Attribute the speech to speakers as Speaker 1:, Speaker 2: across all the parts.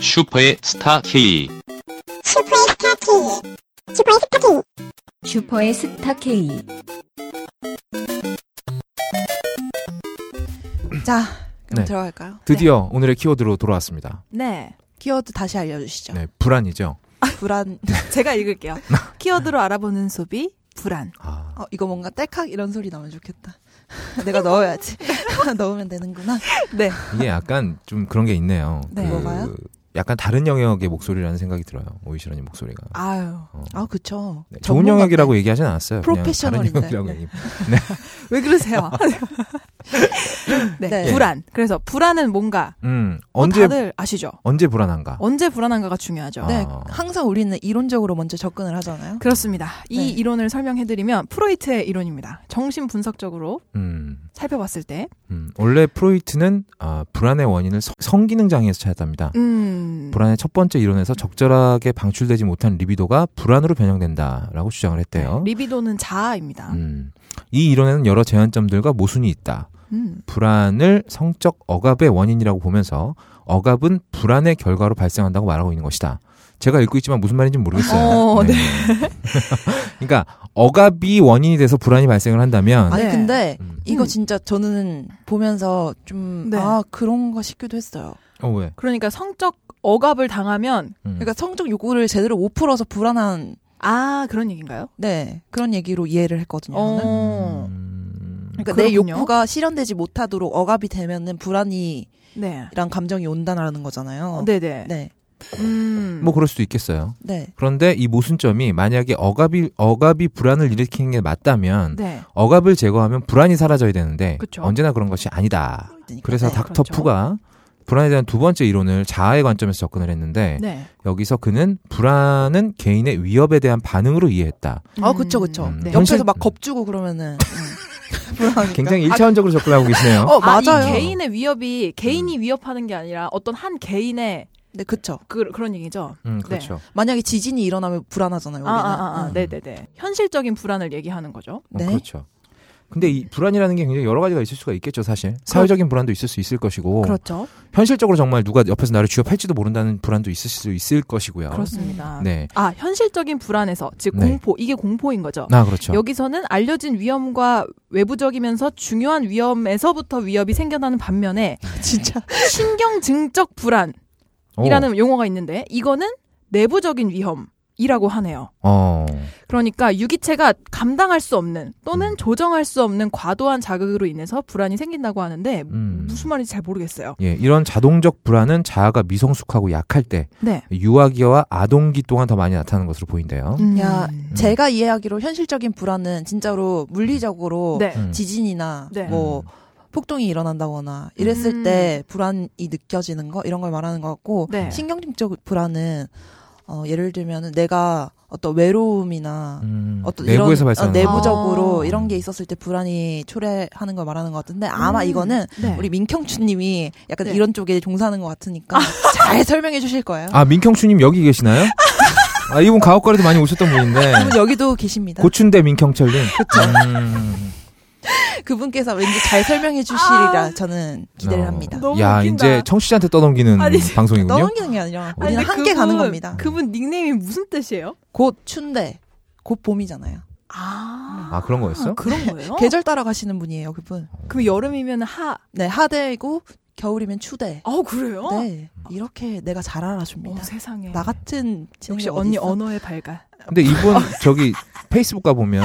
Speaker 1: 슈퍼의 스타 K.
Speaker 2: 슈퍼의 스타 K. 슈퍼의 스타 K.
Speaker 3: 슈퍼의 스타 K.
Speaker 4: 자, 그럼
Speaker 5: 네.
Speaker 4: 들어갈까요?
Speaker 5: 드디어 오늘의 키워드로 돌아왔습니다.
Speaker 4: 네. 네. 키워드 다시 알려주시죠.
Speaker 5: 네, 불안이죠.
Speaker 2: 아,
Speaker 5: 네.
Speaker 4: 불안. 제가 읽을게요. 키워드로 알아보는 소비, 불안.
Speaker 5: 아,
Speaker 4: 어, 이거 뭔가 딸칵 이런 소리 나면 좋겠다. 내가 넣어야지. 넣으면 되는구나. 네.
Speaker 5: 이게 약간 좀 그런 게 있네요.
Speaker 4: 네. 뭐가요?
Speaker 5: 약간 다른 영역의 목소리라는 생각이 들어요. 오이시라님 목소리가.
Speaker 4: 아유.
Speaker 5: 어.
Speaker 4: 아, 그쵸.
Speaker 5: 네, 좋은
Speaker 4: 전문가-
Speaker 5: 영역이라고 얘기하진 않았어요. 그냥
Speaker 4: 프로페셔널인데.
Speaker 5: 다른 영역이라고
Speaker 4: 네.
Speaker 5: 얘기.
Speaker 4: 왜 그러세요? 네.
Speaker 2: 네.
Speaker 4: 불안. 그래서 불안은 뭔가.
Speaker 5: 음,
Speaker 4: 어,
Speaker 5: 언제
Speaker 4: 다들 어. 아시죠?
Speaker 5: 언제 불안한가?
Speaker 4: 언제 불안한가가 중요하죠.
Speaker 5: 아.
Speaker 4: 네.
Speaker 5: 어.
Speaker 4: 네.
Speaker 2: 네, 항상 우리는 이론적으로 먼저 접근을 하잖아요.
Speaker 4: 그렇습니다. 이
Speaker 2: 네.
Speaker 4: 이론을 설명해드리면 프로이트의 이론입니다. 정신 분석적으로
Speaker 5: 음,
Speaker 4: 살펴봤을 때,
Speaker 5: 음, 원래 프로이트는 아, 불안의 원인을 성- 성기능 장애에서 찾았답니다.
Speaker 4: 음,
Speaker 5: 불안의 첫 번째 이론에서 적절하게 방출되지 못한 리비도가 불안으로 변형된다라고 주장을 했대요.
Speaker 4: 네, 리비도는 자아입니다.
Speaker 5: 음, 이 이론에는 여러 제한점들과 모순이 있다.
Speaker 4: 음.
Speaker 5: 불안을 성적 억압의 원인이라고 보면서 억압은 불안의 결과로 발생한다고 말하고 있는 것이다. 제가 읽고 있지만 무슨 말인지 모르겠어요.
Speaker 4: 어, 네.
Speaker 5: 그러니까 억압이 원인이 돼서 불안이 발생을 한다면
Speaker 4: 아,
Speaker 2: 아니
Speaker 4: 네.
Speaker 2: 근데
Speaker 5: 음.
Speaker 2: 이거
Speaker 4: 음.
Speaker 2: 진짜 저는 보면서 좀
Speaker 4: 네.
Speaker 2: 아 그런가 싶기도 했어요.
Speaker 5: 어 왜?
Speaker 4: 그러니까 성적 억압을 당하면
Speaker 5: 음.
Speaker 2: 그러니까 성적 요구를 제대로 못 풀어서 불안한
Speaker 4: 아 그런 얘기인가요?
Speaker 2: 네 그런 얘기로 이해를 했거든요.
Speaker 4: 어,
Speaker 2: 저는.
Speaker 5: 음.
Speaker 2: 그러니까 내
Speaker 4: 그렇군요.
Speaker 2: 욕구가 실현되지 못하도록 억압이 되면은 불안이란
Speaker 4: 네,
Speaker 2: 감정이 온다라는 거잖아요.
Speaker 4: 네, 네.
Speaker 2: 네,
Speaker 4: 음,
Speaker 5: 뭐 그럴 수도 있겠어요.
Speaker 2: 네.
Speaker 5: 그런데 이 모순점이 만약에 억압이 억압이 불안을 일으키는 게 맞다면
Speaker 4: 네,
Speaker 5: 억압을 제거하면 불안이 사라져야 되는데
Speaker 4: 그쵸.
Speaker 5: 언제나 그런 것이 아니다.
Speaker 2: 그러니까.
Speaker 5: 그래서
Speaker 2: 네.
Speaker 5: 닥터
Speaker 4: 그렇죠.
Speaker 5: 푸가 불안에 대한 두 번째 이론을 자아의 관점에서 접근을 했는데
Speaker 4: 네.
Speaker 5: 여기서 그는 불안은 개인의 위협에 대한 반응으로 이해했다.
Speaker 4: 그러니까
Speaker 2: 아 그쵸 그쵸.
Speaker 5: 음, 네.
Speaker 2: 옆에서
Speaker 5: 현실-
Speaker 2: 막 겁주고 그러면은 음, 불안하니까.
Speaker 5: 굉장히 일차원적으로 접근하고 계시네요.
Speaker 2: 어
Speaker 4: 아,
Speaker 2: 맞아요.
Speaker 4: 이 개인의 위협이 개인이 위협하는 게 아니라 어떤 한 개인의
Speaker 2: 네 그쵸.
Speaker 4: 그, 그런 얘기죠.
Speaker 5: 음, 그렇죠.
Speaker 2: 만약에 지진이 일어나면 불안하잖아요.
Speaker 4: 아,
Speaker 2: 우리는.
Speaker 4: 아, 아, 아,
Speaker 2: 음.
Speaker 4: 네, 네, 네. 현실적인 불안을 얘기하는 거죠.
Speaker 5: 어,
Speaker 2: 네.
Speaker 5: 그렇죠. 근데 이 불안이라는 게 굉장히 여러 가지가 있을 수가 있겠죠, 사실. 사회적인 불안도 있을 수 있을 것이고
Speaker 4: 그렇죠.
Speaker 5: 현실적으로 정말 누가 옆에서 나를 쥐어팰지도 모른다는 불안도 있을 수 있을 것이고요.
Speaker 4: 그렇습니다.
Speaker 5: 어. 네.
Speaker 4: 아, 현실적인 불안에서 즉
Speaker 5: 네.
Speaker 4: 공포 이게 공포인 거죠.
Speaker 5: 나 아, 그렇죠.
Speaker 4: 여기서는 알려진 위험과 외부적이면서 중요한 위험에서부터 위협이 생겨나는 반면에
Speaker 5: 네. 그렇죠.
Speaker 2: 진짜.
Speaker 5: 음.
Speaker 4: 신경증적 불안이라는
Speaker 5: 오.
Speaker 4: 용어가 있는데 이거는 내부적인 위험이라고 하네요.
Speaker 5: 어.
Speaker 4: 그러니까 유기체가 감당할 수 없는
Speaker 5: 음.
Speaker 4: 또는 조정할 수 없는 과도한 자극으로 인해서 불안이 생긴다고 하는데
Speaker 5: 음.
Speaker 4: 무슨 말인지 잘 모르겠어요.
Speaker 5: 예, 이런 자동적 불안은 자아가 미성숙하고 약할 때
Speaker 4: 네.
Speaker 5: 유아기와 아동기 동안 더 많이 나타나는 것으로 보인대요.
Speaker 4: 네.
Speaker 2: 야,
Speaker 4: 음.
Speaker 2: 제가 이해하기로 현실적인 불안은 진짜로 물리적으로
Speaker 4: 네.
Speaker 5: 음.
Speaker 2: 지진이나
Speaker 4: 네.
Speaker 2: 뭐 폭동이 일어난다거나 이랬을
Speaker 4: 음.
Speaker 2: 때 불안이 느껴지는 거 이런 걸 말하는 것 같고
Speaker 5: 예.
Speaker 4: 네.
Speaker 2: 신경증적 불안은 어, 예를 들면은 내가 어떤 외로움이나
Speaker 5: 음.
Speaker 2: 어떤
Speaker 5: 내부에서
Speaker 2: 이런,
Speaker 5: 발생하는
Speaker 2: 어, 내부적으로
Speaker 4: 아.
Speaker 2: 이런 게 있었을 때 불안이 초래하는 걸 말하는 것 같은데 아마
Speaker 4: 음.
Speaker 2: 이거는
Speaker 4: 네.
Speaker 2: 우리 민경춘님이 약간
Speaker 4: 네.
Speaker 2: 이런 쪽에 종사하는 것 같으니까 잘 설명해 주실 거예요.
Speaker 5: 아 민경춘님 여기 계시나요? 아 이분 가옥가에도 많이 오셨던 분인데
Speaker 2: 그분 여기도 계십니다.
Speaker 5: 고춘대 민경철님. 음.
Speaker 2: 그분께서 왠지 잘 설명해 주시리라 저는 기대를
Speaker 5: 어.
Speaker 2: 합니다.
Speaker 4: 너무
Speaker 5: 야
Speaker 4: 웃긴다.
Speaker 5: 이제 청취자한테 떠넘기는
Speaker 4: 아니,
Speaker 5: 방송이군요.
Speaker 2: 넘기는 게 아니라 우리는
Speaker 4: 근데
Speaker 2: 한계
Speaker 4: 그분-
Speaker 2: 가는 겁니다.
Speaker 4: 그분 닉네임이 무슨 뜻이에요?
Speaker 2: 곧 춘대, 곧 봄이잖아요.
Speaker 4: 아,
Speaker 5: 아 그런 거였어?
Speaker 4: 그런 거예요?
Speaker 2: 계절 따라가시는 분이에요, 그분.
Speaker 4: 그럼 여름이면 하.
Speaker 2: 네, 하대이고 겨울이면 추대.
Speaker 4: 아 그래요?
Speaker 2: 네, 이렇게 내가 잘
Speaker 4: 어,
Speaker 2: 알아줍니다.
Speaker 4: 세상에.
Speaker 2: 나 같은
Speaker 4: 역시
Speaker 2: 진행자 어디
Speaker 4: 언니
Speaker 2: 있어?
Speaker 4: 언어의 발가.
Speaker 5: 근데
Speaker 2: 어.
Speaker 5: 이분 저기 페이스북 가 보면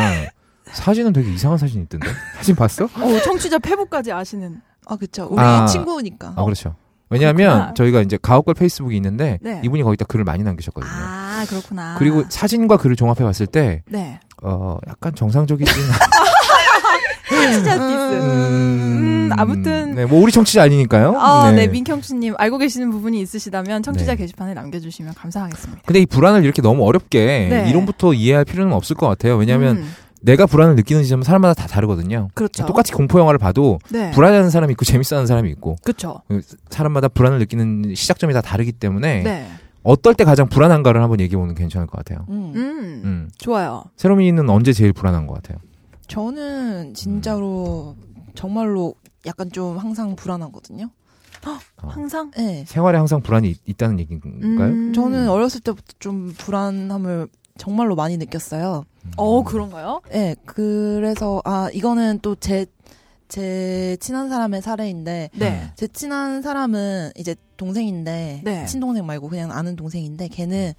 Speaker 5: 사진은 되게 이상한 사진이 있던데. 사진 봤어?
Speaker 4: 어, 청취자 페북까지 아시는.
Speaker 2: 아 그쵸. 우리
Speaker 5: 아.
Speaker 2: 친구니까.
Speaker 5: 아 그렇죠. 왜냐하면
Speaker 4: 그렇구나.
Speaker 5: 저희가 이제 가옥걸 페이스북이 있는데
Speaker 4: 네.
Speaker 5: 이분이 거기다 글을 많이 남기셨거든요.
Speaker 4: 아 그렇구나.
Speaker 5: 그리고 사진과 글을 종합해 봤을 때
Speaker 4: 네.
Speaker 5: 어, 약간 정상적이진
Speaker 2: 음.
Speaker 4: 청취자 디스. 음, 아무튼.
Speaker 5: 네, 뭐 우리 청취자 아니니까요.
Speaker 4: 아, 네. 민경수님 알고 계시는 부분이 있으시다면 청취자
Speaker 5: 네.
Speaker 4: 게시판에 남겨주시면 감사하겠습니다.
Speaker 5: 근데 이 불안을 이렇게 너무 어렵게
Speaker 4: 네.
Speaker 5: 이론부터 이해할 필요는 없을 것 같아요. 왜냐하면
Speaker 4: 음,
Speaker 5: 내가 불안을 느끼는 지점은 사람마다 다 다르거든요.
Speaker 4: 그렇죠.
Speaker 5: 똑같이 공포 영화를 봐도
Speaker 4: 네.
Speaker 5: 불안해하는 사람이 있고 재밌어하는 사람이 있고
Speaker 4: 그렇죠.
Speaker 5: 사람마다 불안을 느끼는 시작점이 다 다르기 때문에
Speaker 4: 네.
Speaker 5: 어떨 때 가장 불안한가를 한번 얘기해 보는 게 괜찮을 것 같아요.
Speaker 2: 음.
Speaker 4: 음.
Speaker 5: 음.
Speaker 4: 좋아요.
Speaker 5: 세로미는 언제 제일 불안한 것 같아요?
Speaker 2: 저는 진짜로 정말로 약간 좀 항상 불안하거든요.
Speaker 5: 어.
Speaker 4: 항상
Speaker 2: 네.
Speaker 5: 생활에 항상 불안이 있, 다는 얘기인가요?
Speaker 4: 음.
Speaker 2: 저는 어렸을 때부터 좀 불안함을 정말로 많이 느꼈어요.
Speaker 5: 음.
Speaker 4: 어 그런가요?
Speaker 2: 네, 그래서 아 이거는 또 제 제 친한 사람의 사례인데
Speaker 4: 네.
Speaker 2: 제 친한 사람은 이제 동생인데
Speaker 4: 네.
Speaker 2: 친동생 말고 그냥 아는 동생인데 걔는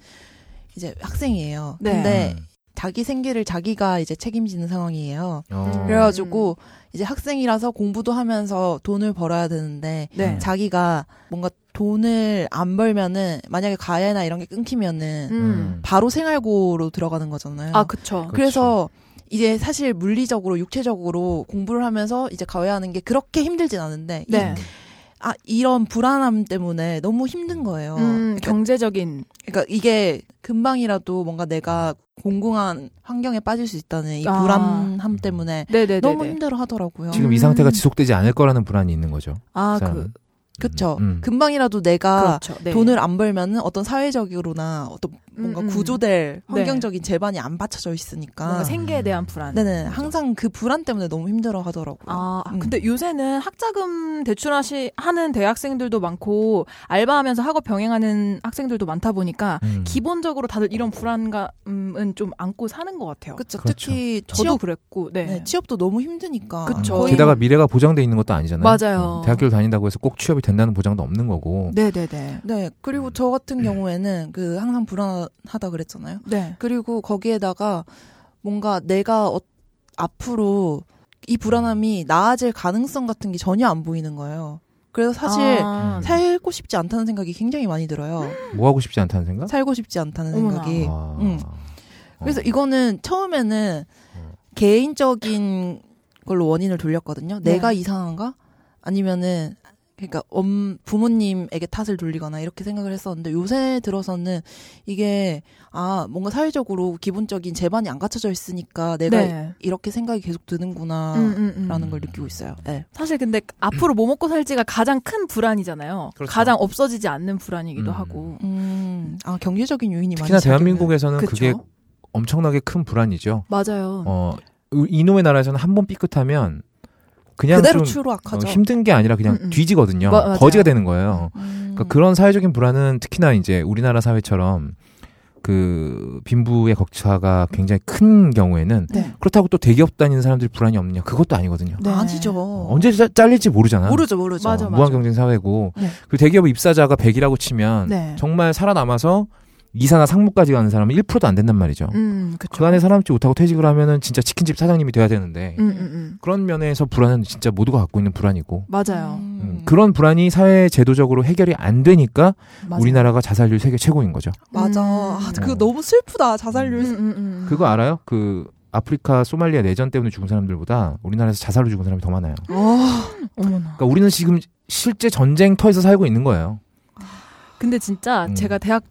Speaker 2: 이제 학생이에요.
Speaker 4: 네.
Speaker 2: 근데 자기 생계를 자기가 이제 책임지는
Speaker 4: 음.
Speaker 2: 상황이에요.
Speaker 5: 어.
Speaker 2: 그래가지고 이제 학생이라서 공부도 하면서 돈을 벌어야 되는데
Speaker 4: 네.
Speaker 2: 자기가 뭔가 돈을 안 벌면은 만약에 가해나 이런 게 끊기면은
Speaker 4: 음.
Speaker 2: 바로 생활고로 들어가는 거잖아요.
Speaker 4: 아 그렇죠. 그쵸.
Speaker 2: 음. 그래서 이제 사실 물리적으로 육체적으로 공부를 하면서 이제 가해하는 게 그렇게 힘들진 않은데 이-
Speaker 4: 네.
Speaker 2: 아 이런 불안함 때문에 너무 힘든 거예요.
Speaker 4: 음,
Speaker 2: 그러니까,
Speaker 4: 경제적인
Speaker 2: 그러니까 이게 금방이라도 뭔가 내가 공공한 환경에 빠질 수 있다는 이
Speaker 4: 아.
Speaker 2: 불안함 때문에
Speaker 4: 네네네.
Speaker 2: 너무 힘들어 하더라고요.
Speaker 5: 지금
Speaker 4: 음.
Speaker 5: 이 상태가 지속되지 않을 거라는 불안이 있는 거죠.
Speaker 4: 아그
Speaker 5: 사람은.
Speaker 2: 그쵸.
Speaker 5: 음, 음.
Speaker 2: 금방이라도 내가
Speaker 4: 그렇죠. 네.
Speaker 2: 돈을 안 벌면은 어떤 사회적으로나 어떤 뭔가
Speaker 4: 음, 음.
Speaker 2: 구조될
Speaker 4: 네.
Speaker 2: 환경적인 재반이 안 받쳐져
Speaker 4: 뭔가
Speaker 2: 있으니까.
Speaker 4: 생계에 대한 불안.
Speaker 2: 네네. 항상 그 불안 때문에 너무 힘들어 하더라고요.
Speaker 4: 아, 아,
Speaker 2: 음.
Speaker 4: 근데 요새는 학자금 대출하시 하는 대학생들도 많고 알바하면서 학업 병행하는 학생들도 많다 보니까
Speaker 5: 음.
Speaker 4: 기본적으로 다들 이런 불안감은 좀 안고 사는 것 같아요.
Speaker 2: 그쵸.
Speaker 5: 그렇죠.
Speaker 2: 특히
Speaker 4: 저도
Speaker 2: 취업,
Speaker 4: 그랬고, 네.
Speaker 2: 네, 취업도 너무 힘드니까.
Speaker 4: 그쵸.
Speaker 5: 음.
Speaker 4: 아, 거의-
Speaker 5: 게다가 미래가 보장돼 있는 것도 아니잖아요.
Speaker 4: 맞아요.
Speaker 5: 음, 대학교를 다닌다고 해서 꼭 취업이 된다는 보장도 없는 거고.
Speaker 4: 네네네.
Speaker 2: 네. 그리고 저
Speaker 5: 음.
Speaker 2: 같은 경우에는 그 항상 불안하다 그랬잖아요.
Speaker 4: 네.
Speaker 2: 그리고 거기에다가 뭔가 내가 어- 앞으로 이 불안함이 나아질 가능성 같은 게 전혀 안 보이는 거예요. 그래서 사실
Speaker 4: 아,
Speaker 5: 음.
Speaker 2: 살고 싶지 않다는 생각이 굉장히 많이 들어요.
Speaker 5: 뭐 하고 싶지 않다는 생각?
Speaker 2: 살고 싶지 않다는
Speaker 4: 어머나.
Speaker 2: 생각이.
Speaker 5: 아.
Speaker 2: 음. 그래서
Speaker 5: 어.
Speaker 2: 이거는 처음에는
Speaker 5: 어.
Speaker 2: 개인적인 걸로 원인을 돌렸거든요.
Speaker 4: 네.
Speaker 2: 내가 이상한가? 아니면은 그러니까 엄 부모님에게 탓을 돌리거나 이렇게 생각을 했었는데 요새 들어서는 이게 아 뭔가 사회적으로 기본적인 제반이 안 갖춰져 있으니까 내가
Speaker 4: 네.
Speaker 2: 이렇게 생각이 계속 드는구나.
Speaker 4: 음, 음, 음.
Speaker 2: 라는 걸 느끼고 있어요. 네.
Speaker 4: 사실 근데 앞으로 뭐 먹고 살지가 가장 큰 불안이잖아요.
Speaker 5: 그렇죠.
Speaker 4: 가장 없어지지 않는 불안이기도
Speaker 5: 음.
Speaker 4: 하고.
Speaker 2: 음, 아 경제적인 요인이 많이
Speaker 5: 특히나
Speaker 2: 작용해요.
Speaker 5: 대한민국에서는
Speaker 4: 그쵸?
Speaker 5: 그게 엄청나게 큰 불안이죠.
Speaker 4: 맞아요.
Speaker 5: 어, 이놈의 나라에서는 한 번 삐끗하면 그냥
Speaker 2: 그대로
Speaker 5: 좀 어,
Speaker 2: 추락하죠.
Speaker 5: 힘든 게 아니라 그냥
Speaker 4: 음, 음.
Speaker 5: 뒤지거든요.
Speaker 4: 마- 맞아요.
Speaker 5: 거지가 되는 거예요.
Speaker 2: 음.
Speaker 5: 그러니까 그런 사회적인 불안은 특히나 이제 우리나라 사회처럼 그 빈부의 격차가 굉장히 큰 경우에는
Speaker 4: 네.
Speaker 5: 그렇다고 또 대기업 다니는 사람들이 불안이 없느냐 그것도 아니거든요.
Speaker 4: 네.
Speaker 2: 아니죠.
Speaker 5: 어, 언제 짜- 잘릴지 모르잖아.
Speaker 2: 모르죠, 모르죠.
Speaker 4: 맞아, 맞아.
Speaker 5: 무한 경쟁 사회고
Speaker 4: 네.
Speaker 5: 그 대기업 입사자가 100이라고 치면
Speaker 4: 네.
Speaker 5: 어, 정말 살아남아서 이사나 상무까지 가는 사람은 1%도 안 된단 말이죠.
Speaker 4: 음, 그쵸.
Speaker 5: 그 안에 살아남지 못하고 퇴직을 하면은 진짜 치킨집 사장님이 돼야 되는데
Speaker 4: 음, 음, 음.
Speaker 5: 그런 면에서 불안은 진짜 모두가 갖고 있는 불안이고
Speaker 4: 맞아요.
Speaker 5: 음,
Speaker 2: 음.
Speaker 5: 그런 불안이 사회 제도적으로 해결이 안 되니까
Speaker 4: 맞아요.
Speaker 5: 우리나라가 자살률 세계 최고인 거죠.
Speaker 2: 맞아.
Speaker 4: 음.
Speaker 2: 아, 그거
Speaker 5: 어.
Speaker 2: 너무 슬프다. 자살률.
Speaker 4: 음, 음, 음.
Speaker 5: 그거 알아요? 그 아프리카 소말리아 내전 때문에 죽은 사람들보다 우리나라에서 자살로 죽은 사람이 더 많아요.
Speaker 2: 아,
Speaker 4: 어, 어머나.
Speaker 5: 그러니까 우리는 지금 실제 전쟁터에서 살고 있는 거예요.
Speaker 4: 근데 진짜
Speaker 5: 음.
Speaker 4: 제가 대학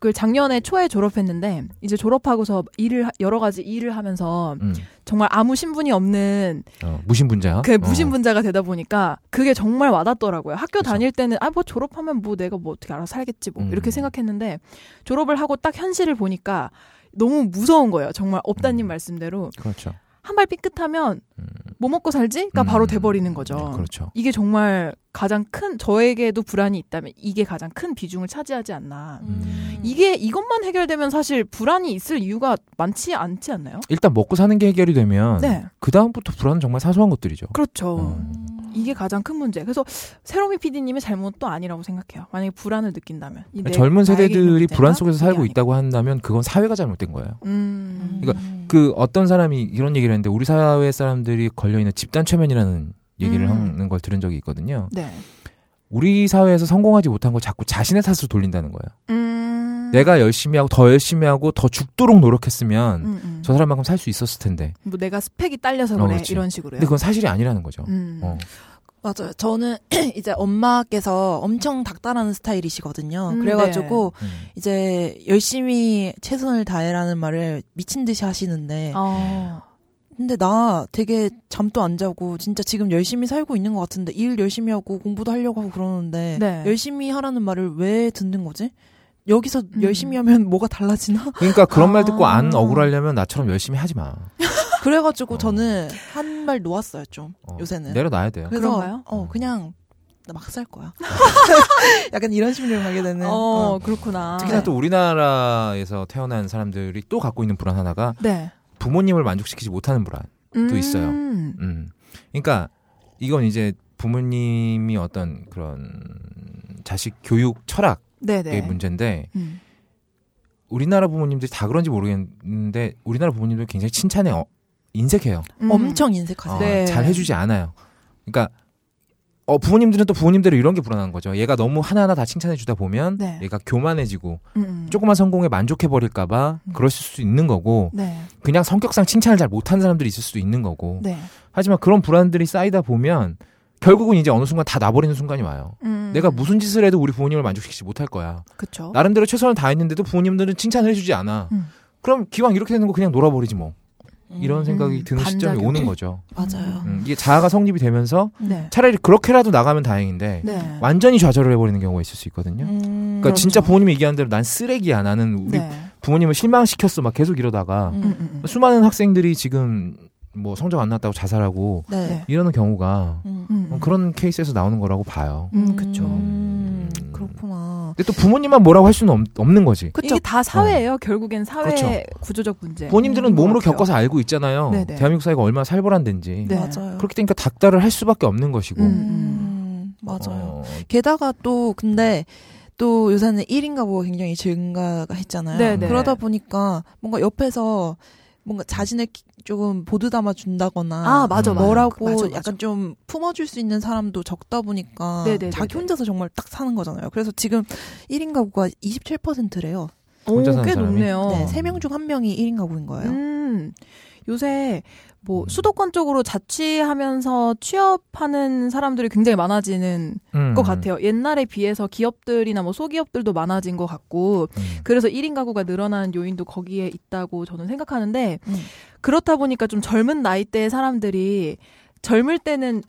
Speaker 4: 그 작년에 초에 졸업했는데 이제 졸업하고서 일을 하- 여러 가지 일을 하면서
Speaker 5: 음.
Speaker 4: 정말 아무 신분이 없는
Speaker 5: 어, 무신분자.
Speaker 4: 그 무신분자가 되다 보니까 그게 정말 와닿더라고요. 학교
Speaker 5: 그쵸.
Speaker 4: 다닐 때는 아 뭐 졸업하면 뭐 내가 뭐 어떻게 알아 서 살겠지 뭐
Speaker 5: 음.
Speaker 4: 이렇게 생각했는데 졸업을 하고 딱 현실을 보니까 너무 무서운 거예요. 정말 업다님
Speaker 5: 음.
Speaker 4: 말씀대로
Speaker 5: 어, 그렇죠.
Speaker 4: 한 발 삐끗하면
Speaker 5: 음.
Speaker 4: 뭐 먹고 살지?가 바로 돼버리는 거죠.
Speaker 5: 음, 그렇죠.
Speaker 4: 이게 정말 가장 큰 저에게도 불안이 있다면 이게 가장 큰 비중을 차지하지 않나.
Speaker 5: 음.
Speaker 4: 이게 이것만 해결되면 사실 불안이 있을 이유가 많지 않지 않나요?
Speaker 5: 일단 먹고 사는 게 해결이 되면
Speaker 4: 네,
Speaker 5: 그 다음부터 불안은 정말 사소한 것들이죠.
Speaker 4: 그렇죠.
Speaker 5: 어.
Speaker 2: 음.
Speaker 4: 이게 가장 큰 문제. 그래서 새로미 PD님의 잘못도 아니라고 생각해요. 만약에 불안을 느낀다면 이 내-
Speaker 5: 그러니까 젊은
Speaker 4: 네, 나에게 있는
Speaker 5: 세대들이
Speaker 4: 문제가
Speaker 5: 불안 속에서 살고
Speaker 4: 그게 아니고.
Speaker 5: 있다고 한다면 그건 사회가 잘못된 거예요.
Speaker 4: 음,
Speaker 5: 그러니까 그 어떤 사람이 이런 얘기를 했는데 우리 사회 사람들이 걸려 있는 집단 최면이라는 얘기를
Speaker 4: 음.
Speaker 5: 하는 걸 들은 적이 있거든요.
Speaker 4: 네.
Speaker 5: 우리 사회에서 성공하지 못한 거 자꾸 자신의 탓으로 돌린다는 거예요.
Speaker 4: 음,
Speaker 5: 내가 열심히 하고 더 열심히 하고 더 죽도록 노력했으면
Speaker 4: 음, 음.
Speaker 5: 저 사람만큼 살 수 있었을 텐데.
Speaker 4: 뭐 내가 스펙이 딸려서
Speaker 5: 어,
Speaker 4: 그래
Speaker 5: 그렇지.
Speaker 4: 이런 식으로요.
Speaker 5: 근데 그건 사실이 아니라는 거죠.
Speaker 4: 네. 음.
Speaker 5: 어.
Speaker 2: 맞아요. 저는 이제 엄마께서 엄청 닥달하는 스타일이시거든요.
Speaker 4: 음,
Speaker 2: 그래가지고
Speaker 5: 음.
Speaker 2: 이제 열심히 최선을 다해라는 말을 미친 듯이 하시는데,
Speaker 4: 어,
Speaker 2: 근데 나 되게 잠도 안 자고 진짜 지금 열심히 살고 있는 것 같은데 일 열심히 하고 공부도 하려고 하고 그러는데
Speaker 4: 네.
Speaker 2: 열심히 하라는 말을 왜 듣는 거지? 여기서
Speaker 4: 음.
Speaker 2: 열심히 하면 뭐가 달라지나?
Speaker 5: 그러니까 그런 말 듣고
Speaker 4: 아.
Speaker 5: 안 억울하려면 나처럼 열심히 하지 마.
Speaker 2: 그래가지고
Speaker 5: 어.
Speaker 2: 저는 한 발 놓았어요 좀
Speaker 5: 어,
Speaker 2: 요새는.
Speaker 5: 내려놔야 돼요.
Speaker 2: 그래서
Speaker 4: 그런가요?
Speaker 2: 어 그냥 나 막 살 거야. 약간 이런 심리를 가게 되는.
Speaker 4: 어,
Speaker 2: 어.
Speaker 4: 그렇구나.
Speaker 5: 특히나
Speaker 2: 네.
Speaker 5: 또 우리나라에서 태어난 사람들이 또 갖고 있는 불안 하나가
Speaker 4: 네.
Speaker 5: 부모님을 만족시키지 못하는 불안.
Speaker 4: 음.
Speaker 5: 있어요. 음. 그러니까 이건 이제 부모님이 어떤 그런 자식 교육 철학의
Speaker 4: 네네.
Speaker 5: 문제인데
Speaker 4: 음.
Speaker 5: 우리나라 부모님들이 다 그런지 모르겠는데 우리나라 부모님들 굉장히 칭찬에 어, 인색해요.
Speaker 4: 음.
Speaker 2: 엄청
Speaker 5: 어,
Speaker 2: 인색하세요.
Speaker 4: 네.
Speaker 5: 잘 해주지 않아요. 그러니까 어, 부모님들은 또 부모님대로 이런 게 불안한 거죠. 얘가 너무 하나하나 다 칭찬해주다 보면
Speaker 4: 네.
Speaker 5: 얘가 교만해지고
Speaker 4: 음, 음.
Speaker 5: 조그만 성공에 만족해버릴까봐
Speaker 4: 음.
Speaker 5: 그럴 수 있는 거고
Speaker 4: 네.
Speaker 5: 그냥 성격상 칭찬을 잘 못하는 사람들이 있을 수도 있는 거고
Speaker 4: 네.
Speaker 5: 하지만 그런 불안들이 쌓이다 보면 결국은 이제 어느 순간 다 나버리는 순간이 와요.
Speaker 4: 음.
Speaker 5: 내가 무슨 짓을 해도 우리 부모님을 만족시키지 못할 거야.
Speaker 4: 그쵸.
Speaker 5: 나름대로 최선을 다했는데도 부모님들은 칭찬을 해주지 않아.
Speaker 4: 어? 음.
Speaker 5: 그럼 기왕 이렇게 되는 거 그냥 놀아버리지 뭐.
Speaker 2: 음,
Speaker 5: 이런 생각이
Speaker 4: 음,
Speaker 5: 드는 시점이
Speaker 4: 반작용.
Speaker 5: 오는 거죠.
Speaker 2: 맞아요.
Speaker 5: 음, 이게 자아가 성립이 되면서
Speaker 4: 네.
Speaker 5: 차라리 그렇게라도 나가면 다행인데
Speaker 4: 네.
Speaker 5: 완전히 좌절을 해버리는 경우가 있을 수 있거든요.
Speaker 2: 음,
Speaker 5: 그러니까 진짜
Speaker 4: 그렇죠.
Speaker 5: 부모님이 얘기하는 대로 난 쓰레기야. 나는 우리
Speaker 4: 네.
Speaker 5: 부모님을 실망시켰어. 막 계속 이러다가
Speaker 4: 음, 음, 음.
Speaker 5: 수많은 학생들이 지금 뭐 성적 안 났다고 자살하고
Speaker 2: 네.
Speaker 4: 네.
Speaker 5: 이러는 경우가
Speaker 2: 음.
Speaker 4: 음.
Speaker 5: 어, 그런 케이스에서 나오는 거라고 봐요.
Speaker 4: 음, 그쵸.
Speaker 2: 음, 그렇구나.
Speaker 5: 근데 또 부모님만 뭐라고 할 수는 없, 는 거지.
Speaker 2: 그쵸.
Speaker 4: 이게 다 사회예요. 결국엔 사회
Speaker 5: 어. 그렇죠.
Speaker 4: 구조적 문제.
Speaker 5: 부모님들은
Speaker 4: 음,
Speaker 5: 몸으로
Speaker 4: 그렇죠.
Speaker 5: 겪어서 알고 있잖아요.
Speaker 4: 네네.
Speaker 5: 대한민국 사회가 얼마나 살벌한 데인지.
Speaker 4: 네.
Speaker 2: 맞아요.
Speaker 5: 그렇게 되니까 닥달을 할 수밖에 없는 것이고.
Speaker 4: 음.
Speaker 2: 음, 맞아요.
Speaker 5: 어,
Speaker 2: 게다가 또 근데 또 요새는 1인 가구가 굉장히 증가가 했잖아요.
Speaker 4: 네네.
Speaker 2: 그러다 보니까 뭔가 옆에서 뭔가 자신을 기- 조금 보드 담아 준다거나
Speaker 4: 아, 맞아, 맞아.
Speaker 2: 뭐라고
Speaker 4: 맞아, 맞아.
Speaker 2: 약간 좀 품어줄 수 있는 사람도 적다 보니까
Speaker 4: 네네네네.
Speaker 2: 자기 혼자서 정말 딱 사는 거잖아요. 그래서 지금 1인 가구가 27%래요.
Speaker 5: 혼자
Speaker 4: 오,
Speaker 5: 사는
Speaker 4: 어, 꽤
Speaker 5: 사람이?
Speaker 4: 높네요.
Speaker 2: 네, 3명 중 1명이 1인 가구인 거예요.
Speaker 4: 음, 요새 뭐
Speaker 5: 음.
Speaker 4: 수도권 쪽으로 자취하면서 취업하는 사람들이 굉장히 많아지는
Speaker 5: 음.
Speaker 4: 것 같아요. 옛날에 비해서 기업들이나 뭐 소기업들도 많아진 것 같고
Speaker 5: 음.
Speaker 4: 그래서 1인 가구가 늘어난 요인도 거기에 있다고 저는 생각하는데
Speaker 2: 음.
Speaker 4: 그렇다 보니까 좀 젊은 나이대의 사람들이 젊을 때는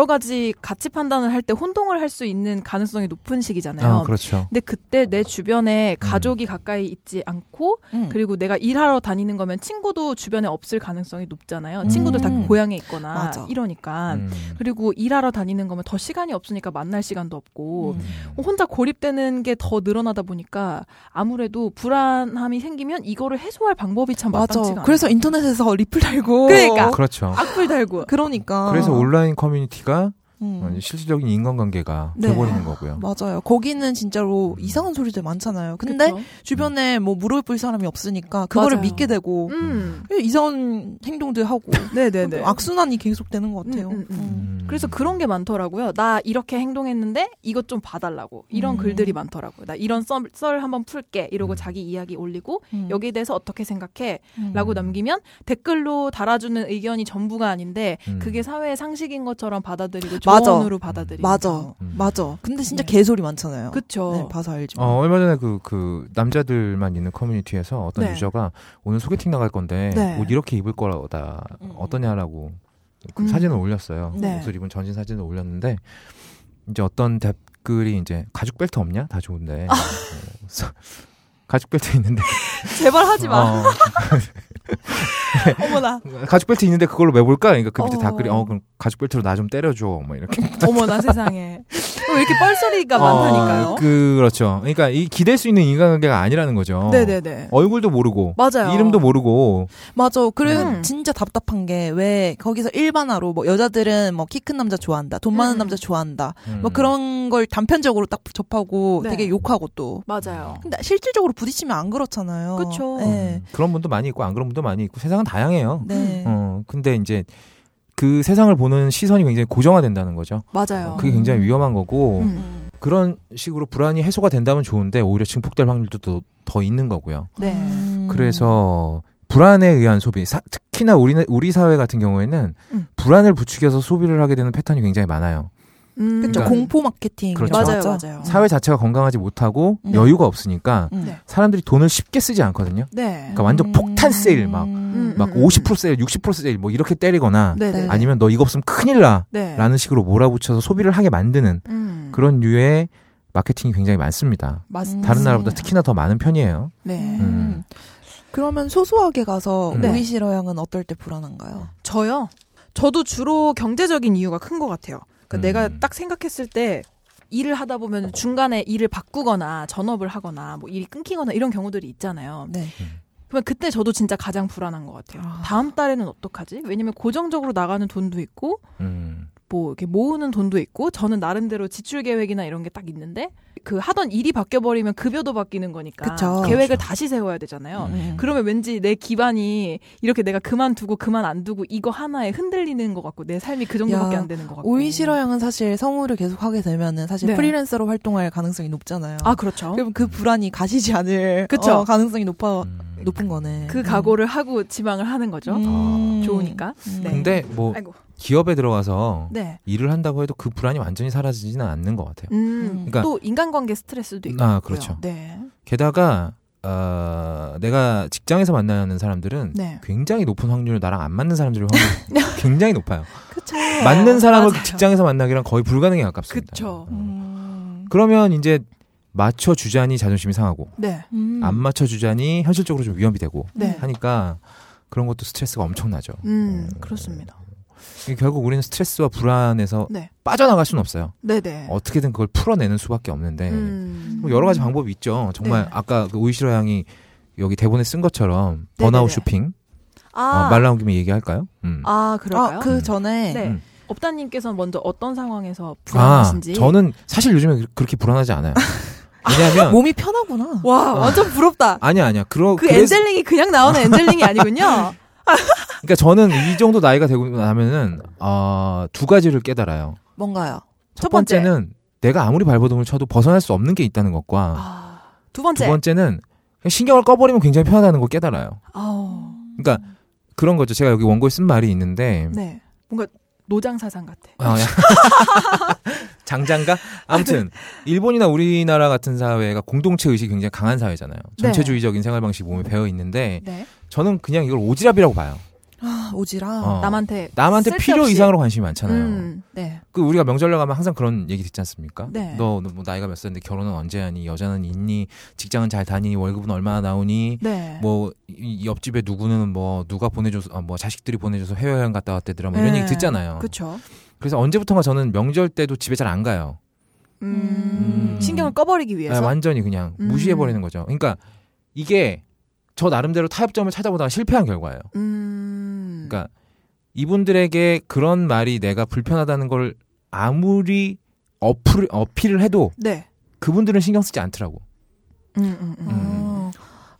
Speaker 4: 여러 가지 가치 판단을 할 때 혼동을 할 수 있는 가능성이 높은 시기잖아요.
Speaker 5: 아, 그렇죠.
Speaker 4: 근데 그때 내 주변에 가족이 가까이 있지 않고
Speaker 2: 음.
Speaker 4: 그리고 내가 일하러 다니는 거면 친구도 주변에 없을 가능성이 높잖아요.
Speaker 5: 음.
Speaker 4: 친구들 다 고향에 있거나
Speaker 2: 맞아.
Speaker 4: 이러니까.
Speaker 5: 음.
Speaker 4: 그리고 일하러 다니는 거면 더 시간이 없으니까 만날 시간도 없고
Speaker 2: 음.
Speaker 5: 어,
Speaker 4: 혼자 고립되는 게 더 늘어나다 보니까 아무래도 불안함이 생기면 이거를 해소할 방법이 참
Speaker 2: 맞아.
Speaker 4: 마땅치가
Speaker 2: 그래서 인터넷에서 리플 달고
Speaker 4: 그러니까.
Speaker 5: 그렇죠.
Speaker 4: 악플 달고 아.
Speaker 2: 그러니까.
Speaker 5: 그래서 온라인 커뮤니티가
Speaker 2: 음.
Speaker 5: 어, 실질적인 인간관계가
Speaker 4: 네.
Speaker 5: 돼버리는 거고요.
Speaker 2: 맞아요. 거기는 진짜로
Speaker 5: 음.
Speaker 2: 이상한 소리들 많잖아요. 근데
Speaker 4: 그쵸?
Speaker 2: 주변에 뭐 물어볼 사람이 없으니까 그거를
Speaker 4: 맞아요.
Speaker 2: 믿게 되고
Speaker 4: 음.
Speaker 2: 그냥 이상한 행동들 하고
Speaker 4: 네네네.
Speaker 2: 음. 악순환이 계속되는 것 같아요.
Speaker 4: 음, 음, 음.
Speaker 2: 음.
Speaker 5: 음.
Speaker 4: 그래서 그런 게 많더라고요. 나 이렇게 행동했는데 이것 좀 봐달라고 이런
Speaker 2: 음.
Speaker 4: 글들이 많더라고요. 나 이런 썰, 썰 한번 풀게 이러고 자기 이야기 올리고
Speaker 2: 음.
Speaker 4: 여기에 대해서 어떻게 생각해?
Speaker 2: 음.
Speaker 4: 라고 남기면 댓글로 달아주는 의견이 전부가 아닌데
Speaker 5: 음.
Speaker 4: 그게 사회의 상식인 것처럼 받아들이고
Speaker 2: 맞아.
Speaker 4: 조언으로 받아들이고
Speaker 2: 맞아,
Speaker 5: 음.
Speaker 2: 맞아. 근데 진짜
Speaker 4: 네.
Speaker 2: 개소리 많잖아요.
Speaker 4: 그쵸
Speaker 2: 네, 봐서 알죠.
Speaker 5: 어, 얼마 전에 그, 그, 남자들만 있는 커뮤니티에서 어떤
Speaker 4: 네.
Speaker 5: 유저가 오늘 소개팅 나갈 건데
Speaker 4: 네.
Speaker 5: 옷 이렇게 입을 거다.
Speaker 2: 음.
Speaker 5: 어떠냐라고 그
Speaker 4: 음.
Speaker 5: 사진을 올렸어요.
Speaker 2: 네.
Speaker 5: 옷을 입은 전신 사진을 올렸는데 이제 어떤 댓글이 이제 가죽 벨트 없냐? 다 좋은데.
Speaker 4: 아.
Speaker 5: 어, 서- 가죽 벨트 있는데.
Speaker 4: 제발 하지 마
Speaker 5: 어,
Speaker 4: 어머나
Speaker 5: 가죽 벨트 있는데 그걸로 매볼까? 그러니까 그 밑에
Speaker 4: 어.
Speaker 5: 댓글이 어 그럼 가죽 벨트로 나 좀 때려줘. 뭐 이렇게.
Speaker 4: 어머나 세상에 왜 이렇게 뻘소리가 그러니까 많다니까요
Speaker 5: 어, 그, 그렇죠. 그러니까 이 기댈 수 있는 인간관계가 아니라는 거죠.
Speaker 4: 네네네
Speaker 5: 얼굴도 모르고
Speaker 4: 맞아요
Speaker 5: 이름도 뭐- 모르고
Speaker 2: 맞아. 그래
Speaker 4: 음.
Speaker 2: 진짜 답답한 게 왜 거기서 일반화로 뭐 여자들은 뭐 키 큰 남자 좋아한다, 돈 많은
Speaker 4: 음.
Speaker 2: 남자 좋아한다,
Speaker 5: 음.
Speaker 2: 뭐 그런 걸 단편적으로 딱 접하고
Speaker 4: 네.
Speaker 2: 되게 욕하고 또.
Speaker 4: 맞아요
Speaker 2: 근데 실질적으로 부딪히면 안 그렇잖아요.
Speaker 4: 그쵸.
Speaker 2: 네.
Speaker 5: 음, 그런 분도 많이 있고 안 그런 분도 많이 있고 세상은
Speaker 4: 음.
Speaker 5: 다양해요.
Speaker 2: 네.
Speaker 5: 어 근데 이제 그 세상을 보는 시선이 굉장히 고정화된다는 거죠.
Speaker 4: 맞아요
Speaker 5: 그게 뭐- 굉장히 위험한 거고
Speaker 4: 음.
Speaker 2: 음.
Speaker 5: 그런 식으로 불안이 해소가 된다면 좋은데 오히려 증폭될 확률도 더, 더 있는 거고요.
Speaker 4: 네
Speaker 2: 음.
Speaker 5: 그래서 불안에 의한 소비, 사- 특히나 우리 우리 사회 같은 경우에는
Speaker 4: 음.
Speaker 5: 불안을 부추겨서 소비를 하게 되는 패턴이 굉장히 많아요.
Speaker 4: 음.
Speaker 2: 그쵸
Speaker 5: 그러니까-
Speaker 2: 공포 마케팅
Speaker 5: 그렇죠.
Speaker 4: 맞아요 맞아요
Speaker 5: 사회 자체가 건강하지 못하고
Speaker 2: 음.
Speaker 5: 여유가 없으니까
Speaker 2: 음.
Speaker 4: 네.
Speaker 5: 사람들이 돈을 쉽게 쓰지 않거든요.
Speaker 4: 네
Speaker 5: 그러니까 완전 폭탄 세일 막
Speaker 2: 음.
Speaker 5: 막
Speaker 4: 음, 음,
Speaker 5: 50% 세일, 60% 세일 뭐 이렇게 때리거나
Speaker 4: 네네
Speaker 2: 네.
Speaker 5: 아니면 너 이거 없으면 큰일 나라는
Speaker 4: 네
Speaker 5: 식으로 몰아붙여서 소비를 하게 만드는
Speaker 4: 음.
Speaker 5: 그런 류의 마케팅이 굉장히 많습니다.
Speaker 4: 맞습니다.
Speaker 5: 다른
Speaker 2: 맞습니다.
Speaker 5: 나라보다 특히나 더 많은 편이에요.
Speaker 4: 네.
Speaker 5: 음.
Speaker 2: 그러면 소소하게 가서
Speaker 5: 네.
Speaker 2: 오이시러 양은 어떨 때 불안한가요?
Speaker 4: 저요. 저도 주로 경제적인 이유가 큰 것 같아요. 그러니까
Speaker 5: 음.
Speaker 4: 내가 딱 생각했을 때 일을 하다 보면 중간에 일을 바꾸거나 전업을 하거나 뭐 일이 끊기거나 이런 경우들이 있잖아요.
Speaker 2: 네.
Speaker 4: 그러면 그때 저도 진짜 가장 불안한 것 같아요.
Speaker 2: 아.
Speaker 4: 다음 달에는 어떡하지? 왜냐면 고정적으로 나가는 돈도 있고
Speaker 5: 음.
Speaker 4: 뭐 이렇게 모으는 돈도 있고 저는 나름대로 지출 계획이나 이런 게 딱 있는데 그 하던 일이 바뀌어 버리면 급여도 바뀌는 거니까
Speaker 2: 그쵸.
Speaker 4: 계획을
Speaker 5: 그렇죠.
Speaker 4: 다시 세워야 되잖아요.
Speaker 5: 음.
Speaker 4: 어, 그러면 왠지 내 기반이 이렇게 내가 그만두고 그만 안 두고 이거 하나에 흔들리는 것 같고 내 삶이 그 정도밖에
Speaker 2: 야,
Speaker 4: 안 되는 것 같고
Speaker 2: 오이시러 양은 사실 성우를 계속 하게 되면은 사실
Speaker 4: 네.
Speaker 2: 프리랜서로 활동할 가능성이 높잖아요.
Speaker 4: 아 그렇죠
Speaker 2: 그럼 그 불안이 가시지 않을
Speaker 4: 그쵸.
Speaker 2: 어, 가능성이 높아
Speaker 5: 음.
Speaker 2: 높은 거네. 음.
Speaker 4: 그 각오를 하고 지망을 하는 거죠
Speaker 5: 아.
Speaker 4: 좋으니까 네.
Speaker 5: 근데 뭐
Speaker 4: 아이고
Speaker 5: 기업에 들어가서
Speaker 4: 네
Speaker 5: 일을 한다고 해도 그 불안이 완전히 사라지지는 않는 것 같아요.
Speaker 4: 음,
Speaker 5: 그러니까-
Speaker 4: 또 인간관계 스트레스도 있고
Speaker 5: 아, 그렇죠.
Speaker 4: 네,
Speaker 5: 게다가 어, 내가 직장에서 만나는 사람들은
Speaker 4: 네.
Speaker 5: 굉장히 높은 확률로 나랑 안 맞는 사람들이 확률이 굉장히 높아요.
Speaker 4: 그렇죠.
Speaker 5: 맞는 사람을
Speaker 4: 맞아요.
Speaker 5: 직장에서 만나기란 거의 불가능에 가깝습니다.
Speaker 4: 그쵸.
Speaker 5: 음.
Speaker 2: 음.
Speaker 5: 그러면 이제 맞춰 주자니 자존심이 상하고
Speaker 4: 네,
Speaker 2: 음.
Speaker 5: 안 맞춰 주자니 현실적으로 좀 위험이 되고
Speaker 4: 네.
Speaker 5: 하니까 그런 것도 스트레스가 엄청나죠.
Speaker 4: 음, 그렇습니다.
Speaker 5: 음. 결국 우리는 스트레스와 불안에서
Speaker 4: 네,
Speaker 5: 빠져나갈 수는 없어요.
Speaker 4: 네, 네.
Speaker 5: 어떻게든 그걸 풀어내는 수밖에 없는데
Speaker 4: 음.
Speaker 5: 뭐 여러 가지 방법이 있죠. 정말
Speaker 4: 네.
Speaker 5: 아까 그 오이시라 양이 여기 대본에 쓴 것처럼
Speaker 4: 네네네.
Speaker 5: 번아웃 쇼핑
Speaker 4: 아,
Speaker 5: 어, 말 나온 김에 얘기할까요? 음.
Speaker 4: 아
Speaker 2: 아,
Speaker 4: 그럴까요?
Speaker 2: 그 전에
Speaker 4: 네.
Speaker 5: 음.
Speaker 4: 업다님께서는 먼저 어떤 상황에서
Speaker 5: 아,
Speaker 4: 불안하신지.
Speaker 5: 저는 사실 요즘에 그렇게 불안하지 않아요. 왜냐하면
Speaker 2: 몸이 편하구나.
Speaker 4: 와, 완전 부럽다.
Speaker 5: 아. 아니야 아니야. 그러
Speaker 4: 뭐? 그
Speaker 5: 그래서-
Speaker 4: 엔젤링이 그냥 나오는 엔젤링이 아니군요.
Speaker 5: 그러니까 저는 이 정도 나이가 되고 나면은 어, 두 가지를 깨달아요.
Speaker 2: 뭔가요?
Speaker 5: 첫 번째는 내가 아무리 발버둥을 쳐도 벗어날 수 없는 게 있다는 것과
Speaker 4: 아, 두
Speaker 5: 두
Speaker 4: 번째.
Speaker 5: 번째는 그냥 신경을 꺼버리면 굉장히 편하다는 걸 깨달아요.
Speaker 4: 아우.
Speaker 5: 그러니까 그런 거죠. 제가 여기 원고에 쓴 말이 있는데
Speaker 4: 네. 뭔가 노장 사상 같아.
Speaker 5: 아, 야. 장장가? 아무튼 일본이나 우리나라 같은 사회가 공동체 의식이 굉장히 강한 사회잖아요. 전체주의적인 생활 방식이 몸에 배어 있는데
Speaker 4: 네.
Speaker 5: 저는 그냥 이걸 오지랖이라고 봐요.
Speaker 2: 아, 오지라.
Speaker 5: 어.
Speaker 4: 남한테
Speaker 5: 남한테 필요
Speaker 4: 쓸데없이-
Speaker 5: 이상으로 관심이 많잖아요.
Speaker 4: 음. 네.
Speaker 5: 그 우리가 명절날 가면 항상 그런 얘기 듣지 않습니까?
Speaker 4: 네.
Speaker 5: 너, 너뭐 나이가 몇 살인데 결혼은 언제 하니? 여자는 있니? 직장은 잘 다니니? 월급은 얼마나 나오니?
Speaker 4: 네.
Speaker 5: 뭐 이- 이 옆집에 누구는 뭐 누가 보내줘서 아, 뭐 자식들이 보내줘서 해외 여행 갔다 왔대더라 뭐 이런
Speaker 4: 네.
Speaker 5: 얘기 듣잖아요.
Speaker 4: 그렇죠.
Speaker 5: 그래서 언제부턴가 저는 명절 때도 집에 잘 안 가요.
Speaker 4: 음.
Speaker 2: 음.
Speaker 4: 신경을 꺼버리기 위해서.
Speaker 5: 아, 완전히 그냥
Speaker 4: 음.
Speaker 5: 무시해 버리는 거죠. 그러니까 이게 저 나름대로 타협점을 찾아보다가 실패한 결과예요.
Speaker 4: 음.
Speaker 5: 그러니까 이분들에게 그런 말이 내가 불편하다는 걸 아무리 어플, 어필을 해도
Speaker 4: 네.
Speaker 5: 그분들은 신경 쓰지 않더라고.
Speaker 4: 음, 음, 음.
Speaker 2: 어.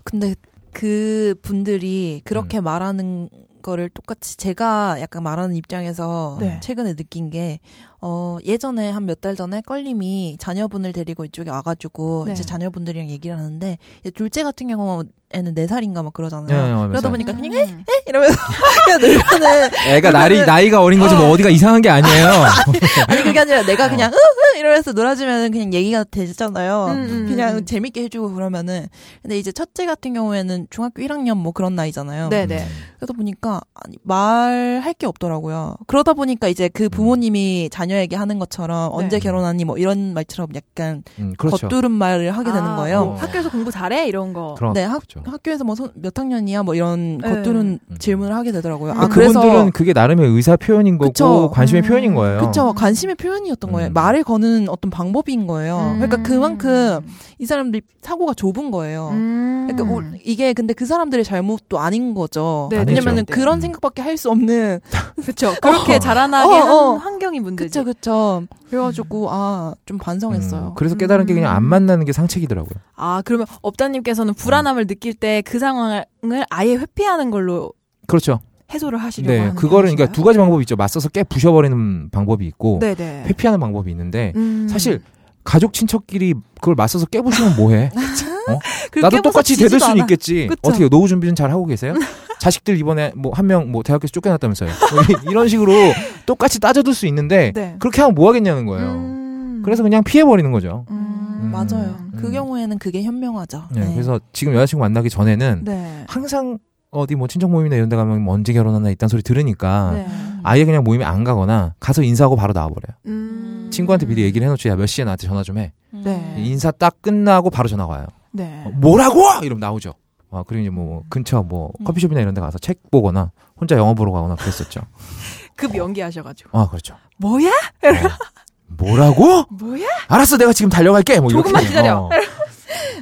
Speaker 2: 근데 그 분들이
Speaker 4: 음.
Speaker 2: 그렇게 말하는 거를 똑같이 제가 약간 말하는 입장에서
Speaker 4: 네.
Speaker 2: 최근에 느낀 게 어, 예전에 한 몇 달 전에 껄림이 자녀분을 데리고 이쪽에 와가지고
Speaker 4: 네.
Speaker 2: 이제 자녀분들이랑 얘기를 하는데 이제 둘째 같은 경우에는 네 살인가 막 그러잖아요.
Speaker 5: 네, 네, 맞아요.
Speaker 2: 그러다 보니까
Speaker 4: 음.
Speaker 2: 그냥 에? 이러면서 그냥 늘면은
Speaker 5: 애가 나이, 나이가 어린 거지 뭐 어디가 이상한 게 아니에요.
Speaker 2: 아니 그게 아니라 내가 그냥 으으 이러면서 놀아주면은 그냥 얘기가 되잖아요.
Speaker 4: 어. 음, 음,
Speaker 2: 그냥
Speaker 4: 음.
Speaker 2: 재밌게 해주고 그러면은 근데 이제 첫째 같은 경우에는 중학교 1학년 뭐 그런 나이잖아요.
Speaker 4: 네, 네.
Speaker 2: 그러다 보니까 아니, 말할 게 없더라고요. 그러다 보니까 이제 그 부모님이 자녀에게 하는 것처럼 언제
Speaker 4: 네.
Speaker 2: 결혼하니 뭐 이런 말처럼 약간
Speaker 5: 음, 그렇죠.
Speaker 2: 겉두른 말을 하게 되는
Speaker 4: 아,
Speaker 2: 거예요.
Speaker 4: 뭐 학교에서 공부 잘해 이런 거.
Speaker 5: 그럼,
Speaker 2: 네, 학,
Speaker 5: 그렇죠.
Speaker 2: 학교에서 뭐 몇 학년이야 뭐 이런
Speaker 4: 네.
Speaker 2: 겉두른
Speaker 5: 음.
Speaker 2: 질문을 하게 되더라고요.
Speaker 4: 그러니까
Speaker 2: 아,
Speaker 5: 그러니까
Speaker 2: 그래서
Speaker 5: 그분들은 그게 나름의 의사 표현인 거고
Speaker 2: 그쵸.
Speaker 5: 관심의
Speaker 4: 음.
Speaker 5: 표현인 거예요.
Speaker 2: 그쵸 관심의 표현이었던 거예요.
Speaker 5: 음.
Speaker 2: 말을 거는 어떤 방법인 거예요.
Speaker 4: 음.
Speaker 2: 그러니까 그만큼 이 사람들이 사고가 좁은 거예요.
Speaker 4: 음.
Speaker 2: 그러니까 우- 이게 근데 그 사람들의 잘못도 아닌 거죠.
Speaker 4: 네,
Speaker 2: 왜냐면은
Speaker 5: 네.
Speaker 2: 그런
Speaker 5: 음.
Speaker 2: 생각밖에 할 수 없는
Speaker 4: 그렇죠. 그렇게
Speaker 5: 어.
Speaker 4: 자라나게
Speaker 2: 어,
Speaker 4: 한
Speaker 2: 어.
Speaker 4: 환경이 문제지.
Speaker 2: 그쵸 그쵸. 그래가지고 아 좀 반성했어요.
Speaker 5: 음, 그래서 깨달은 게 그냥 안 만나는 게 상책이더라고요.
Speaker 4: 아, 그러면 업자님께서는 불안함을
Speaker 2: 음.
Speaker 4: 느낄 때 그 상황을 아예 회피하는 걸로
Speaker 5: 그렇죠.
Speaker 4: 해소를 하시려고
Speaker 5: 네,
Speaker 4: 하는
Speaker 5: 그거를 그러니까
Speaker 4: 편이신가요?
Speaker 5: 두 가지 방법이 있죠. 맞서서 깨 부셔버리는 방법이 있고
Speaker 4: 네, 네.
Speaker 5: 회피하는 방법이 있는데
Speaker 4: 음.
Speaker 5: 사실 가족 친척끼리 그걸 맞서서 깨부시면 뭐해?
Speaker 4: 그걸
Speaker 5: 나도
Speaker 4: 깨워서
Speaker 5: 똑같이
Speaker 4: 지지도
Speaker 5: 대들 수는
Speaker 4: 않아.
Speaker 5: 있겠지.
Speaker 4: 그쵸.
Speaker 5: 어떻게 노후 준비는 잘 하고 계세요? 자식들 이번에 뭐 한 명 뭐 대학교에서 쫓겨났다면서요. 뭐 이- 이런 식으로 똑같이 따져둘 수 있는데
Speaker 4: 네.
Speaker 5: 그렇게 하면 뭐 하겠냐는 거예요.
Speaker 4: 음.
Speaker 5: 그래서 그냥 피해 버리는 거죠.
Speaker 2: 음,
Speaker 4: 음.
Speaker 2: 맞아요.
Speaker 5: 음.
Speaker 2: 그 경우에는 그게 현명하죠.
Speaker 5: 네, 그래서 지금 여자친구 만나기 전에는
Speaker 4: 네.
Speaker 5: 항상 어디 뭐 친척 모임이나 이런 데 가면 뭐 언제 결혼하나 이딴 소리 들으니까
Speaker 4: 네.
Speaker 5: 아예 그냥 모임에 안 가거나 가서 인사하고 바로 나와버려요.
Speaker 4: 음.
Speaker 5: 친구한테 미리 얘기를 해놓지. 야 몇 시에 나한테 전화 좀 해.
Speaker 2: 음.
Speaker 4: 네.
Speaker 5: 인사 딱 끝나고 바로 전화 와요.
Speaker 4: 네.
Speaker 5: 어, 뭐라고? 이러면 나오죠. 아, 그리고 이제 뭐 근처 뭐
Speaker 2: 음.
Speaker 5: 커피숍이나 이런 데 가서 책 보거나 혼자 영화 보러 가거나 그랬었죠.
Speaker 4: 급 연기하셔가지고
Speaker 5: 어, 그렇죠.
Speaker 4: 뭐야
Speaker 5: 어. 뭐라고?
Speaker 4: 뭐야
Speaker 5: 알았어, 내가 지금 달려갈게. 뭐
Speaker 4: 조금만
Speaker 5: 이렇게.
Speaker 4: 기다려.
Speaker 5: 어.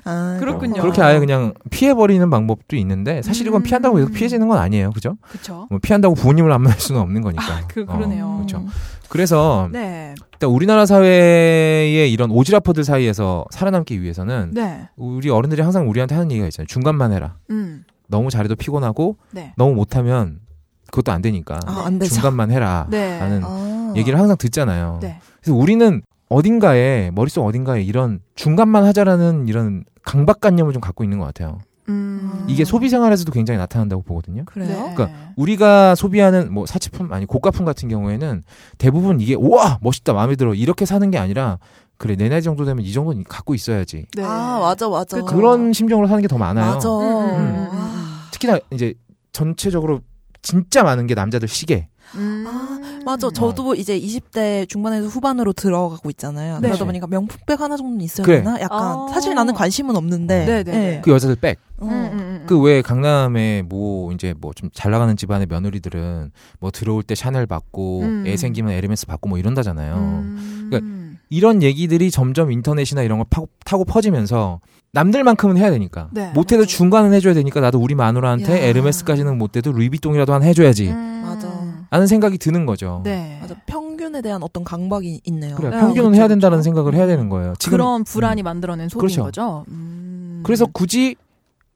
Speaker 2: 아,
Speaker 4: 음. 그렇군요.
Speaker 5: 그렇게 아예 그냥 피해버리는 방법도 있는데 사실 이건
Speaker 4: 음.
Speaker 5: 피한다고 계속 피해지는 건 아니에요, 그죠?
Speaker 4: 그쵸
Speaker 5: 뭐 피한다고 부모님을 안 만날 수는 없는 거니까.
Speaker 4: 그-
Speaker 5: 어,
Speaker 4: 그러네요.
Speaker 5: 그렇죠. 그래서
Speaker 4: 네
Speaker 5: 일단 우리나라 사회의 이런 오지랖퍼들 사이에서 살아남기 위해서는
Speaker 4: 네.
Speaker 5: 우리 어른들이 항상 우리한테 하는 얘기가 있잖아요. 중간만 해라.
Speaker 4: 음.
Speaker 5: 너무 잘해도 피곤하고
Speaker 4: 네.
Speaker 5: 너무 못하면 그것도 안 되니까
Speaker 2: 아, 안 되죠.
Speaker 5: 중간만 해라.
Speaker 4: 네.
Speaker 5: 라는
Speaker 2: 아.
Speaker 5: 얘기를 항상 듣잖아요.
Speaker 4: 네.
Speaker 5: 그래서 우리는 어딘가에 머릿속 어딘가에 이런 중간만 하자라는 이런 강박관념을 좀 갖고 있는 것 같아요.
Speaker 4: 음. 네.
Speaker 5: 이게 소비 생활에서도 굉장히 나타난다고 보거든요.
Speaker 2: 그래요?
Speaker 5: 그러니까 우리가 소비하는 뭐 사치품 아니 고가품 같은 경우에는 대부분 이게 우와 멋있다 마음에 들어 이렇게 사는 게 아니라 그래 내 나이 정도 되면 이 정도는 갖고 있어야지
Speaker 4: 네.
Speaker 2: 아 맞아 맞아.
Speaker 4: 그쵸.
Speaker 5: 그런 심정으로 사는 게 더 많아요.
Speaker 2: 맞아.
Speaker 4: 음.
Speaker 2: 아,
Speaker 5: 특히나 이제 전체적으로 진짜 많은 게 남자들 시계.
Speaker 4: 음.
Speaker 2: 아,
Speaker 5: 어.
Speaker 2: 맞아. 저도 이제 20대 중반에서 후반으로 들어가고 있잖아요.
Speaker 4: 네.
Speaker 2: 그러다 보니까 명품백 하나 정도는 있어야
Speaker 5: 그래.
Speaker 2: 되나? 약간
Speaker 4: 아.
Speaker 2: 사실 나는 관심은 없는데.
Speaker 4: 네, 네, 네.
Speaker 2: 예.
Speaker 5: 그 여자들 백.
Speaker 2: 어.
Speaker 4: 음, 음, 음.
Speaker 5: 그 왜 강남에 뭐 이제 뭐 좀 잘 나가는 집안의 며느리들은 뭐 들어올 때 샤넬 받고
Speaker 4: 음.
Speaker 5: 애 생기면 에르메스 받고 뭐 이런다잖아요. 그러니까
Speaker 4: 음.
Speaker 5: 이런 얘기들이 점점 인터넷이나 이런 걸 파고, 타고 퍼지면서 남들만큼은 해야 되니까
Speaker 4: 네.
Speaker 5: 못해도 중간은 해줘야 되니까 나도 우리 마누라한테
Speaker 2: 야.
Speaker 5: 에르메스까지는 못해도 루이비통이라도 어. 하나 해줘야지
Speaker 4: 음.
Speaker 2: 맞아.
Speaker 5: 하는 생각이 드는 거죠.
Speaker 4: 네.
Speaker 2: 맞아. 평균에 대한 어떤 강박이 있네요.
Speaker 5: 그래
Speaker 4: 네,
Speaker 5: 평균은
Speaker 2: 그렇죠,
Speaker 5: 해야 된다는
Speaker 2: 그렇죠.
Speaker 5: 생각을 해야 되는 거예요. 지금
Speaker 4: 그런 불안이 만들어낸 소비인
Speaker 5: 그렇죠.
Speaker 4: 거죠. 음.
Speaker 5: 그래서 굳이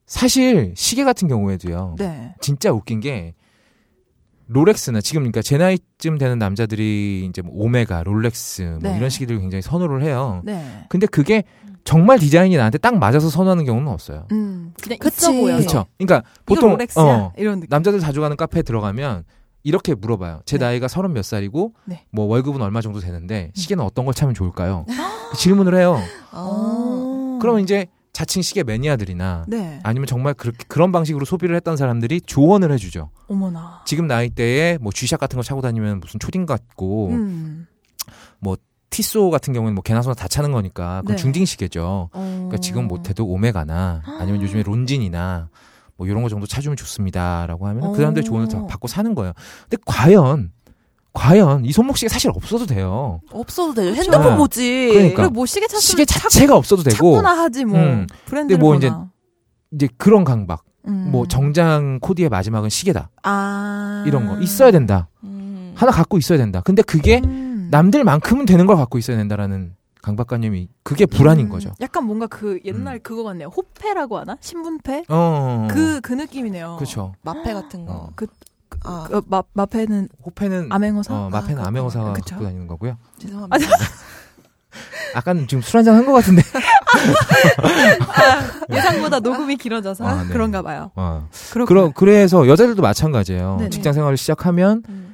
Speaker 5: 사실 시계 같은 경우에도요.
Speaker 4: 네.
Speaker 5: 진짜 웃긴 게 롤렉스나 지금 그러니까 제 나이쯤 되는 남자들이 이제 뭐 오메가, 롤렉스 뭐
Speaker 4: 네.
Speaker 5: 이런 시계들 굉장히 선호를 해요.
Speaker 4: 네.
Speaker 5: 근데 그게 정말 디자인이 나한테 딱 맞아서 선호하는 경우는 없어요.
Speaker 4: 음. 그냥
Speaker 2: 그치.
Speaker 4: 있어 보여서.
Speaker 5: 그렇죠. 그러니까
Speaker 4: 보통
Speaker 5: 보통
Speaker 4: 렉스야
Speaker 5: 어,
Speaker 4: 이런 느낌.
Speaker 5: 남자들 자주 가는 카페에 들어가면 이렇게 물어봐요. 제
Speaker 4: 네.
Speaker 5: 나이가 서른 몇 살이고
Speaker 4: 네. 음.
Speaker 5: 뭐 월급은 얼마 정도 되는데 시계는 어떤 걸 차면 좋을까요? 그 질문을 해요.
Speaker 2: 아.
Speaker 5: 그러면 이제 자칭 시계 매니아들이나
Speaker 4: 어. 네.
Speaker 5: 아니면 정말 그렇게 그런 방식으로 소비를 했던 사람들이 조언을 해주죠.
Speaker 4: 어머나.
Speaker 5: 지금 나이대에 뭐 G샷 같은 거 차고 다니면 무슨 초딩 같고
Speaker 4: 음.
Speaker 5: 티소 같은 경우는 뭐 개나 소나 다 차는 거니까 그건
Speaker 4: 네.
Speaker 5: 중딩시계죠.
Speaker 4: 그러니까
Speaker 5: 그러니까 지금 못해도 오메가나 아니면 요즘에 론진이나 뭐 이런 거 정도 차주면 좋습니다라고 하면 그 사람들 조언을 다
Speaker 4: 어.
Speaker 5: 받고 사는 거예요. 근데 과연 과연 이 손목시계 사실 없어도 돼요.
Speaker 2: 없어도 되죠. 핸드폰
Speaker 5: 네.
Speaker 2: 보지.
Speaker 5: 그러니까.
Speaker 4: 그래 뭐 시계 찾으면
Speaker 5: 시계 자체가 없어도 되고
Speaker 4: 찾거나 하지 뭐
Speaker 5: 음.
Speaker 4: 브랜드
Speaker 5: 근데 뭐 이제 이제 그런 강박. 뭐 정장 코디의 마지막은 시계다.
Speaker 4: 음. 아.
Speaker 5: 이런 거 있어야 된다.
Speaker 2: 음.
Speaker 5: 하나 갖고 있어야 된다. 근데 그게
Speaker 4: 음.
Speaker 5: 남들만큼은 되는 걸 갖고 있어야 된다라는 강박관념이 그게 불안인
Speaker 4: 음,
Speaker 5: 거죠.
Speaker 4: 약간 뭔가 그 옛날 그거 같네요. 호패라고 하나? 신분패?
Speaker 5: 어, 어. 어.
Speaker 4: 그 그 느낌이네요.
Speaker 5: 그렇죠.
Speaker 2: 마페 같은 거.
Speaker 5: 어.
Speaker 4: 그-
Speaker 2: 아,
Speaker 4: 그 마, 마패는
Speaker 5: 호패는
Speaker 4: 암행어사?
Speaker 5: 어, 마패는
Speaker 2: 아,
Speaker 5: 암행어사가
Speaker 4: 그렇구나.
Speaker 5: 갖고 다니는 거고요.
Speaker 2: 죄송합니다.
Speaker 4: 아,
Speaker 5: 아까는 지금 술 한잔 한 것 같은데.
Speaker 4: 예상보다 녹음이 길어져서
Speaker 5: 아, 네.
Speaker 4: 그런가 봐요.
Speaker 5: 어.
Speaker 4: 그렇
Speaker 5: 그러, 그래서 여자들도 마찬가지예요.
Speaker 4: 네네.
Speaker 5: 직장 생활을 시작하면
Speaker 2: 음.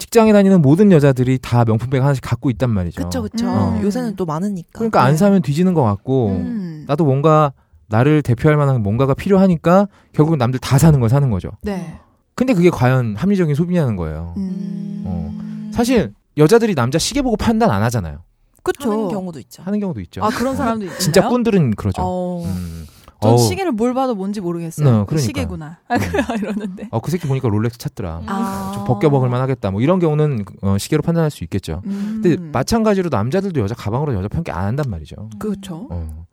Speaker 5: 직장에 다니는 모든 여자들이 다 명품백 하나씩 갖고 있단 말이죠.
Speaker 2: 그쵸, 그쵸.
Speaker 5: 어.
Speaker 2: 요새는 또 많으니까. 네.
Speaker 5: 그러니까 안 사면 뒤지는 것 같고
Speaker 4: 네. 음.
Speaker 5: 나도 뭔가 나를 대표할 만한 뭔가가 필요하니까 결국 남들 다 사는 걸 사는 거죠.
Speaker 4: 네.
Speaker 5: 근데 그게 과연 합리적인 소비냐는 거예요.
Speaker 4: 음.
Speaker 5: 어. 사실 여자들이 남자 시계 보고 판단 안 하잖아요.
Speaker 4: 그쵸.
Speaker 2: 하는 경우도 있죠.
Speaker 5: 하는 경우도 있죠.
Speaker 4: 아 그런 사람도 있나요?
Speaker 5: 진짜 꾼들은 그러죠.
Speaker 4: 어.
Speaker 5: 음.
Speaker 4: 전
Speaker 5: 어우,
Speaker 4: 시계를 뭘 봐도 뭔지 모르겠어요.
Speaker 5: 네, 그러니까요.
Speaker 4: 시계구나. 아, 이러는데.
Speaker 5: 어, 그 새끼 보니까 롤렉스 찾더라.
Speaker 4: 아.
Speaker 5: 좀 벗겨먹을만 하겠다. 뭐 이런 경우는 어, 시계로 판단할 수 있겠죠.
Speaker 4: 음.
Speaker 5: 근데 마찬가지로 남자들도 여자 가방으로 여자 평가 안 한단 말이죠.
Speaker 4: 그렇죠.
Speaker 5: 어.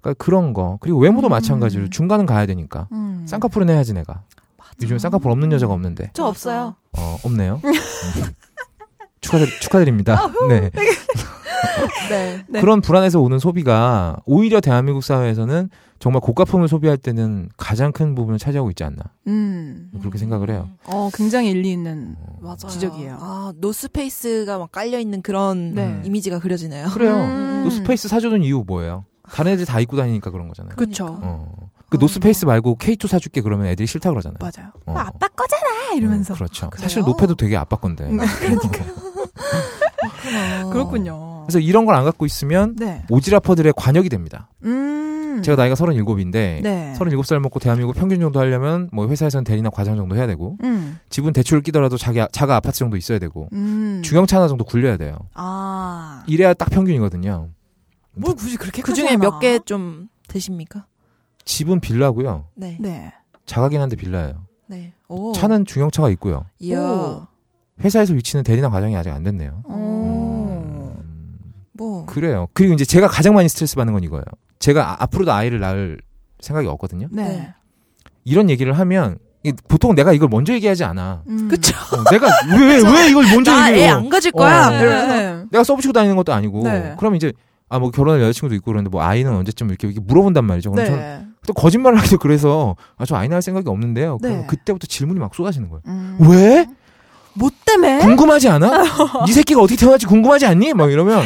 Speaker 5: 그러니까 그런 거. 그리고 외모도
Speaker 4: 음.
Speaker 5: 마찬가지로 중간은 가야 되니까.
Speaker 4: 음.
Speaker 5: 쌍꺼풀은 해야지 내가. 요즘에 쌍꺼풀 없는 여자가 없는데.
Speaker 4: 저 없어요.
Speaker 5: 어, 없네요. 음. 축하드, 축하드립니다. 네.
Speaker 2: 네.
Speaker 4: 네.
Speaker 5: 그런 불안에서 오는 소비가 오히려 대한민국 사회에서는 정말 고가품을 소비할 때는 가장 큰 부분을 차지하고 있지 않나.
Speaker 4: 음.
Speaker 5: 뭐 그렇게 생각을 해요.
Speaker 4: 어 굉장히 일리 있는.
Speaker 2: 맞아요.
Speaker 4: 지적이에요.
Speaker 2: 아, 노스페이스가 막 깔려있는 그런
Speaker 4: 네.
Speaker 2: 이미지가 그려지네요.
Speaker 5: 그래요.
Speaker 4: 음.
Speaker 5: 노스페이스 사주는 이유 뭐예요? 다른 애들 다 입고 다니니까 그런 거잖아요.
Speaker 4: 그렇죠.
Speaker 2: 그러니까.
Speaker 5: 어. 그 노스페이스 말고 K2 사줄게 그러면 애들이 싫다 그러잖아요.
Speaker 4: 맞아요.
Speaker 5: 어.
Speaker 4: 아, 아빠 거잖아 이러면서.
Speaker 5: 음, 그렇죠.
Speaker 2: 그래요?
Speaker 5: 사실 노패도 되게 아빠 건데. 어.
Speaker 4: 음,
Speaker 2: 그렇구나.
Speaker 4: 어. 그렇군요.
Speaker 5: 그래서 이런 걸 안 갖고 있으면
Speaker 4: 네.
Speaker 5: 오지라퍼들의 관역이 됩니다.
Speaker 4: 음.
Speaker 5: 제가 나이가 37인데
Speaker 4: 네.
Speaker 5: 37살 먹고 대한민국 평균 정도 하려면 뭐 회사에서는 대리나 과장 정도 해야 되고
Speaker 4: 음.
Speaker 5: 지분 대출을 끼더라도 자기 아- 자가 아파트 정도 있어야 되고
Speaker 4: 음.
Speaker 5: 중형차 하나 정도 굴려야 돼요.
Speaker 4: 아.
Speaker 5: 이래야 딱 평균이거든요.
Speaker 4: 뭘 굳이 그렇게
Speaker 2: 그 중에 몇 개 좀 되십니까?
Speaker 5: 집은 빌라고요.
Speaker 2: 네.
Speaker 4: 네.
Speaker 5: 자가긴 한데 빌라예요.
Speaker 4: 어.
Speaker 2: 네. 오.
Speaker 5: 차는 중형차가 있고요.
Speaker 2: 이야.
Speaker 4: 오.
Speaker 5: 회사에서 위치는 대리나 과장이 아직 안 됐네요.
Speaker 4: 어.
Speaker 5: 음,
Speaker 2: 뭐
Speaker 5: 그래요. 그리고 이제 제가 가장 많이 스트레스 받는 건 이거예요. 제가 아- 앞으로도 아이를 낳을 생각이 없거든요.
Speaker 4: 네.
Speaker 5: 이런 얘기를 하면 이게 보통 내가 이걸 먼저 얘기하지 않아.
Speaker 4: 음.
Speaker 2: 그쵸.
Speaker 5: 어, 내가 왜 왜 이걸 먼저
Speaker 2: 나 애
Speaker 5: 얘기해?
Speaker 2: 안 가질
Speaker 5: 거야.
Speaker 2: 거야.
Speaker 5: 어.
Speaker 4: 네.
Speaker 5: 내가 써붙이고 다니는 것도 아니고.
Speaker 4: 네.
Speaker 5: 그럼 이제 아 뭐 결혼할 여자친구도 있고 그러는데 뭐 아이는 언제쯤 이렇게, 이렇게 물어본단 말이죠. 그럼 저는
Speaker 4: 네.
Speaker 5: 또 거짓말을 하죠. 그래서 아 저 아이 낳을 생각이 없는데요. 그럼
Speaker 4: 네.
Speaker 5: 그때부터 질문이 막 쏟아지는 거예요.
Speaker 4: 음.
Speaker 5: 왜?
Speaker 4: 뭐 때문에?
Speaker 5: 궁금하지 않아? 네 새끼가 어떻게 태어날지 궁금하지 않니? 막 이러면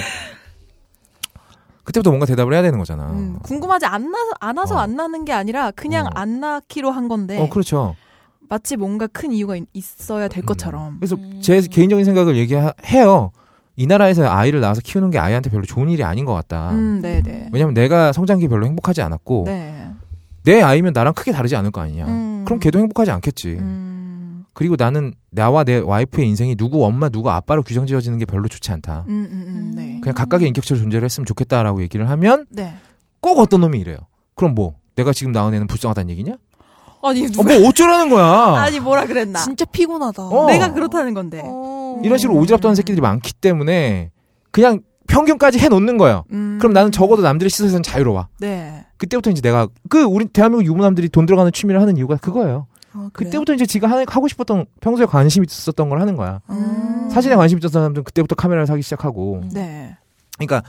Speaker 5: 그때부터 뭔가 대답을 해야 되는 거잖아.
Speaker 4: 음, 궁금하지 않아서 않아서
Speaker 5: 어.
Speaker 4: 안 나는 게 아니라 그냥
Speaker 5: 어.
Speaker 4: 안 낳기로 한 건데
Speaker 5: 어 그렇죠.
Speaker 4: 마치 뭔가 큰 이유가 있- 있어야 될
Speaker 5: 음.
Speaker 4: 것처럼.
Speaker 5: 그래서
Speaker 2: 음.
Speaker 5: 제 개인적인 생각을 얘기해요. 이 나라에서 아이를 낳아서 키우는 게 아이한테 별로 좋은 일이 아닌 것 같다.
Speaker 4: 음, 네, 네.
Speaker 5: 왜냐면 내가 성장기 별로 행복하지 않았고
Speaker 4: 네.
Speaker 5: 내 아이면 나랑 크게 다르지 않을 거 아니냐.
Speaker 4: 음.
Speaker 5: 그럼 걔도 행복하지 않겠지.
Speaker 4: 음.
Speaker 5: 그리고 나는 나와 내 와이프의 인생이 누구 엄마 누구 아빠로 규정지어지는 게 별로 좋지 않다.
Speaker 4: 음, 음, 음, 네.
Speaker 5: 그냥 각각의 인격체로 존재를 했으면 좋겠다라고 얘기를 하면
Speaker 4: 네.
Speaker 5: 꼭 어떤 놈이 이래요. 그럼 뭐 내가 지금 낳은 애는 불쌍하다는 얘기냐?
Speaker 4: 아니
Speaker 5: 어,
Speaker 4: 누가
Speaker 5: 뭐 어쩌라는 거야.
Speaker 4: 아니 뭐라 그랬나?
Speaker 2: 진짜 피곤하다.
Speaker 5: 어.
Speaker 4: 내가 그렇다는 건데.
Speaker 2: 어.
Speaker 5: 이런 식으로 오지랖 떠는 새끼들이 많기 때문에 그냥 평균까지 해놓는 거예요.
Speaker 4: 음.
Speaker 5: 그럼 나는 적어도 남들의 시선에서는 자유로워.
Speaker 4: 네.
Speaker 5: 그때부터 이제 내가 그 우리 대한민국 유부남들이 돈 들어가는 취미를 하는 이유가 그거예요.
Speaker 2: 아, 그래요?
Speaker 5: 그때부터 이제 지가 하- 하고 싶었던 평소에 관심 있었던 걸 하는 거야.
Speaker 2: 음.
Speaker 5: 사진에 관심 있었던 사람들은 그때부터 카메라를 사기 시작하고
Speaker 4: 네.
Speaker 5: 그러니까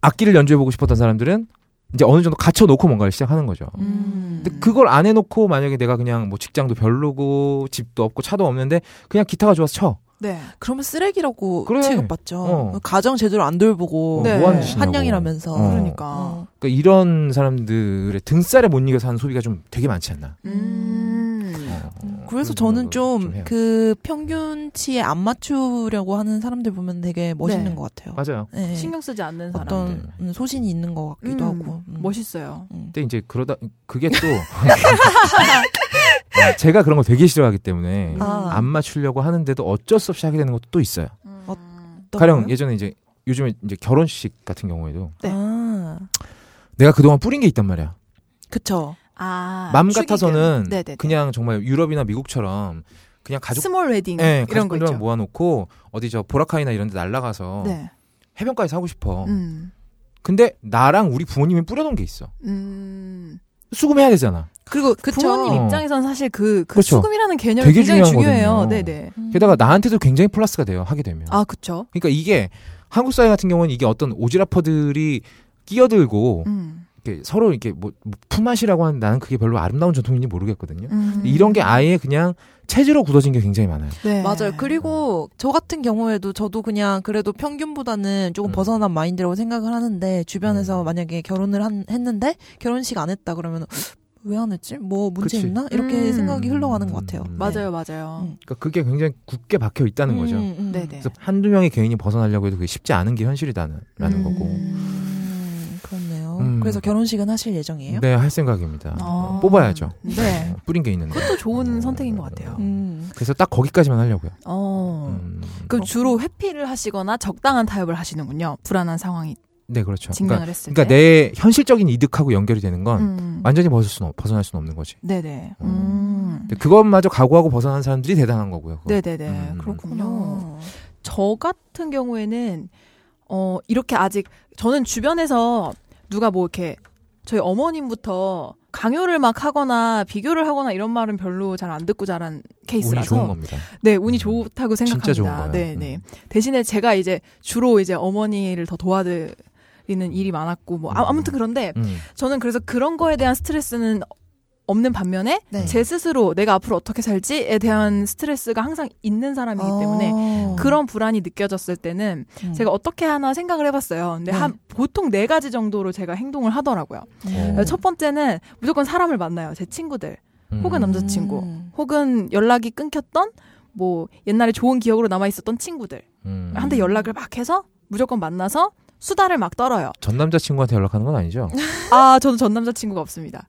Speaker 5: 악기를 연주해보고 싶었던 사람들은 이제 어느 정도 갖춰놓고 뭔가를 시작하는 거죠.
Speaker 4: 음.
Speaker 5: 근데 그걸 안 해놓고 만약에 내가 그냥 뭐 직장도 별로고 집도 없고 차도 없는데 그냥 기타가 좋아서 쳐.
Speaker 4: 네.
Speaker 2: 그러면 쓰레기라고
Speaker 5: 그래.
Speaker 2: 취급받죠.
Speaker 5: 어.
Speaker 2: 가정 제대로 안 돌보고
Speaker 5: 어,
Speaker 4: 네.
Speaker 5: 뭐 하는 짓이냐고.
Speaker 2: 한양이라면서.
Speaker 5: 어.
Speaker 4: 그러니까.
Speaker 2: 어.
Speaker 5: 그러니까 이런 사람들의 등살에 못 이겨서 하는 소비가 좀 되게 많지 않나.
Speaker 4: 음.
Speaker 5: 어, 어,
Speaker 2: 그래서
Speaker 5: 그런
Speaker 2: 저는
Speaker 5: 생각을
Speaker 2: 좀
Speaker 5: 해요.
Speaker 2: 그 평균치에 안 맞추려고 하는 사람들 보면 되게 멋있는
Speaker 4: 네.
Speaker 2: 것 같아요.
Speaker 5: 맞아요.
Speaker 2: 네.
Speaker 4: 신경 쓰지 않는 사람.
Speaker 2: 어떤
Speaker 5: 사람들.
Speaker 2: 음, 소신이 있는 것 같기도
Speaker 4: 음,
Speaker 2: 하고. 음.
Speaker 4: 멋있어요.
Speaker 2: 음.
Speaker 5: 근데 이제 그러다 그게 또 아, 제가 그런 거 되게 싫어하기 때문에
Speaker 2: 아.
Speaker 5: 안 맞추려고 하는데도 어쩔 수 없이 하게 되는 것도 또 있어요.
Speaker 2: 어떤
Speaker 5: 가령
Speaker 2: 거요?
Speaker 5: 예전에 이제 요즘에 이제 결혼식 같은 경우에도
Speaker 4: 네.
Speaker 2: 아,
Speaker 5: 내가 그동안 뿌린 게 있단 말이야.
Speaker 2: 그쵸.
Speaker 4: 아.
Speaker 5: 맘
Speaker 4: 축의금.
Speaker 5: 같아서는
Speaker 4: 네네네.
Speaker 5: 그냥 정말 유럽이나 미국처럼 그냥 가족
Speaker 4: 스몰 웨딩
Speaker 5: 예,
Speaker 4: 이런 거 있죠.
Speaker 5: 가족들만 모아놓고 어디 저 보라카이나 이런 데 날라가서
Speaker 4: 네.
Speaker 5: 해변가에서 하고 어. 싶어.
Speaker 4: 음.
Speaker 5: 근데 나랑 우리 부모님이 뿌려놓은 게 있어.
Speaker 4: 음.
Speaker 5: 수금해야 되잖아.
Speaker 4: 그리고 부모님
Speaker 5: 어.
Speaker 4: 입장에선 사실 그, 그
Speaker 5: 그렇죠.
Speaker 4: 수금이라는 개념이
Speaker 5: 되게
Speaker 4: 굉장히
Speaker 5: 중요하거든요.
Speaker 4: 중요해요. 네네.
Speaker 5: 게다가 나한테도 굉장히 플러스가 돼요. 하게 되면.
Speaker 4: 음. 아, 그쵸.
Speaker 5: 그러니까 이게 한국 사회 같은 경우는 이게 어떤 오지라퍼들이 끼어들고
Speaker 4: 음.
Speaker 5: 이렇게 서로 이렇게 뭐 품앗이라고 하는 나는 그게 별로 아름다운 전통인지 모르겠거든요.
Speaker 4: 음.
Speaker 5: 이런 게 아예 그냥 체질로 굳어진 게 굉장히 많아요.
Speaker 4: 네.
Speaker 2: 맞아요. 그리고 저 같은 경우에도 저도 그냥 그래도 평균보다는 조금
Speaker 5: 음.
Speaker 2: 벗어난 마인드라고 생각을 하는데 주변에서
Speaker 5: 음.
Speaker 2: 만약에 결혼을 한, 했는데 결혼식 안 했다 그러면 왜 안 했지? 뭐 문제
Speaker 5: 그치.
Speaker 2: 있나? 이렇게
Speaker 4: 음.
Speaker 2: 생각이 흘러가는 것 같아요.
Speaker 5: 음.
Speaker 4: 맞아요, 맞아요.
Speaker 2: 음.
Speaker 5: 그러니까 그게 굉장히 굳게 박혀 있다는 거죠.
Speaker 2: 음, 음.
Speaker 4: 네네.
Speaker 5: 그래서 한두 명의 개인이 벗어나려고 해도 그게 쉽지 않은 게 현실이라는
Speaker 4: 음.
Speaker 5: 거고.
Speaker 2: 음, 그렇네요.
Speaker 5: 음.
Speaker 2: 그래서 결혼식은 하실 예정이에요?
Speaker 5: 네, 할 생각입니다.
Speaker 4: 어.
Speaker 5: 뽑아야죠.
Speaker 4: 네.
Speaker 5: 어, 뿌린 게 있는데.
Speaker 4: 그것도 좋은 선택인 것 같아요.
Speaker 2: 음.
Speaker 5: 그래서 딱 거기까지만 하려고요.
Speaker 4: 어.
Speaker 5: 음.
Speaker 4: 그럼 주로 회피를 하시거나 적당한 타협을 하시는군요. 불안한 상황이
Speaker 5: 네, 그렇죠.
Speaker 4: 직면을
Speaker 5: 그러니까,
Speaker 4: 했을
Speaker 5: 그러니까
Speaker 4: 때.
Speaker 5: 내 현실적인 이득하고 연결이 되는 건
Speaker 4: 음.
Speaker 5: 완전히 벗을 수는 없- 벗어날 수는 없는 거지.
Speaker 4: 네네.
Speaker 5: 음.
Speaker 4: 음.
Speaker 5: 근데 그것마저 각오하고 벗어난 사람들이 대단한 거고요. 그건.
Speaker 4: 네네네.
Speaker 5: 음.
Speaker 4: 그렇군요.
Speaker 2: 그렇군요.
Speaker 4: 저 같은 경우에는 어 이렇게 아직 저는 주변에서 누가 뭐 이렇게 저희 어머님부터 강요를 막 하거나 비교를 하거나 이런 말은 별로 잘 안 듣고 자란
Speaker 5: 운이 좋은
Speaker 4: 케이스라서
Speaker 5: 겁니다.
Speaker 4: 네 운이 좋다고 생각합니다.
Speaker 5: 진짜 좋은 거예요.
Speaker 4: 네, 네.
Speaker 5: 음.
Speaker 4: 대신에 제가 이제 주로 이제 어머니를 더 도와드리는 일이 많았고 뭐 아, 아무튼 그런데
Speaker 5: 음.
Speaker 4: 저는 그래서 그런 거에 대한 스트레스는 없는 반면에
Speaker 2: 네.
Speaker 4: 제 스스로 내가 앞으로 어떻게 살지에 대한 스트레스가 항상 있는 사람이기 때문에
Speaker 5: 어.
Speaker 2: 아.
Speaker 4: 그런 불안이 느껴졌을 때는
Speaker 2: 음.
Speaker 4: 제가 어떻게 하나 생각을 해봤어요. 근데
Speaker 2: 네.
Speaker 4: 한 보통 네 가지 정도로 제가 행동을 하더라고요.
Speaker 5: 음.
Speaker 4: 첫 번째는 무조건 사람을 만나요. 제 친구들,
Speaker 5: 음.
Speaker 4: 혹은 남자친구.
Speaker 2: 음.
Speaker 4: 혹은 연락이 끊겼던 뭐 옛날에 좋은 기억으로 남아 있었던 친구들
Speaker 5: 음.
Speaker 4: 한테 연락을 막 해서 무조건 만나서 수다를 막 떨어요.
Speaker 5: 전 남자 친구한테 연락하는 건 아니죠?
Speaker 4: 아, 저도 전 남자 친구가 없습니다.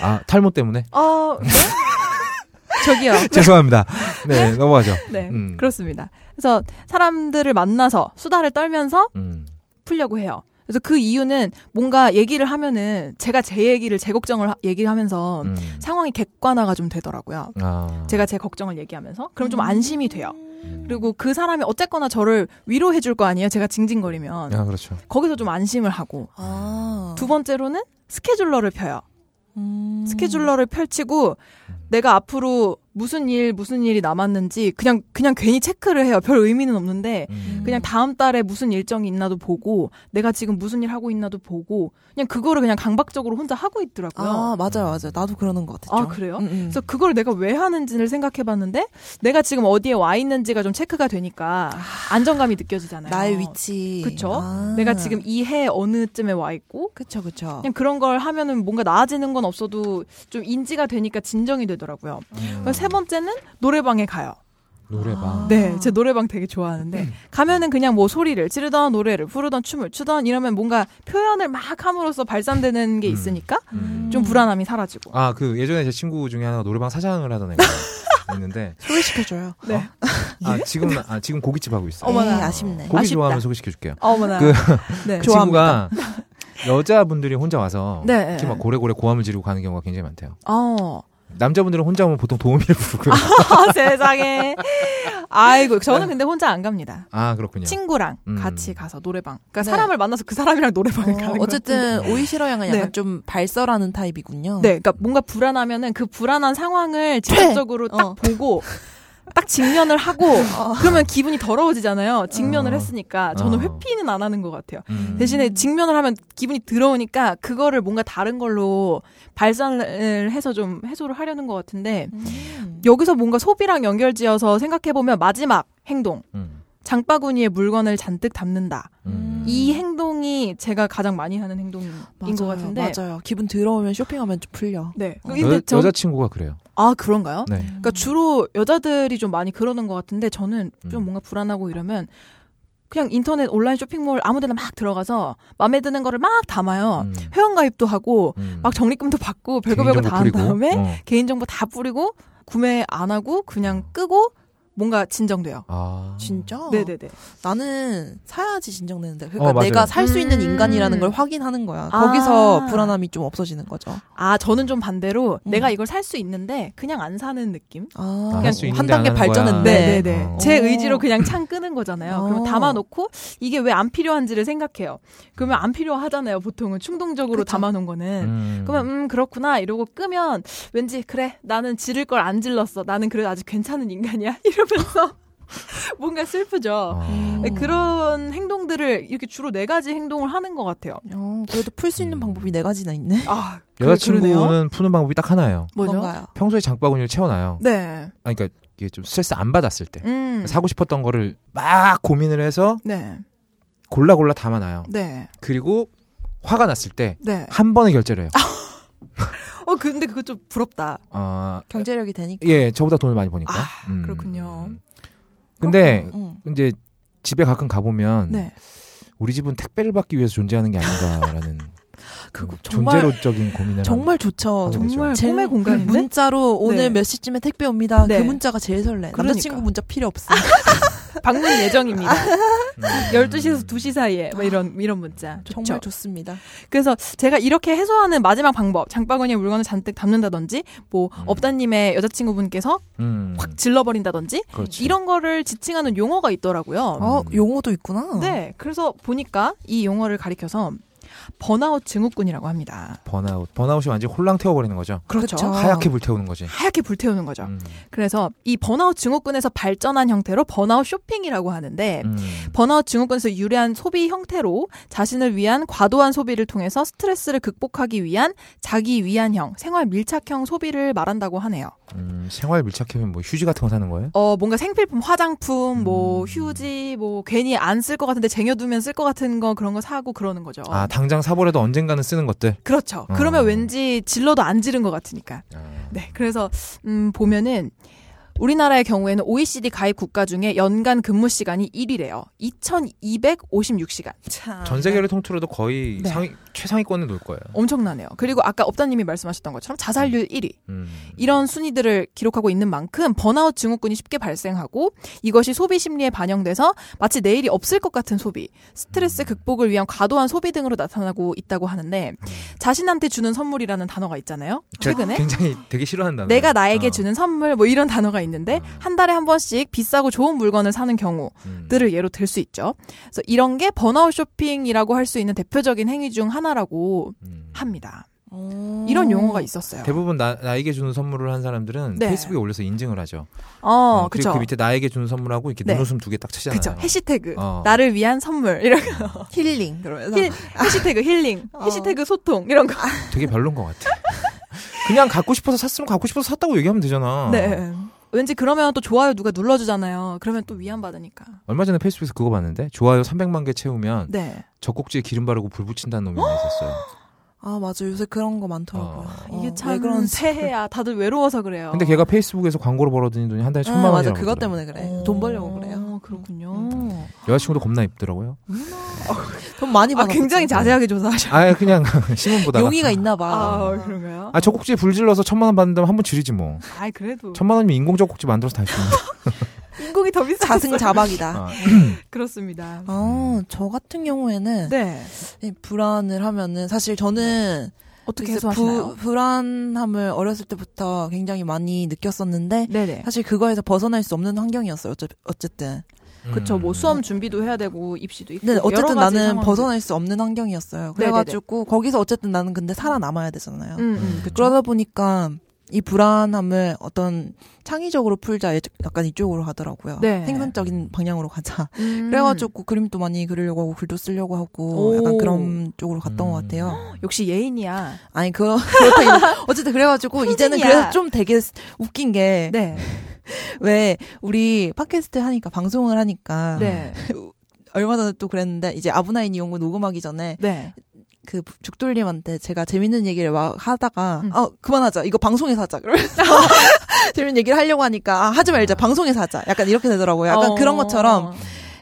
Speaker 5: 아 탈모 때문에
Speaker 4: 어, 네? 저기요.
Speaker 5: 죄송합니다. 네 넘어가죠.
Speaker 4: 네,
Speaker 5: 음.
Speaker 4: 그렇습니다. 그래서 사람들을 만나서 수다를 떨면서
Speaker 5: 음.
Speaker 4: 풀려고 해요. 그래서 그 이유는 뭔가 얘기를 하면은 제가 제 얘기를 제 걱정을 하- 얘기하면서
Speaker 5: 음.
Speaker 4: 상황이 객관화가 좀 되더라고요.
Speaker 5: 아.
Speaker 4: 제가 제 걱정을 얘기하면서 그럼 좀
Speaker 2: 음.
Speaker 4: 안심이 돼요.
Speaker 5: 음.
Speaker 4: 그리고 그 사람이 어쨌거나 저를 위로해 줄 거 아니에요. 제가 징징거리면
Speaker 5: 아 그렇죠.
Speaker 4: 거기서 좀 안심을 하고
Speaker 2: 아.
Speaker 4: 두 번째로는 스케줄러를 펴요.
Speaker 2: 음.
Speaker 4: 스케줄러를 펼치고 내가 앞으로 무슨 일 무슨 일이 남았는지 그냥 그냥 괜히 체크를 해요. 별 의미는 없는데
Speaker 5: 음.
Speaker 4: 그냥 다음 달에 무슨 일정이 있나도 보고 내가 지금 무슨 일 하고 있나도 보고 그냥 그거를 그냥 강박적으로 혼자 하고 있더라고요.
Speaker 2: 아, 맞아요, 맞아요. 나도 그러는 것 같았죠.
Speaker 4: 아, 그래요?
Speaker 2: 음, 음.
Speaker 4: 그래서 그걸 내가 왜 하는지를 생각해봤는데 내가 지금 어디에 와 있는지가 좀 체크가 되니까 안정감이 느껴지잖아요.
Speaker 2: 아, 나의 위치.
Speaker 4: 그쵸?
Speaker 2: 아.
Speaker 4: 내가 지금 이 해 어느쯤에 와 있고
Speaker 2: 그쵸, 그쵸.
Speaker 4: 그냥 그런 걸 하면은 뭔가 나아지는 건 없어도 좀 인지가 되니까 진정이 되더라고요.
Speaker 2: 음.
Speaker 4: 그리고 세 번째는 노래방에 가요.
Speaker 5: 음. 노래방.
Speaker 4: 네, 제 노래방 되게 좋아하는데
Speaker 5: 네.
Speaker 4: 가면은 그냥 뭐 소리를 지르던 노래를 부르던 춤을 추던 이러면 뭔가 표현을 막 함으로써 발산되는 게
Speaker 5: 음.
Speaker 4: 있으니까
Speaker 5: 음.
Speaker 4: 좀 불안함이 사라지고.
Speaker 5: 아 그 예전에 제 친구 중에 하나가 노래방 사장을 하던 애가 있는데
Speaker 2: 소개시켜줘요.
Speaker 4: 네.
Speaker 5: 아 지금 아 지금 고깃집 하고 있어요.
Speaker 4: 어머나.
Speaker 2: 에이, 아쉽네.
Speaker 5: 고기
Speaker 4: 아쉽다.
Speaker 5: 좋아하면 소개시켜 줄게요.
Speaker 4: 어머나.
Speaker 5: 그-
Speaker 4: 네.
Speaker 5: 그 친구가 여자분들이 혼자 와서
Speaker 4: 네,
Speaker 5: 특히
Speaker 4: 네.
Speaker 5: 막 고래고래 고함을 지르고 가는 경우가 굉장히 많대요.
Speaker 4: 어.
Speaker 5: 남자분들은 혼자 오면 보통 도우미를 부르고요.
Speaker 4: 아, 세상에. 아이고, 저는 근데 혼자 안 갑니다.
Speaker 5: 아 그렇군요.
Speaker 4: 친구랑
Speaker 5: 음.
Speaker 4: 같이 가서 노래방. 그러니까
Speaker 2: 네.
Speaker 4: 사람을 만나서 그 사람이랑 노래방을 가는
Speaker 2: 어,
Speaker 4: 거.
Speaker 2: 어쨌든 오이시러 양은
Speaker 4: 네.
Speaker 2: 약간 좀 발설하는 타입이군요.
Speaker 4: 네, 그러니까 뭔가 불안하면은 그 불안한 상황을 직접적으로 딱
Speaker 2: 어.
Speaker 4: 보고 딱 직면을 하고 그러면 기분이 더러워지잖아요. 직면을
Speaker 5: 어.
Speaker 4: 했으니까 저는
Speaker 5: 어.
Speaker 4: 회피는 안 하는 것 같아요.
Speaker 5: 음.
Speaker 4: 대신에 직면을 하면 기분이 더러우니까 그거를 뭔가 다른 걸로 발산을 해서 좀 해소를 하려는 것 같은데
Speaker 2: 음.
Speaker 4: 여기서 뭔가 소비랑 연결지어서 생각해 보면 마지막 행동
Speaker 5: 음.
Speaker 4: 장바구니에 물건을 잔뜩 담는다.
Speaker 5: 음.
Speaker 4: 이 행동이 제가 가장 많이 하는 행동인
Speaker 2: 맞아요,
Speaker 4: 것 같은데.
Speaker 2: 맞아요. 기분 더러우면 쇼핑하면 좀 풀려.
Speaker 4: 네.
Speaker 2: 어.
Speaker 4: 근데
Speaker 5: 여,
Speaker 4: 저-
Speaker 5: 여자친구가 그래요.
Speaker 4: 아 그런가요?
Speaker 5: 네.
Speaker 4: 그러니까 주로 여자들이 좀 많이 그러는 것 같은데 저는 좀
Speaker 5: 음.
Speaker 4: 뭔가 불안하고 이러면 그냥 인터넷 온라인 쇼핑몰 아무데나 막 들어가서 마음에 드는 거를 막 담아요.
Speaker 5: 음.
Speaker 4: 회원가입도 하고
Speaker 5: 음.
Speaker 4: 어, 막 적립금도 받고 별거 별거
Speaker 5: 개인정보
Speaker 4: 다 한
Speaker 5: 뿌리고,
Speaker 4: 다음에
Speaker 5: 어.
Speaker 4: 개인정보 다 뿌리고 구매 안 하고 그냥 끄고 뭔가 진정돼요.
Speaker 5: 아.
Speaker 2: 진짜?
Speaker 4: 네네네.
Speaker 2: 나는 사야지 진정되는데. 그러니까
Speaker 5: 어, 맞아요.
Speaker 2: 내가 살 수 있는
Speaker 4: 음.
Speaker 2: 인간이라는 걸 확인하는 거야.
Speaker 4: 아.
Speaker 2: 거기서 불안함이 좀 없어지는 거죠.
Speaker 4: 아 저는 좀 반대로
Speaker 5: 어.
Speaker 2: 음.
Speaker 4: 내가 이걸 살 수 있는데 그냥 안 사는 느낌.
Speaker 2: 아,
Speaker 5: 아, 할수 있는데
Speaker 2: 한 단계
Speaker 5: 안 하는 거야.
Speaker 2: 발전했네.
Speaker 4: 네,
Speaker 5: 네.
Speaker 4: 네,
Speaker 5: 어.
Speaker 4: 네. 제 의지로 그냥 창 끄는 거잖아요.
Speaker 2: 어.
Speaker 4: 그럼 담아놓고 이게 왜 안 필요한지를 생각해요. 그러면 안 필요하잖아요. 보통은 충동적으로
Speaker 2: 그쵸.
Speaker 4: 담아놓은 거는.
Speaker 5: 음.
Speaker 4: 그러면 음 그렇구나 이러고 끄면 왠지 그래 나는 지를 걸 안 질렀어. 나는 그래도 아직 괜찮은 인간이야 이러면서 뭔가 슬프죠. 네,
Speaker 5: 아.
Speaker 2: 음.
Speaker 4: 그런 행동들을 이렇게 주로 네 가지 행동을 하는 것 같아요.
Speaker 2: 어, 그래도 풀 수 있는
Speaker 5: 음.
Speaker 2: 방법이 네 가지나 있네.
Speaker 4: 아 그러네요.
Speaker 5: 여자친구는 푸는 방법이 딱 하나예요.
Speaker 4: 뭐죠?
Speaker 2: 뭔가요?
Speaker 5: 평소에 장바구니를 채워놔요.
Speaker 4: 네.
Speaker 5: 아 그러니까 이게 좀 스트레스 안 받았을 때
Speaker 4: 음.
Speaker 5: 사고 싶었던 거를 막 고민을 해서
Speaker 4: 네.
Speaker 5: 골라 골라 담아놔요.
Speaker 4: 네.
Speaker 5: 그리고 화가 났을 때 한
Speaker 4: 네.
Speaker 5: 번에 결제를 해요.
Speaker 4: 어 근데 그거 좀 부럽다.
Speaker 5: 아,
Speaker 2: 경제력이 되니까.
Speaker 5: 예, 저보다 돈을 많이 버니까.
Speaker 4: 아,
Speaker 5: 음.
Speaker 4: 그렇군요. 어.
Speaker 5: 근데
Speaker 2: 응.
Speaker 5: 이제 집에 가끔 가보면
Speaker 4: 네.
Speaker 5: 우리 집은 택배를 받기 위해서 존재하는 게 아닌가라는
Speaker 2: 그거
Speaker 5: 음,
Speaker 2: 정말-
Speaker 5: 존재론적인 고민을
Speaker 2: 정말 좋죠.
Speaker 5: 하게 되죠.
Speaker 4: 정말
Speaker 2: 제일
Speaker 4: 꿈의 공간인데.
Speaker 2: 문자로 오늘
Speaker 4: 네.
Speaker 2: 몇 시쯤에 택배 옵니다.
Speaker 4: 네. 아,
Speaker 2: 그 문자가 제일 설레.
Speaker 4: 그러니까.
Speaker 2: 남자친구 문자 필요 없어.
Speaker 4: 방문 예정입니다.
Speaker 5: 음.
Speaker 4: 12시에서 2시 사이에 뭐 이런 이런 문자. 좋죠.
Speaker 2: 정말 좋습니다.
Speaker 4: 그래서 제가 이렇게 해소하는 마지막 방법. 장바구니에 물건을 잔뜩 담는다든지 뭐
Speaker 5: 음.
Speaker 4: 업다님의 여자친구분께서
Speaker 5: 음, 그렇죠.
Speaker 4: 확 질러 버린다든지
Speaker 5: 그렇지.
Speaker 4: 이런 거를 지칭하는 용어가 있더라고요.
Speaker 2: 아, 용어도 있구나.
Speaker 4: 네. 그래서 보니까 이 용어를 가리켜서 번아웃 증후군이라고 합니다.
Speaker 5: 번아웃. 번아웃이 완전 히 홀랑 태워버리는 거죠.
Speaker 2: 그렇죠. 아.
Speaker 5: 하얗게 불태우는 거지.
Speaker 4: 하얗게 불태우는 거죠. 네.
Speaker 5: 음.
Speaker 4: 그래서 이 번아웃 증후군에서 발전한 형태로 번아웃 쇼핑이라고 하는데
Speaker 5: 음.
Speaker 4: 번아웃 증후군에서 유래한 소비 형태로 자신을 위한 과도한 소비를 통해서 스트레스를 극복하기 위한 자기 위안형, 생활 밀착형 소비를 말한다고 하네요.
Speaker 5: 음, 생활 밀착하면 뭐 휴지 같은 거 사는 거예요?
Speaker 4: 어, 뭔가 생필품, 화장품, 뭐
Speaker 5: 음.
Speaker 4: 휴지, 뭐 괜히 안 쓸 것 같은데 쟁여두면 쓸 것 같은 거 그런 거 사고 그러는 거죠.
Speaker 5: 아 당장 사버려도 언젠가는 쓰는 것들.
Speaker 4: 그렇죠. 그러면
Speaker 5: 어.
Speaker 4: 왠지 질러도 안 지른 것 같으니까.
Speaker 5: 아,
Speaker 4: 네. 그래서, 음, 보면은 우리나라의 경우에는 OECD 가입 국가 중에 연간 근무 시간이 1위래요. 2,256시간.
Speaker 2: 참.
Speaker 5: 전 세계를 통틀어도 거의
Speaker 4: 네.
Speaker 5: 상위, 최상위권에 놓을 거예요.
Speaker 4: 엄청나네요. 그리고 아까 업다님이 말씀하셨던 것처럼 자살률 1위.
Speaker 5: 음.
Speaker 4: 이런 순위들을 기록하고 있는 만큼 번아웃 증후군이 쉽게 발생하고 이것이 소비 심리에 반영돼서 마치 내일이 없을 것 같은 소비, 스트레스 극복을 위한 과도한 소비 등으로 나타나고 있다고 하는데 자신한테 주는 선물이라는 단어가 있잖아요.
Speaker 5: 제가
Speaker 4: 최근에
Speaker 5: 굉장히 되게 아, 네. 싫어한다. 음.
Speaker 4: 내가 나에게 주는 선물 뭐 이런 단어가 있는데 한 달에 한 번씩 비싸고 좋은 물건을 사는 경우들을 예로 들 수 있죠. 그래서 이런 게 번아웃 쇼핑이라고 할 수 있는 대표적인 행위 중 하나라고 합니다.
Speaker 2: 어.
Speaker 4: 이런 용어가 있었어요.
Speaker 5: 음. 대부분 나, 나에게 주는 선물을 한 사람들은
Speaker 4: 네.
Speaker 5: 페이스북에 올려서 인증을 하죠.
Speaker 4: 어,
Speaker 5: 그리고
Speaker 4: 그렇죠.
Speaker 5: 그 밑에 나에게 주는 선물하고 이렇게
Speaker 4: 네.
Speaker 5: 눈웃음 두 개 딱 치잖아요.
Speaker 4: 그쵸. 해시태그.
Speaker 5: 어.
Speaker 4: 나를 위한 선물. 이런
Speaker 2: 힐링 그러면서
Speaker 4: 힐, 해시태그 힐링.
Speaker 2: 어.
Speaker 4: 해시태그 소통. 이런 거.
Speaker 5: 되게 별론 것 같아. 그냥 갖고 싶어서 샀으면 갖고 싶어서 샀다고 얘기하면 되잖아.
Speaker 4: 네. 왠지 그러면 또 좋아요 누가 눌러주잖아요. 그러면 또 위안받으니까.
Speaker 5: 얼마 전에 페이스북에서 그거 봤는데 좋아요 300만 개 채우면
Speaker 4: 네.
Speaker 5: 젖꼭지에 기름 바르고 불 붙인다는 놈이 하나 있었어요.
Speaker 2: 아 맞아 요새 그런 거 많더라고요.
Speaker 5: 아,
Speaker 2: 어,
Speaker 4: 이게
Speaker 2: 왜
Speaker 4: 참
Speaker 2: 그런지.
Speaker 4: 새해야. 다들 외로워서 그래요.
Speaker 5: 근데 걔가 페이스북에서 광고로 벌어들인 돈이 한 달에
Speaker 4: 네,
Speaker 2: 아,
Speaker 5: 네, 천만 원이라고
Speaker 2: 맞아 그것
Speaker 5: 그러더라고요.
Speaker 2: 때문에 그래.
Speaker 4: 어.
Speaker 2: 돈 벌려고 그래요.
Speaker 4: 어, 그렇군요.
Speaker 5: 여자친구도 겁나 입더라고요.
Speaker 2: 돈 많이
Speaker 4: 아,
Speaker 2: 벌어.
Speaker 4: 굉장히 자세하게 조사하셨.
Speaker 5: 아예 그냥 신문 보다가
Speaker 2: 용의가 있나 봐.
Speaker 4: 아, 그런가요?
Speaker 5: 아 젖꼭지에 불 질러서 천만 원 받는다면 한 번 줄이지 뭐.
Speaker 4: 아, 그래도.
Speaker 5: 천만 원이면 인공 젖꼭지 만들어서 다시 주는 거.
Speaker 4: 인공이 더 비싸.
Speaker 2: 자승자박이다.
Speaker 5: 아,
Speaker 4: 그렇습니다.
Speaker 2: 어, 저 같은 경우에는
Speaker 4: 네.
Speaker 2: 이 불안을 하면은 사실 저는
Speaker 4: 어떻게
Speaker 2: 이제
Speaker 4: 해소하시나요?
Speaker 2: 부- 불안함을 어렸을 때부터 굉장히 많이 느꼈었는데
Speaker 4: 네네.
Speaker 2: 사실 그거에서 벗어날 수 없는 환경이었어요. 어째- 어쨌든.
Speaker 4: 그쵸. 뭐
Speaker 5: 음.
Speaker 4: 수험 준비도 해야 되고 입시도 있고.
Speaker 2: 근데
Speaker 4: 여러 가지
Speaker 2: 어쨌든 나는
Speaker 4: 상황들. 네,
Speaker 2: 벗어날 수 없는 환경이었어요. 그래가지고 거기서 어쨌든 나는 근데 살아남아야 되잖아요.
Speaker 4: 음, 음,
Speaker 5: 그쵸.
Speaker 2: 그러다 보니까 이 불안함을 어떤 창의적으로 풀자 약간 이쪽으로 가더라고요.
Speaker 4: 네.
Speaker 2: 생산적인 방향으로 가자.
Speaker 4: 음.
Speaker 2: 그래가지고 그림도 많이 그리려고 하고 글도 쓰려고 하고
Speaker 4: 오.
Speaker 2: 약간 그런 쪽으로 갔던
Speaker 5: 음.
Speaker 2: 것 같아요.
Speaker 4: 역시 예인이야.
Speaker 2: 아니 그 그렇다. 어쨌든 그래가지고 이제는
Speaker 4: 흥진이야.
Speaker 2: 그래서 좀 되게 웃긴 게 왜
Speaker 4: 네.
Speaker 2: 우리 팟캐스트 하니까 방송을 하니까
Speaker 4: 네.
Speaker 2: 얼마 전에 또 그랬는데 이제 아브나인 이용구 녹음하기 전에
Speaker 4: 네.
Speaker 2: 그 죽돌님한테 제가 재밌는 얘기를 막 하다가
Speaker 4: 음. 아.
Speaker 2: 어 그만하자 이거 방송에서 하자 그러면서 재밌는 얘기를 하려고 하니까 아, 하지 말자 방송에서 하자 약간 이렇게 되더라고요 뭐 약간
Speaker 4: 어.
Speaker 2: 그런 것처럼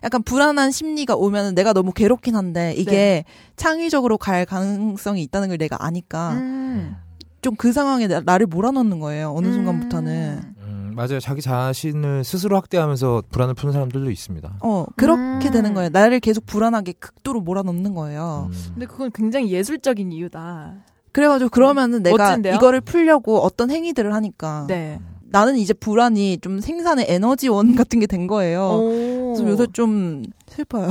Speaker 2: 약간 불안한 심리가 오면 내가 너무 괴롭긴
Speaker 4: 네.
Speaker 2: 한데 이게 창의적으로 갈 가능성이 있다는 걸 내가 아니까
Speaker 4: 음.
Speaker 2: 좀 그 상황에 나- 나를 몰아넣는 거예요 어느
Speaker 4: 음.
Speaker 2: 순간부터는
Speaker 5: 음, 맞아요. 자기 자신을 스스로 학대하면서 불안을 푸는 사람들도 있습니다.
Speaker 2: 어 그렇게
Speaker 4: 음.
Speaker 2: 되는 거예요 나를 계속 불안하게 극도로 몰아넣는 거예요
Speaker 5: 음.
Speaker 4: 어, 근데 그건 굉장히 예술적인 이유다.
Speaker 2: 그래가지고 그러면은 내가
Speaker 4: 멋진데요?
Speaker 2: 이거를 풀려고 어떤 행위들을 하니까
Speaker 4: 네.
Speaker 2: 나는 이제 불안이 좀 생산의 에너지원 같은 게 된 거예요.
Speaker 4: 오.
Speaker 2: 그래서 어, 요새 좀 슬퍼요.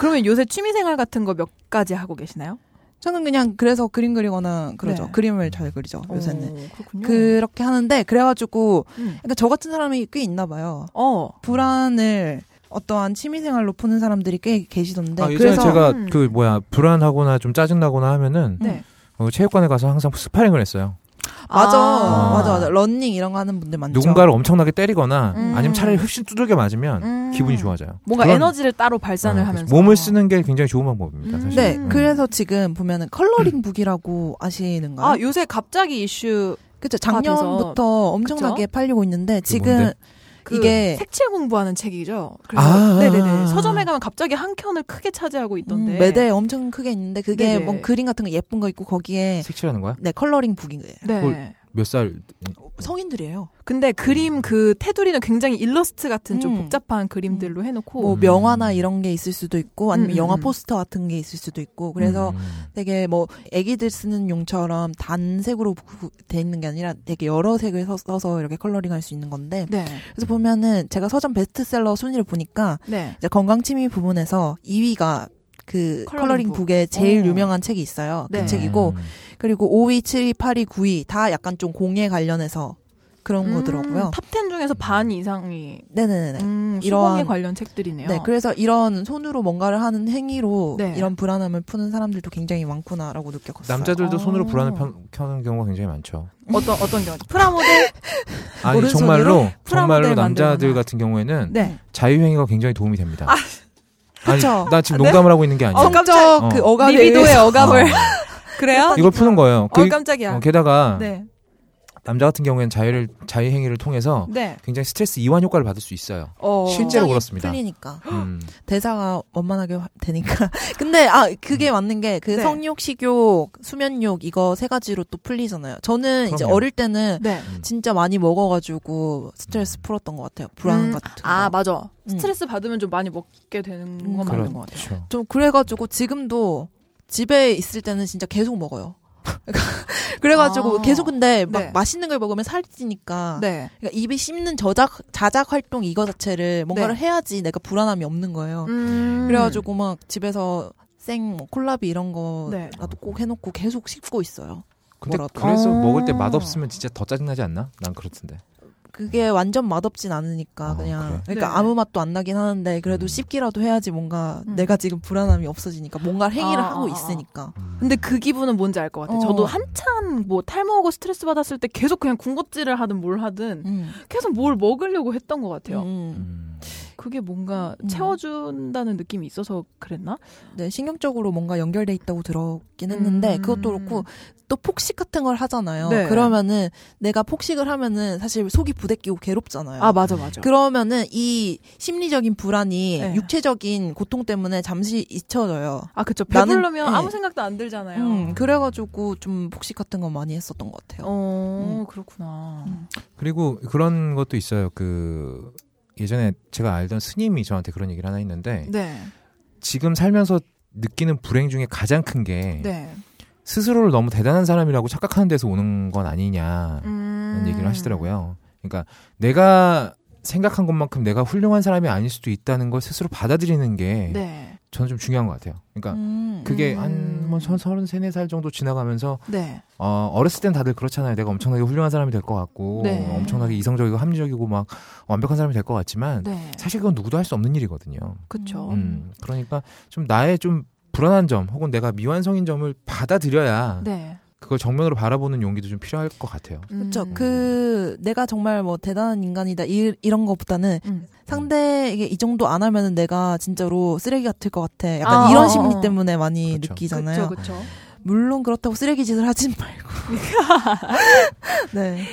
Speaker 4: 그러면 요새 취미생활 같은 거 몇 가지 하고 계시나요?
Speaker 2: 저는 그냥 그래서 그림 그리거나 그러죠.
Speaker 4: 네.
Speaker 2: 그림을 잘 그리죠. 요새는.
Speaker 4: 오, 그렇군요.
Speaker 2: 그렇게 하는데 그래가지고
Speaker 4: 음.
Speaker 2: 그러니까 저 같은 사람이 꽤 있나 봐요.
Speaker 4: 어.
Speaker 2: 불안을 어떠한 취미생활로 푸는 사람들이 꽤 계시던데
Speaker 5: 아, 예전에
Speaker 2: 그래서
Speaker 5: 제가
Speaker 4: 음.
Speaker 5: 그 뭐야 불안하거나 좀 짜증나거나 하면은
Speaker 4: 네.
Speaker 5: 어, 체육관에 가서 항상 스파링을 했어요.
Speaker 2: 음. 맞아
Speaker 4: 아.
Speaker 2: 맞아 맞아 러닝 이런 거 하는 분들 많죠.
Speaker 5: 누군가를 엄청나게 때리거나
Speaker 4: 음.
Speaker 5: 아니면 차라리 흡신 두들겨 맞으면
Speaker 4: 음.
Speaker 5: 기분이 좋아져요.
Speaker 4: 뭔가
Speaker 5: 그런-
Speaker 4: 에너지를 따로
Speaker 5: 어,
Speaker 4: 발산을
Speaker 5: 그래서
Speaker 4: 하면서
Speaker 5: 몸을 쓰는 게 굉장히 좋은 방법입니다.
Speaker 4: 음.
Speaker 5: 사실.
Speaker 2: 네
Speaker 4: 음.
Speaker 2: 그래서 지금 보면은 컬러링 북이라고 아시는가요?
Speaker 4: 아 요새 갑자기 이슈
Speaker 2: 그렇죠.
Speaker 4: 다 돼서.
Speaker 2: 작년부터 엄청나게 팔리고 있는데 지금
Speaker 5: 뭔데?
Speaker 4: 그
Speaker 2: 이게
Speaker 4: 색칠 공부하는 책이죠.
Speaker 5: 아,
Speaker 4: 그래서
Speaker 5: 아, 아.
Speaker 4: 네네네 서점에 가면 갑자기 한 켠을 크게 차지하고 있던데
Speaker 2: 음, 매대에 엄청 크게 있는데 그게
Speaker 4: 네네.
Speaker 2: 뭐 그림 같은 거 예쁜 거 있고 거기에
Speaker 5: 색칠하는 거야?
Speaker 2: 네 컬러링 북인 거예요.
Speaker 4: 네.
Speaker 5: 몇 살?
Speaker 4: 어,
Speaker 2: 성인들이에요.
Speaker 4: 근데 그림 그 테두리는 굉장히 일러스트 같은 좀
Speaker 2: 음.
Speaker 4: 복잡한 그림들로 해놓고
Speaker 2: 뭐
Speaker 5: 음.
Speaker 2: 명화나 이런 게 있을 수도 있고 아니면
Speaker 4: 음, 음,
Speaker 2: 영화
Speaker 4: 음.
Speaker 2: 포스터 같은 게 있을 수도 있고 그래서
Speaker 5: 음.
Speaker 2: 되게 뭐 애기들 쓰는 용처럼 단색으로 구- 돼 있는 게 아니라 되게 여러 색을 서- 써서 이렇게 컬러링할 수 있는 건데
Speaker 4: 네.
Speaker 2: 그래서 보면은 제가 서점 베스트셀러 순위를 보니까
Speaker 4: 네.
Speaker 2: 이제 건강 취미 부분에서 2위가 그
Speaker 4: 컬러링
Speaker 2: 컬러링
Speaker 4: 북.
Speaker 2: 북의 제일
Speaker 4: 오.
Speaker 2: 유명한 책이 있어요.
Speaker 4: 네.
Speaker 2: 그 책이고
Speaker 5: 음.
Speaker 2: 그리고 5위, 7위, 8위, 9위 다 약간 좀 공예 관련해서 그런
Speaker 4: 음,
Speaker 2: 거더라고요.
Speaker 4: 탑10 중에서 반 이상이
Speaker 2: 네네네.
Speaker 4: 음,
Speaker 2: 이런-
Speaker 4: 수공예 관련 책들이네요.
Speaker 2: 네, 그래서 이런 손으로 뭔가를 하는 행위로
Speaker 4: 네.
Speaker 2: 이런 불안함을 푸는 사람들도 굉장히 많구나라고 느꼈어요.
Speaker 5: 남자들도 손으로
Speaker 4: 어.
Speaker 5: 불안을 편- 켜는 경우가 굉장히 많죠.
Speaker 4: 어떤 어떤 경우? 프라모델?
Speaker 5: 아니
Speaker 2: 오른손으로
Speaker 5: 정말로 정말로
Speaker 4: 프라모델
Speaker 5: 남자들
Speaker 4: 만들거나.
Speaker 5: 같은 경우에는
Speaker 4: 네.
Speaker 5: 자유행위가 굉장히 도움이 됩니다. 아니,
Speaker 2: 그쵸.
Speaker 5: 나 지금 농담을 하고 있는 게 아니에요.
Speaker 4: 어, 깜짝
Speaker 5: 어.
Speaker 2: 그 어감에
Speaker 4: 리비도의
Speaker 2: 의해서-
Speaker 4: 어감을
Speaker 5: 어.
Speaker 4: 그래요?
Speaker 5: 이걸 푸는 거예요.
Speaker 4: 어
Speaker 5: 그-
Speaker 4: 깜짝이야.
Speaker 5: 어, 게다가
Speaker 4: 네.
Speaker 5: 남자 같은 경우에는 자해를 자해 행위를 통해서
Speaker 4: 네.
Speaker 5: 굉장히 스트레스 이완 효과를 받을 수 있어요.
Speaker 4: 어.
Speaker 5: 실제- 실제로 그렇습니다.
Speaker 2: 풀리니까
Speaker 5: 음.
Speaker 2: 대사가 원만하게 화- 되니까. 근데 아 그게 맞는 게 그
Speaker 4: 네.
Speaker 2: 성욕, 식욕, 수면욕 이거 세 가지로 또 풀리잖아요. 저는 이제
Speaker 5: 그럼요.
Speaker 2: 어릴 때는
Speaker 4: 네.
Speaker 2: 진짜 많이 먹어가지고 스트레스 풀었던 것 같아요. 불안
Speaker 4: 음,
Speaker 2: 같은 거.
Speaker 4: 아 맞아.
Speaker 2: 음.
Speaker 4: 스트레스 받으면 좀 많이 먹게 되는
Speaker 2: 음,
Speaker 4: 건 맞는 것 같아요.
Speaker 5: 그렇죠.
Speaker 2: 좀 그래가지고 지금도 집에 있을 때는 진짜 계속 먹어요. 그래가지고
Speaker 4: 아.
Speaker 2: 계속 근데 막
Speaker 4: 네.
Speaker 2: 맛있는 걸 먹으면 살이 찌니까
Speaker 4: 네.
Speaker 2: 그러니까 입이 씹는 저작 자작 활동 이거 자체를 뭔가를
Speaker 4: 네.
Speaker 2: 해야지 내가 불안함이 없는 거예요.
Speaker 4: 음.
Speaker 2: 그래가지고 막 집에서 생뭐 콜라비 이런 거
Speaker 4: 네.
Speaker 2: 나도 꼭 해놓고 계속 씹고 있어요.
Speaker 5: 근데
Speaker 2: 뭐라도.
Speaker 5: 그래서
Speaker 4: 어.
Speaker 5: 먹을 때 맛 없으면 진짜 더 짜증 나지 않나? 난 그렇던데.
Speaker 2: 그게 완전 맛없진 않으니까
Speaker 5: 아,
Speaker 2: 그냥
Speaker 5: 그래?
Speaker 2: 그러니까
Speaker 4: 네.
Speaker 2: 아무 맛도 안 나긴 하는데 그래도
Speaker 5: 음.
Speaker 2: 씹기라도 해야지 뭔가
Speaker 4: 음.
Speaker 2: 내가 지금 불안함이 없어지니까 뭔가 행위를
Speaker 4: 아,
Speaker 2: 하고
Speaker 4: 아, 아.
Speaker 2: 있으니까
Speaker 5: 음.
Speaker 4: 근데 그 기분은 뭔지 알 것 같아요.
Speaker 2: 어.
Speaker 4: 저도 한참 뭐 탈모하고 스트레스 받았을 때 계속 그냥 군것질을 하든 뭘 하든
Speaker 2: 음.
Speaker 4: 계속 뭘 먹으려고 했던 것 같아요.
Speaker 2: 음.
Speaker 5: 음.
Speaker 4: 그게 뭔가
Speaker 2: 음.
Speaker 4: 채워준다는 느낌이 있어서 그랬나?
Speaker 2: 네, 신경적으로 뭔가 연결돼 있다고 들었긴 했는데
Speaker 4: 음.
Speaker 2: 그것도 그렇고 또 폭식 같은 걸 하잖아요.
Speaker 4: 네.
Speaker 2: 그러면은 내가 폭식을 하면은 사실 속이 부대끼고 괴롭잖아요.
Speaker 4: 아 맞아 맞아.
Speaker 2: 그러니까. 그러면은 이 심리적인 불안이
Speaker 4: 네.
Speaker 2: 육체적인 고통 때문에 잠시 잊혀져요.
Speaker 4: 아 그쵸.
Speaker 2: 나는-
Speaker 4: 배부르면
Speaker 2: 네.
Speaker 4: 아무 생각도 안 들잖아요.
Speaker 2: 음, 그래가지고 좀 폭식 같은 거 많이 했었던 것 같아요.
Speaker 4: 어 그렇구나.
Speaker 2: 음.
Speaker 5: 그리고 그런 것도 있어요. 그 예전에 제가 알던 스님이 저한테 그런 얘기를 하나 했는데
Speaker 4: 네.
Speaker 5: 지금 살면서 느끼는 불행 중에 가장 큰 게
Speaker 4: 네.
Speaker 5: 스스로를 너무 대단한 사람이라고 착각하는 데서 오는 건 아니냐
Speaker 4: 음.
Speaker 5: 이런 얘기를 하시더라고요. 그러니까 내가 생각한 것만큼 내가 훌륭한 사람이 아닐 수도 있다는 걸 스스로 받아들이는 게
Speaker 4: 네. 저는
Speaker 5: 저는 좀 중요한 것 같아요. 그러니까
Speaker 2: 음.
Speaker 5: 그게
Speaker 4: 음.
Speaker 5: 한뭐 서른 세네 살 정도 지나가면서
Speaker 4: 네.
Speaker 5: 어, 어렸을 땐 다들 그렇잖아요. 내가 엄청나게 훌륭한 사람이 될 것 같고
Speaker 4: 네.
Speaker 5: 엄청나게 이성적이고 합리적이고 막 완벽한 사람이 될 것 같지만
Speaker 4: 네. 어.
Speaker 5: 사실 그건 누구도 할 수 없는 일이거든요.
Speaker 4: 그쵸.
Speaker 5: 음, 그러니까 좀 나의 좀 불안한 점 혹은 내가 미완성인 점을 받아들여야
Speaker 4: 네.
Speaker 5: 그걸 정면으로 바라보는 용기도 좀 필요할 것 같아요.
Speaker 2: 그렇죠.
Speaker 4: 음.
Speaker 2: 그 내가 정말 뭐 대단한 인간이다 이, 이런 것보다는
Speaker 4: 음.
Speaker 2: 상대에게 이 정도 안 하면은 내가 진짜로 쓰레기 같을 것 같아. 약간
Speaker 4: 아,
Speaker 2: 이런
Speaker 4: 어,
Speaker 2: 심리
Speaker 4: 어.
Speaker 2: 때문에 많이
Speaker 5: 그쵸.
Speaker 2: 느끼잖아요.
Speaker 4: 그쵸 그쵸.
Speaker 2: 물론 그렇다고 쓰레기 짓을 하진 말고. 네.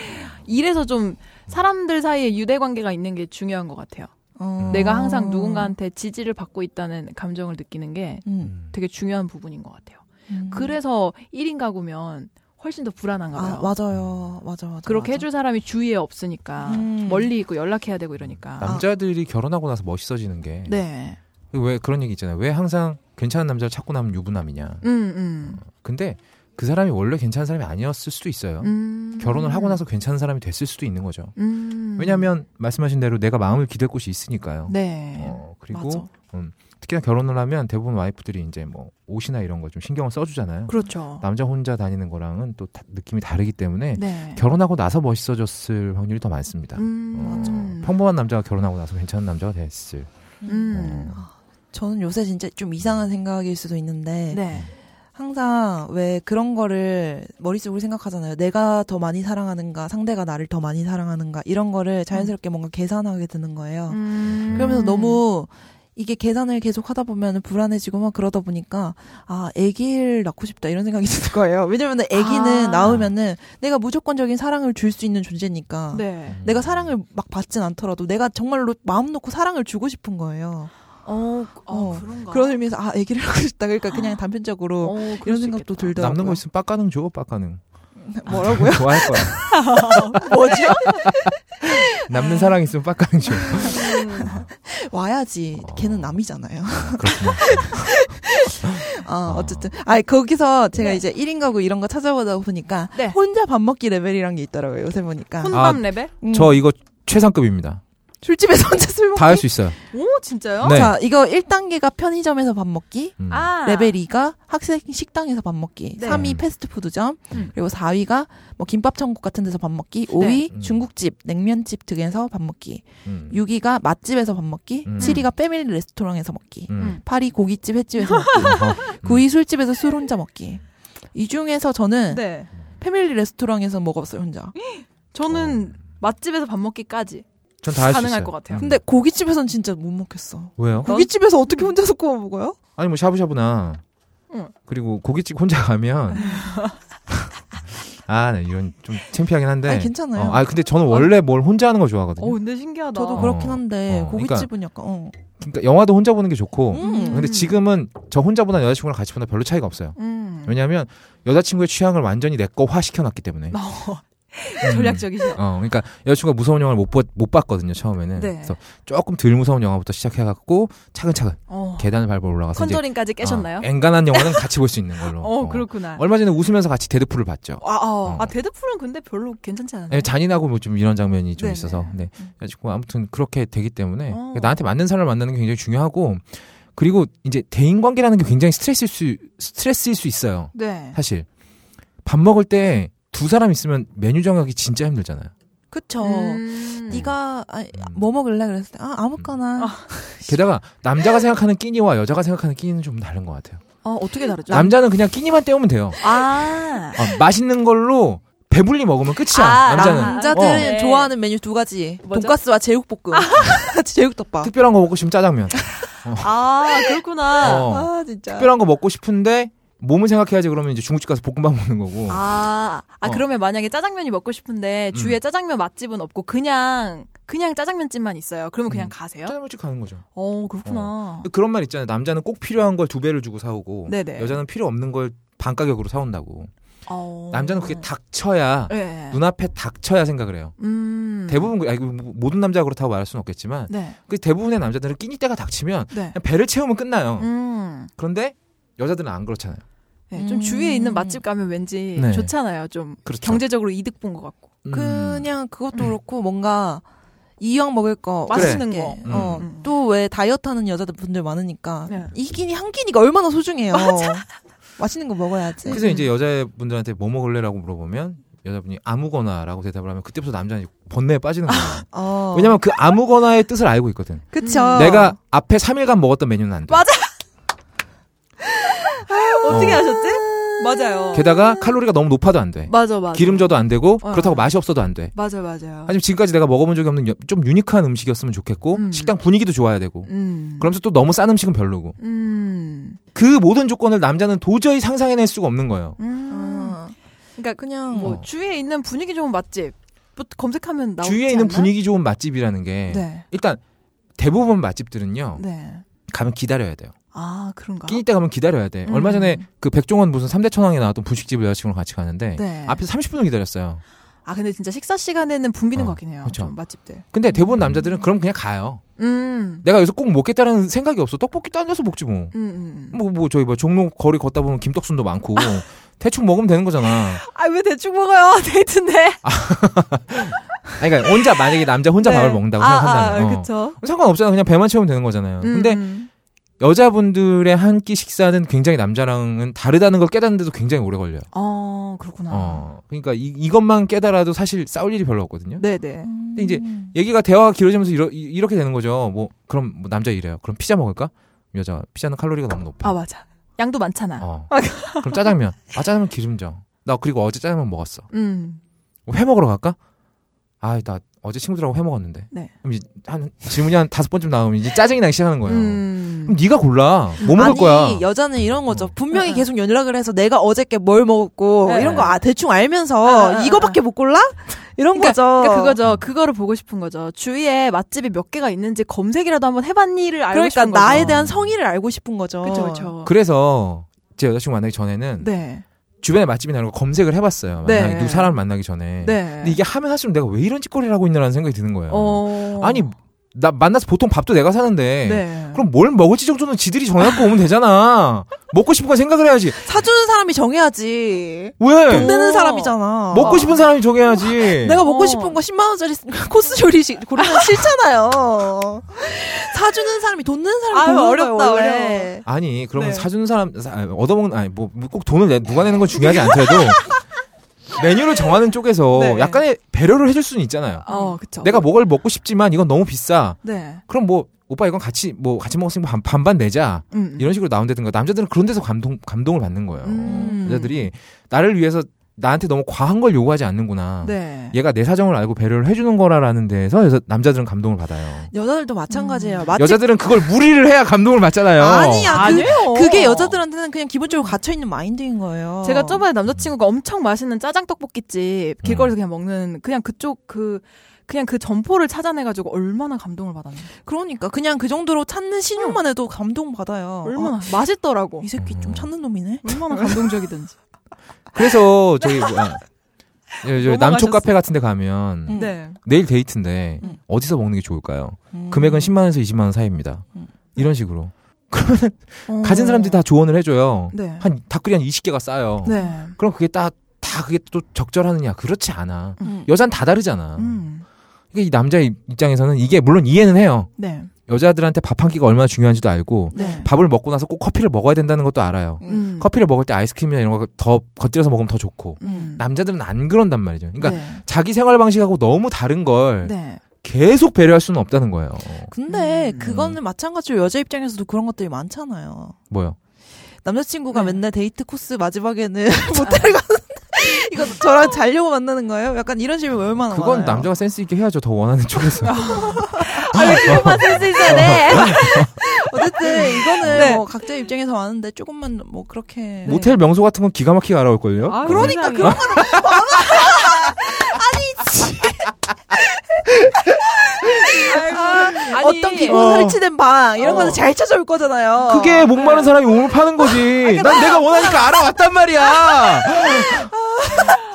Speaker 4: 이래서 좀 사람들 사이에 유대 관계가 있는 게 중요한 것 같아요.
Speaker 2: 어.
Speaker 4: 내가 항상 누군가한테 지지를 받고 있다는 감정을 느끼는 게
Speaker 2: 음.
Speaker 5: 음.
Speaker 4: 되게 중요한 부분인 것 같아요.
Speaker 2: 음.
Speaker 4: 그래서 1인 가구면 훨씬 더 불안한가 봐요.
Speaker 2: 아, 맞아요. 맞아, 맞아.
Speaker 4: 그렇게
Speaker 2: 맞아.
Speaker 4: 해줄 사람이 주위에 없으니까
Speaker 2: 음.
Speaker 4: 멀리 있고 연락해야 되고 이러니까.
Speaker 5: 아, 남자들이 결혼하고 나서 멋있어지는 게 왜
Speaker 4: 네.
Speaker 5: 그런 얘기 있잖아요. 왜 항상 괜찮은 남자를 찾고 나면 유부남이냐.
Speaker 4: 음,
Speaker 5: 근데 그 사람이 원래 괜찮은 사람이 아니었을 수도 있어요.
Speaker 4: 음. 음.
Speaker 5: 결혼을 하고 나서 괜찮은 사람이 됐을 수도 있는 거죠.
Speaker 4: 음.
Speaker 5: 왜냐하면 말씀하신 대로 내가 마음을 기댈 곳이 있으니까요.
Speaker 4: 네.
Speaker 5: 어,
Speaker 2: 맞아.
Speaker 5: 그리고 음, 특히나 결혼을 하면 대부분 와이프들이 이제 뭐 옷이나 이런 걸 좀 신경을 써주잖아요.
Speaker 4: 그렇죠.
Speaker 5: 남자 혼자 다니는 거랑은 또 다- 느낌이 다르기 때문에
Speaker 4: 네.
Speaker 5: 결혼하고 나서 멋있어졌을 확률이 더 많습니다. 어,
Speaker 4: 음.
Speaker 5: 평범한 남자가 결혼하고 나서 괜찮은 남자가 됐을. 어.
Speaker 4: 음.
Speaker 2: 저는 요새 진짜 좀 이상한 생각일 수도 있는데
Speaker 4: 네.
Speaker 2: 항상 왜 그런 거를 머릿속으로 생각하잖아요. 내가 더 많이 사랑하는가, 상대가 나를 더 많이 사랑하는가 이런 거를 자연스럽게 뭔가 계산하게 되는 거예요.
Speaker 4: 음.
Speaker 2: 그러면서 너무 이게 계산을 계속 하다 보면 불안해지고 막 그러다 보니까 아 아기를 낳고 싶다 이런 생각이 드는 거예요. 왜냐면 아기는
Speaker 4: 아.
Speaker 2: 낳으면은 내가 무조건적인 사랑을 줄 수 있는 존재니까
Speaker 4: 네.
Speaker 2: 아, 내가 사랑을 막 받진 않더라도 내가 정말로 마음 놓고 사랑을 주고 싶은 거예요.
Speaker 4: 어, 그러니까.
Speaker 2: 어,
Speaker 4: 그런가.
Speaker 2: 그런 의미에서 아 아기를 하고 싶다. 그러니까 그냥 단편적으로
Speaker 4: 어,
Speaker 2: 이런 생각도 들더라고요.
Speaker 5: 음. 남는 거 있으면 빡가능 줘, 빡가능.
Speaker 4: 어,
Speaker 2: 뭐라고요?
Speaker 5: 좋아할 거야.
Speaker 2: 뭐죠?
Speaker 5: 남는 사랑 있으면 빡가능 줘.
Speaker 2: 와야지.
Speaker 5: 어.
Speaker 2: 걔는 남이잖아요.
Speaker 5: 그렇구나.
Speaker 2: 어, 어쨌든. 아, 거기서 제가
Speaker 4: 네.
Speaker 2: 이제 1인 가구 이런 거 찾아보다 보니까
Speaker 4: 네.
Speaker 2: 혼자 밥 먹기 레벨이란 게 있더라고요, 요새 보니까.
Speaker 4: 혼밥 레벨?
Speaker 2: 음,
Speaker 5: 저 이거 최상급입니다.
Speaker 2: 술집에서 혼자 술 먹기.
Speaker 5: 다 할 수 있어요.
Speaker 4: 오, 진짜요?
Speaker 5: 네.
Speaker 2: 자, 이거 1단계가 편의점에서 밥 먹기.
Speaker 5: 음.
Speaker 4: 아.
Speaker 2: 레벨 2가 학생 식당에서 밥 먹기.
Speaker 4: 네.
Speaker 2: 3위
Speaker 4: 음.
Speaker 2: 패스트푸드점.
Speaker 4: 네.
Speaker 2: 그리고 4위가 뭐 김밥 천국 같은 데서 밥 먹기. 5위
Speaker 5: 음.
Speaker 2: 중국집, 냉면집 등에서 밥 먹기.
Speaker 5: 음.
Speaker 2: 6위가 맛집에서 밥 먹기.
Speaker 5: 음.
Speaker 2: 7위가 패밀리 레스토랑에서 먹기.
Speaker 5: 음.
Speaker 2: 8위 고깃집 횟집에서 먹기.
Speaker 5: 어허.
Speaker 2: 구이 술집에서 술 혼자 먹기. 이 중에서 저는
Speaker 4: 네.
Speaker 2: 패밀리 레스토랑에서 먹었어요 혼자.
Speaker 5: 음.
Speaker 4: 저는
Speaker 5: 어.
Speaker 4: 맛집에서 밥 먹기까지.
Speaker 5: 전 다 할 수 있어요.
Speaker 4: 가능할 것 같아요.
Speaker 5: 음.
Speaker 2: 근데 고깃집에선 진짜 못 먹겠어.
Speaker 5: 왜요?
Speaker 2: 고깃집에서 어떻게 혼자서 구워 먹어요?
Speaker 5: 아니 뭐 샤브샤브나
Speaker 4: 응.
Speaker 5: 그리고 고깃집 혼자 가면 아, 네, 이런 좀 창피하긴 한데.
Speaker 2: 아니, 괜찮아요.
Speaker 5: 어, 아, 근데 저는 원래 뭘 혼자 하는 걸 좋아하거든요.
Speaker 4: 어, 근데 신기하다.
Speaker 2: 저도
Speaker 5: 어,
Speaker 2: 그렇긴 한데
Speaker 5: 어,
Speaker 2: 고깃집은 약간 어.
Speaker 5: 그러니까 영화도 혼자 보는 게 좋고.
Speaker 2: 음.
Speaker 5: 근데 지금은 저 혼자보다 여자친구랑 같이 보다 별로 차이가 없어요.
Speaker 4: 음.
Speaker 5: 왜냐하면 여자친구의 취향을 완전히 내 거화 시켜놨기 때문에.
Speaker 4: 어, 전략적이죠.
Speaker 5: 어, 그러니까 여자친구가 무서운 영화를 못, 보, 못 봤거든요 처음에는.
Speaker 4: 네.
Speaker 5: 그래서 조금 덜 무서운 영화부터 시작해갖고 차근차근
Speaker 4: 어.
Speaker 5: 계단을 밟아 올라가서 이제
Speaker 4: 컨저링까지 깨셨나요?
Speaker 5: 어, 엔간한 영화는 같이 볼 수 있는 걸로.
Speaker 4: 어, 그렇구나.
Speaker 5: 얼마 전에 웃으면서 같이 데드풀을 봤죠.
Speaker 4: 아, 어.
Speaker 5: 어.
Speaker 4: 아, 데드풀은 근데 별로 괜찮지 않아요?
Speaker 5: 예, 잔인하고 뭐 좀 이런 장면이 좀
Speaker 4: 네네.
Speaker 5: 있어서 네.
Speaker 4: 음.
Speaker 5: 그래가지고 아무튼 그렇게 되기 때문에 그러니까
Speaker 4: 어.
Speaker 5: 나한테 맞는 사람을 만나는 게 굉장히 중요하고 그리고 이제 대인 관계라는 게 굉장히 스트레스일 수 스트레스일 수 있어요.
Speaker 4: 네.
Speaker 5: 사실 밥 먹을 때 두 사람 있으면 메뉴 정하기 진짜 힘들잖아요.
Speaker 2: 그쵸.
Speaker 4: 음.
Speaker 2: 네가 아, 뭐 먹을래 그랬을 때 아
Speaker 5: 음.
Speaker 2: 아무거나.
Speaker 4: 아.
Speaker 5: 게다가 남자가 생각하는 끼니와 여자가 생각하는 끼니는 좀 다른 것 같아요.
Speaker 4: 어, 어떻게 다르죠?
Speaker 5: 남자는 그냥 끼니만 때우면 돼요.
Speaker 4: 아.
Speaker 5: 아, 맛있는 걸로 배불리 먹으면 끝이야.
Speaker 4: 아,
Speaker 5: 남자는
Speaker 4: 남-
Speaker 2: 남자들은
Speaker 5: 어.
Speaker 4: 네.
Speaker 2: 좋아하는 메뉴 두 가지.
Speaker 4: 뭐죠?
Speaker 2: 돈가스와 제육볶음.
Speaker 5: 아.
Speaker 2: 제육덮밥.
Speaker 5: 특별한 거 먹고 싶으면 짜장면.
Speaker 4: 아, 그렇구나.
Speaker 5: 어.
Speaker 2: 아 진짜.
Speaker 5: 특별한 거 먹고 싶은데 몸을 생각해야지 그러면 이제 중국집 가서 볶음밥 먹는 거고.
Speaker 4: 아, 아
Speaker 5: 어.
Speaker 4: 그러면 만약에 짜장면이 먹고 싶은데
Speaker 5: 음.
Speaker 4: 주위에 짜장면 맛집은 없고 그냥 그냥 짜장면집만 있어요. 그러면 그냥
Speaker 5: 음.
Speaker 4: 가세요?
Speaker 5: 짜장면집 가는 거죠.
Speaker 4: 어, 그렇구나.
Speaker 5: 그런 말 있잖아요. 남자는 꼭 필요한 걸 두 배를 주고 사오고
Speaker 4: 네네.
Speaker 5: 여자는 필요 없는 걸 반 가격으로 사온다고.
Speaker 4: 어.
Speaker 5: 남자는 그게 닥쳐야
Speaker 4: 네.
Speaker 5: 눈앞에 닥쳐야 생각을 해요.
Speaker 4: 음.
Speaker 5: 대부분 그- 아니, 그 뭐- 모든 남자가 그렇다고 말할 수는 없겠지만
Speaker 4: 네.
Speaker 5: 그 대부분의 남자들은 끼니 때가 닥치면
Speaker 4: 네.
Speaker 5: 그냥 배를 채우면 끝나요.
Speaker 4: 음.
Speaker 5: 그런데 여자들은 안 그렇잖아요.
Speaker 4: 네, 좀
Speaker 2: 음.
Speaker 4: 주위에 있는 맛집 가면 왠지
Speaker 5: 네.
Speaker 4: 좋잖아요. 좀
Speaker 5: 그렇죠.
Speaker 4: 경제적으로 이득 본 것 같고.
Speaker 5: 음.
Speaker 2: 그냥 그것도
Speaker 5: 음.
Speaker 2: 그렇고 뭔가 이왕 먹을 거
Speaker 5: 어, 그래.
Speaker 4: 맛있는
Speaker 2: 맛있게.
Speaker 4: 거.
Speaker 5: 음.
Speaker 2: 어,
Speaker 4: 음.
Speaker 2: 또 왜 다이어트 하는 여자분들 많으니까
Speaker 4: 네.
Speaker 2: 이 끼니 한 끼니가 얼마나 소중해요. 맛있는 거 먹어야지.
Speaker 5: 그래서
Speaker 4: 음.
Speaker 5: 이제 여자분들한테 뭐 먹을래라고 물어보면 여자분이 아무거나라고 대답을 하면 그때부터 남자는 번뇌에 빠지는 거예요.
Speaker 2: 어.
Speaker 5: 왜냐면 음. 그 아무거나의 뜻을 알고 있거든.
Speaker 2: 그쵸.
Speaker 4: 어.
Speaker 5: 내가 앞에 3일간 먹었던 메뉴는 안 돼.
Speaker 4: 맞아. 어떻게
Speaker 5: 어.
Speaker 4: 아셨지?
Speaker 2: 음.
Speaker 4: 맞아요.
Speaker 5: 게다가 칼로리가 너무 높아도 안 돼.
Speaker 4: 맞아, 맞아.
Speaker 5: 기름져도 안 되고
Speaker 4: 어.
Speaker 5: 그렇다고 맛이 없어도 안 돼.
Speaker 4: 맞아, 맞아요.
Speaker 5: 아니면 지금까지 내가 먹어본 적이 없는 여- 좀 유니크한 음식이었으면 좋겠고
Speaker 4: 음.
Speaker 5: 식당 분위기도 좋아야 되고
Speaker 4: 음.
Speaker 5: 그러면서 또 너무 싼 음식은 별로고
Speaker 4: 음.
Speaker 5: 그 모든 조건을 남자는 도저히 상상해낼 수가 없는 거예요.
Speaker 4: 음.
Speaker 2: 어.
Speaker 4: 그러니까
Speaker 2: 그냥
Speaker 4: 뭐
Speaker 5: 어.
Speaker 4: 주위에 있는 분위기 좋은 맛집 부- 검색하면 나오지
Speaker 5: 주위에 있는
Speaker 4: 않나?
Speaker 5: 분위기 좋은 맛집이라는 게
Speaker 4: 네.
Speaker 5: 일단 대부분 맛집들은요
Speaker 4: 네.
Speaker 5: 가면 기다려야 돼요.
Speaker 4: 아, 그런가?
Speaker 5: 끼니 때 가면 기다려야 돼.
Speaker 4: 음.
Speaker 5: 얼마 전에 그 백종원 무슨 3대 천왕에 나왔던 분식집을 여자친구랑 같이 가는데
Speaker 4: 네.
Speaker 5: 앞에서 30분을 기다렸어요.
Speaker 4: 아, 근데 진짜 식사 시간에는 붐비는
Speaker 5: 어,
Speaker 4: 것 같긴 해요.
Speaker 5: 그쵸.
Speaker 4: 좀 맛집들.
Speaker 5: 근데 대부분 남자들은 그럼 그냥 가요.
Speaker 4: 음.
Speaker 5: 내가 여기서 꼭 먹겠다라는 생각이 없어. 떡볶이 딴 데서 먹지 뭐.
Speaker 4: 음. 음.
Speaker 5: 뭐, 뭐, 저희, 뭐, 종로 거리 걷다 보면 김떡순도 많고, 대충 먹으면 되는 거잖아.
Speaker 4: 아, 왜 대충 먹어요? 데이트인데.
Speaker 5: 아니, 그러니까, 혼자, 만약에 남자 혼자
Speaker 4: 네.
Speaker 5: 밥을 먹는다고
Speaker 4: 아,
Speaker 5: 생각한다면.
Speaker 4: 아, 아,
Speaker 5: 어.
Speaker 4: 그쵸.
Speaker 5: 상관없잖아. 그냥 배만 채우면 되는 거잖아요.
Speaker 4: 음,
Speaker 5: 근데
Speaker 4: 음.
Speaker 5: 여자분들의 한 끼 식사는 굉장히 남자랑은 다르다는 걸 깨닫는데도 굉장히 오래 걸려요.
Speaker 4: 어, 그렇구나.
Speaker 5: 어. 그러니까 이, 이것만 깨달아도 사실 싸울 일이 별로 없거든요.
Speaker 4: 네네.
Speaker 5: 근데 이제 얘기가 대화가 길어지면서 이러, 이- 이렇게 되는 거죠. 뭐 그럼 뭐 남자 이래요. 그럼 피자 먹을까? 여자 피자는 칼로리가 너무 높아.
Speaker 4: 아, 맞아. 양도 많잖아.
Speaker 5: 어. 그럼 짜장면. 아 짜장면 기름져. 나 그리고 어제 짜장면 먹었어.
Speaker 4: 음.
Speaker 5: 뭐회 먹으러 갈까? 아 나 어제 친구들하고 회 먹었는데.
Speaker 4: 네.
Speaker 5: 그럼 이제 한 질문이 한 다섯 번쯤 나오면 이제 짜증이 나기 시작하는 거예요.
Speaker 4: 음.
Speaker 5: 그럼 네가 골라. 뭐 먹을
Speaker 2: 아니,
Speaker 5: 거야? 어.
Speaker 2: 여자는 이런 거죠. 분명히
Speaker 4: 아, 아.
Speaker 2: 계속 연락을 해서 내가 어저께 뭘 먹었고
Speaker 4: 네.
Speaker 2: 이런 거 아, 대충
Speaker 4: 아,
Speaker 2: 알면서
Speaker 4: 아, 아,
Speaker 2: 이거밖에 못 골라? 이런
Speaker 4: 그러니까,
Speaker 2: 거죠.
Speaker 5: 어.
Speaker 4: 그러니까 그거죠. 그거를 보고 싶은 거죠. 주위에 맛집이 몇 개가 있는지 검색이라도 한번 해봤니를 알고
Speaker 2: 그러니까
Speaker 4: 싶은 거죠.
Speaker 2: 나에 대한 성의를 알고 싶은 거죠.
Speaker 4: 그쵸,
Speaker 5: 어.
Speaker 4: 그쵸.
Speaker 5: 그래서 제 여자친구 만나기 전에는
Speaker 4: 네.
Speaker 5: 주변에 맛집이나 이런 거 검색을 해봤어요.
Speaker 4: 네.
Speaker 5: 만나기, 누 사람 만나기 전에.
Speaker 4: 네.
Speaker 5: 근데 이게 하면 할수록 내가 왜 이런 짓거리를 하고 있나라는 생각이 드는 거예요.
Speaker 4: 어.
Speaker 5: 아니 나 만나서 보통 밥도 내가 사는데
Speaker 4: 네.
Speaker 5: 그럼 뭘 먹을지 정도는 지들이 정해갖고 오면 되잖아 먹고 싶은 거 생각을 해야지
Speaker 2: 사주는 사람이 정해야지. 돈
Speaker 5: 왜
Speaker 2: 내는
Speaker 4: 오.
Speaker 2: 사람이잖아.
Speaker 5: 먹고 싶은 사람이 정해야지
Speaker 2: 내가
Speaker 4: 어.
Speaker 2: 먹고 싶은 거 10만 원짜리 코스 요리 시- 고르면 싫잖아요. 사주는 사람이 돈 내는 사람이
Speaker 4: 아유,
Speaker 2: 고르는
Speaker 4: 어렵다,
Speaker 2: 거예요, 원래.
Speaker 4: 어려워.
Speaker 5: 아니 그러면
Speaker 4: 네.
Speaker 5: 사주는 사람 사- 아니, 얻어먹는 아니 뭐 꼭 돈을 내 누가 내는 건 중요하지 않더라도 메뉴를 정하는 쪽에서
Speaker 4: 네.
Speaker 5: 약간의 배려를 해줄 수는 있잖아요
Speaker 4: 어, 그쵸.
Speaker 5: 내가 뭘 먹고 싶지만 이건 너무 비싸
Speaker 4: 네.
Speaker 5: 그럼 뭐 오빠 이건 같이 뭐 같이 먹었으니까 반- 반반 내자
Speaker 4: 음.
Speaker 5: 이런 식으로 나온다든가 남자들은 그런 데서 감동 감동을 받는 거예요
Speaker 4: 음.
Speaker 5: 여자들이 나를 위해서 나한테 너무 과한 걸 요구하지 않는구나.
Speaker 4: 네.
Speaker 5: 얘가 내 사정을 알고 배려를 해주는 거라라는 데에서 여자- 남자들은 감동을 받아요.
Speaker 2: 여자들도
Speaker 5: 음.
Speaker 2: 마찬가지예요. 마치
Speaker 5: 여자들은 그걸 무리를 해야 감동을 받잖아요.
Speaker 2: 아니야. 아, 그-
Speaker 4: 아니에요.
Speaker 2: 그게 여자들한테는 그냥 기본적으로 갇혀 있는 마인드인 거예요.
Speaker 4: 어. 제가 저번에 남자친구가 엄청 맛있는 짜장 떡볶이집 길거리에서 그냥 먹는 그냥 그쪽 그 그냥 그 점포를 찾아내가지고 얼마나 감동을 받았는지
Speaker 2: 그러니까 그냥 그 정도로 찾는 신용만 해도 감동 받아요.
Speaker 4: 얼마나 어, 맛있더라고
Speaker 2: 이 새끼 좀
Speaker 5: 음.
Speaker 2: 찾는 놈이네.
Speaker 4: 얼마나 감동적이든지
Speaker 5: 그래서 저희 뭐야. 예, 저희 남초
Speaker 4: 넘어가셨어.
Speaker 5: 카페 같은 데 가면
Speaker 2: 음.
Speaker 4: 네
Speaker 5: 내일 데이트인데
Speaker 2: 음.
Speaker 5: 어디서 먹는 게 좋을까요?
Speaker 2: 음.
Speaker 5: 금액은 10만 원에서 20만 원 사이입니다.
Speaker 2: 음.
Speaker 5: 이런 식으로
Speaker 4: 어.
Speaker 5: 음. 가진 사람들이 다 조언을 해줘요.
Speaker 4: 네.
Speaker 5: 한 닭글이 한 20개가 싸요.
Speaker 4: 네.
Speaker 5: 그럼 그게 다, 다 그게 또 적절하느냐? 그렇지 않아.
Speaker 2: 음.
Speaker 5: 여잔 다 다르잖아.
Speaker 4: 음.
Speaker 5: 이게 이 남자 입장에서는 이게 물론 이해는 해요.
Speaker 4: 네.
Speaker 5: 여자들한테 밥 한 끼가 얼마나 중요한지도 알고
Speaker 4: 네.
Speaker 5: 밥을 먹고 나서 꼭 커피를 먹어야 된다는 것도 알아요.
Speaker 4: 음.
Speaker 5: 커피를 먹을 때 아이스크림이나 이런 거 더 겉들여서 먹으면 더 좋고
Speaker 4: 음.
Speaker 5: 남자들은 안 그런단 말이죠. 그러니까
Speaker 4: 네.
Speaker 5: 자기 생활 방식하고 너무 다른 걸
Speaker 4: 네.
Speaker 5: 계속 배려할 수는 없다는 거예요.
Speaker 2: 근데
Speaker 4: 음.
Speaker 2: 그거는 마찬가지로 여자 입장에서도 그런 것들이 많잖아요.
Speaker 5: 뭐요?
Speaker 2: 남자친구가
Speaker 4: 네.
Speaker 2: 맨날 데이트 코스 마지막에는 모텔 가는데 이거 저랑 자려고 만나는 거예요? 약간 이런 식이면
Speaker 4: 어,
Speaker 2: 얼마나
Speaker 5: 그건
Speaker 2: 많아요.
Speaker 5: 남자가 센스 있게 해야죠. 더 원하는 쪽에서.
Speaker 4: 아, 쓸수 있어야 돼.
Speaker 2: 네. 어쨌든 이거는
Speaker 4: 네.
Speaker 2: 뭐 각자 입장에서 많은데 조금만 뭐 그렇게
Speaker 5: 네. 모텔 명소 같은 건 기가 막히게 알아올걸요.
Speaker 4: 그러니까 그런 거 아니 지.
Speaker 2: 네. 어떤 기본
Speaker 5: 어.
Speaker 2: 설치된 방 이런 거는 잘 찾아올 거잖아요.
Speaker 4: 그렇죠.
Speaker 5: 그게
Speaker 4: 네.
Speaker 5: 목마른 사람이 몸을 파는 거지. 난 내가 원하니까 알아왔단 말이야.
Speaker 4: 아,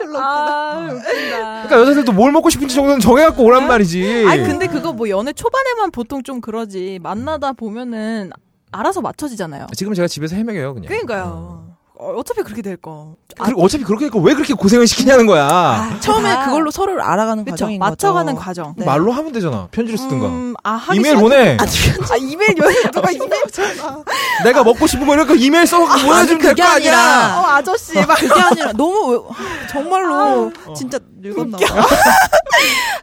Speaker 4: 웃긴다.
Speaker 5: 그러니까 여자들도 뭘 먹고 싶은지 정도는 정해갖고 오란 말이지.
Speaker 4: 네. 아니 근데 그거 뭐 연애 초반에만 보통 좀 그러지 만나다 보면은 알아서 맞춰지잖아요.
Speaker 5: 지금 제가 집에서 헤매겨요 그냥.
Speaker 4: 그러니까요. 어, 어차피 그렇게 될 거.
Speaker 5: 어. 그리고 어차피 그렇게 했고 왜 그렇게 고생을 시키냐는 거야.
Speaker 4: 아,
Speaker 2: 처음에
Speaker 4: 다-
Speaker 2: 그걸로 서로를 알아가는
Speaker 4: 그쵸.
Speaker 2: 과정인
Speaker 4: 맞춰가는
Speaker 2: 거죠.
Speaker 4: 과정.
Speaker 2: 네.
Speaker 5: 뭐 말로 하면 되잖아. 편지를 쓰든가.
Speaker 4: 음, 아, 하기
Speaker 5: 이메일
Speaker 4: 싫-
Speaker 5: 보내.
Speaker 4: 아, 이메일 요새 누가 이메일
Speaker 5: 내가 먹고 싶은 거 이렇게 이메일
Speaker 4: 아,
Speaker 5: 써서 보내주면 될
Speaker 2: 그게
Speaker 5: 거 아니야.
Speaker 2: 아니라.
Speaker 4: 어, 아저씨 막 아,
Speaker 2: 그게 아니라 너무 외- 하, 정말로
Speaker 4: 음.
Speaker 2: 진짜 늙었나
Speaker 5: 그러니까
Speaker 2: 봐.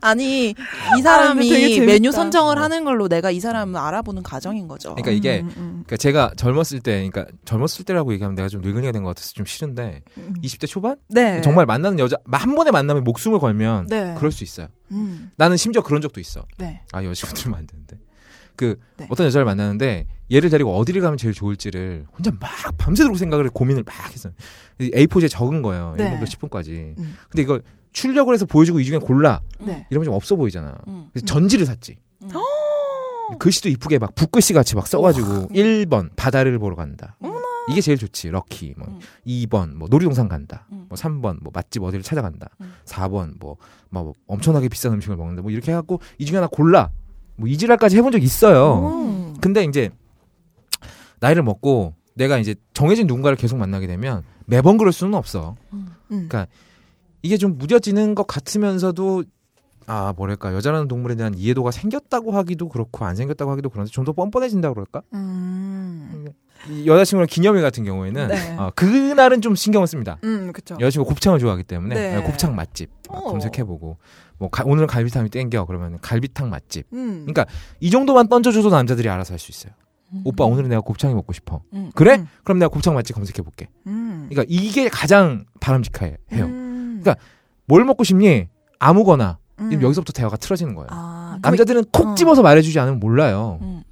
Speaker 2: 아니
Speaker 4: 아,
Speaker 2: 이
Speaker 4: 근데 되게
Speaker 2: 사람이
Speaker 4: 재밌다.
Speaker 2: 메뉴 선정을 하는 걸로 내가 이 사람을 알아보는 과정인 거죠.
Speaker 5: 그러니까 이게
Speaker 4: 음, 음,
Speaker 5: 그러니까 제가 젊었을 때, 그러니까 젊었을 때라고 얘기하면 내가 좀 늙은이가 된 것 같아서 좀 싫은데
Speaker 4: 음.
Speaker 5: 20대 초반
Speaker 4: 네.
Speaker 5: 정말 만나는 여자 한 번에 만나면 목숨을 걸면
Speaker 4: 네.
Speaker 5: 그럴 수 있어요.
Speaker 4: 음,
Speaker 5: 나는 심지어 그런 적도 있어.
Speaker 4: 네.
Speaker 5: 아 여자친구 들면 안 되는데 그
Speaker 4: 네.
Speaker 5: 어떤 여자를 만나는데 얘를 데리고 어디를 가면 제일 좋을지를 혼자 막 밤새도록 생각을 해, 고민을 막 했어요. 이 A4지에 적은 거예요.
Speaker 4: 네.
Speaker 5: 1분부터 10분까지.
Speaker 4: 음.
Speaker 5: 근데 이걸 출력을 해서 보여주고 이 중에 골라
Speaker 4: 네.
Speaker 5: 이러면 좀 없어 보이잖아.
Speaker 2: 음.
Speaker 5: 그래서 전지를 샀지.
Speaker 2: 음.
Speaker 5: 글씨도 이쁘게 막 붓글씨 같이 막 써가지고 1번 바다를 보러 간다.
Speaker 2: 어머나.
Speaker 5: 이게 제일 좋지. 럭키. 뭐
Speaker 2: 음.
Speaker 5: 2번 뭐 놀이동산 간다.
Speaker 2: 음.
Speaker 5: 뭐 3번 뭐 맛집 어디를 찾아간다.
Speaker 2: 음.
Speaker 5: 4번 뭐, 막 뭐 엄청나게 비싼 음식을 먹는다. 뭐 이렇게 해갖고 이 중에 하나 골라. 뭐 이지랄까지 해본 적 있어요.
Speaker 4: 음.
Speaker 5: 근데 이제 나이를 먹고 내가 이제 정해진 누군가를 계속 만나게 되면 매번 그럴 수는 없어.
Speaker 4: 음.
Speaker 5: 그 이게 좀 무뎌지는 것 같으면서도 아 뭐랄까 여자라는 동물에 대한 이해도가 생겼다고 하기도 그렇고 안 생겼다고 하기도 그런데 좀 더 뻔뻔해진다 그럴까?
Speaker 4: 음.
Speaker 5: 이 여자친구랑 기념일 같은 경우에는
Speaker 4: 네.
Speaker 5: 어, 그날은 좀 신경을 씁니다.
Speaker 4: 음, 그쵸.
Speaker 5: 여자친구 곱창을 좋아하기 때문에
Speaker 4: 네.
Speaker 5: 어, 곱창 맛집 막
Speaker 4: 어.
Speaker 5: 검색해보고 뭐 가- 오늘은 갈비탕이 땡겨 그러면 갈비탕 맛집
Speaker 4: 음.
Speaker 5: 그러니까 이 정도만 던져줘도 남자들이 알아서 할 수 있어요.
Speaker 2: 음.
Speaker 5: 오빠 오늘은 내가 곱창이 먹고 싶어.
Speaker 2: 음.
Speaker 5: 그래?
Speaker 4: 음.
Speaker 5: 그럼 내가 곱창 맛집 검색해볼게.
Speaker 4: 음.
Speaker 5: 그러니까 이게 가장 바람직해요.
Speaker 4: 음.
Speaker 5: 그러니까 뭘 먹고 싶니? 아무거나
Speaker 4: 음.
Speaker 5: 지금 여기서부터 대화가 틀어지는 거예요.
Speaker 4: 아, 그럼
Speaker 5: 남자들은
Speaker 4: 어.
Speaker 5: 콕 집어서 말해주지 않으면 몰라요.
Speaker 2: 음.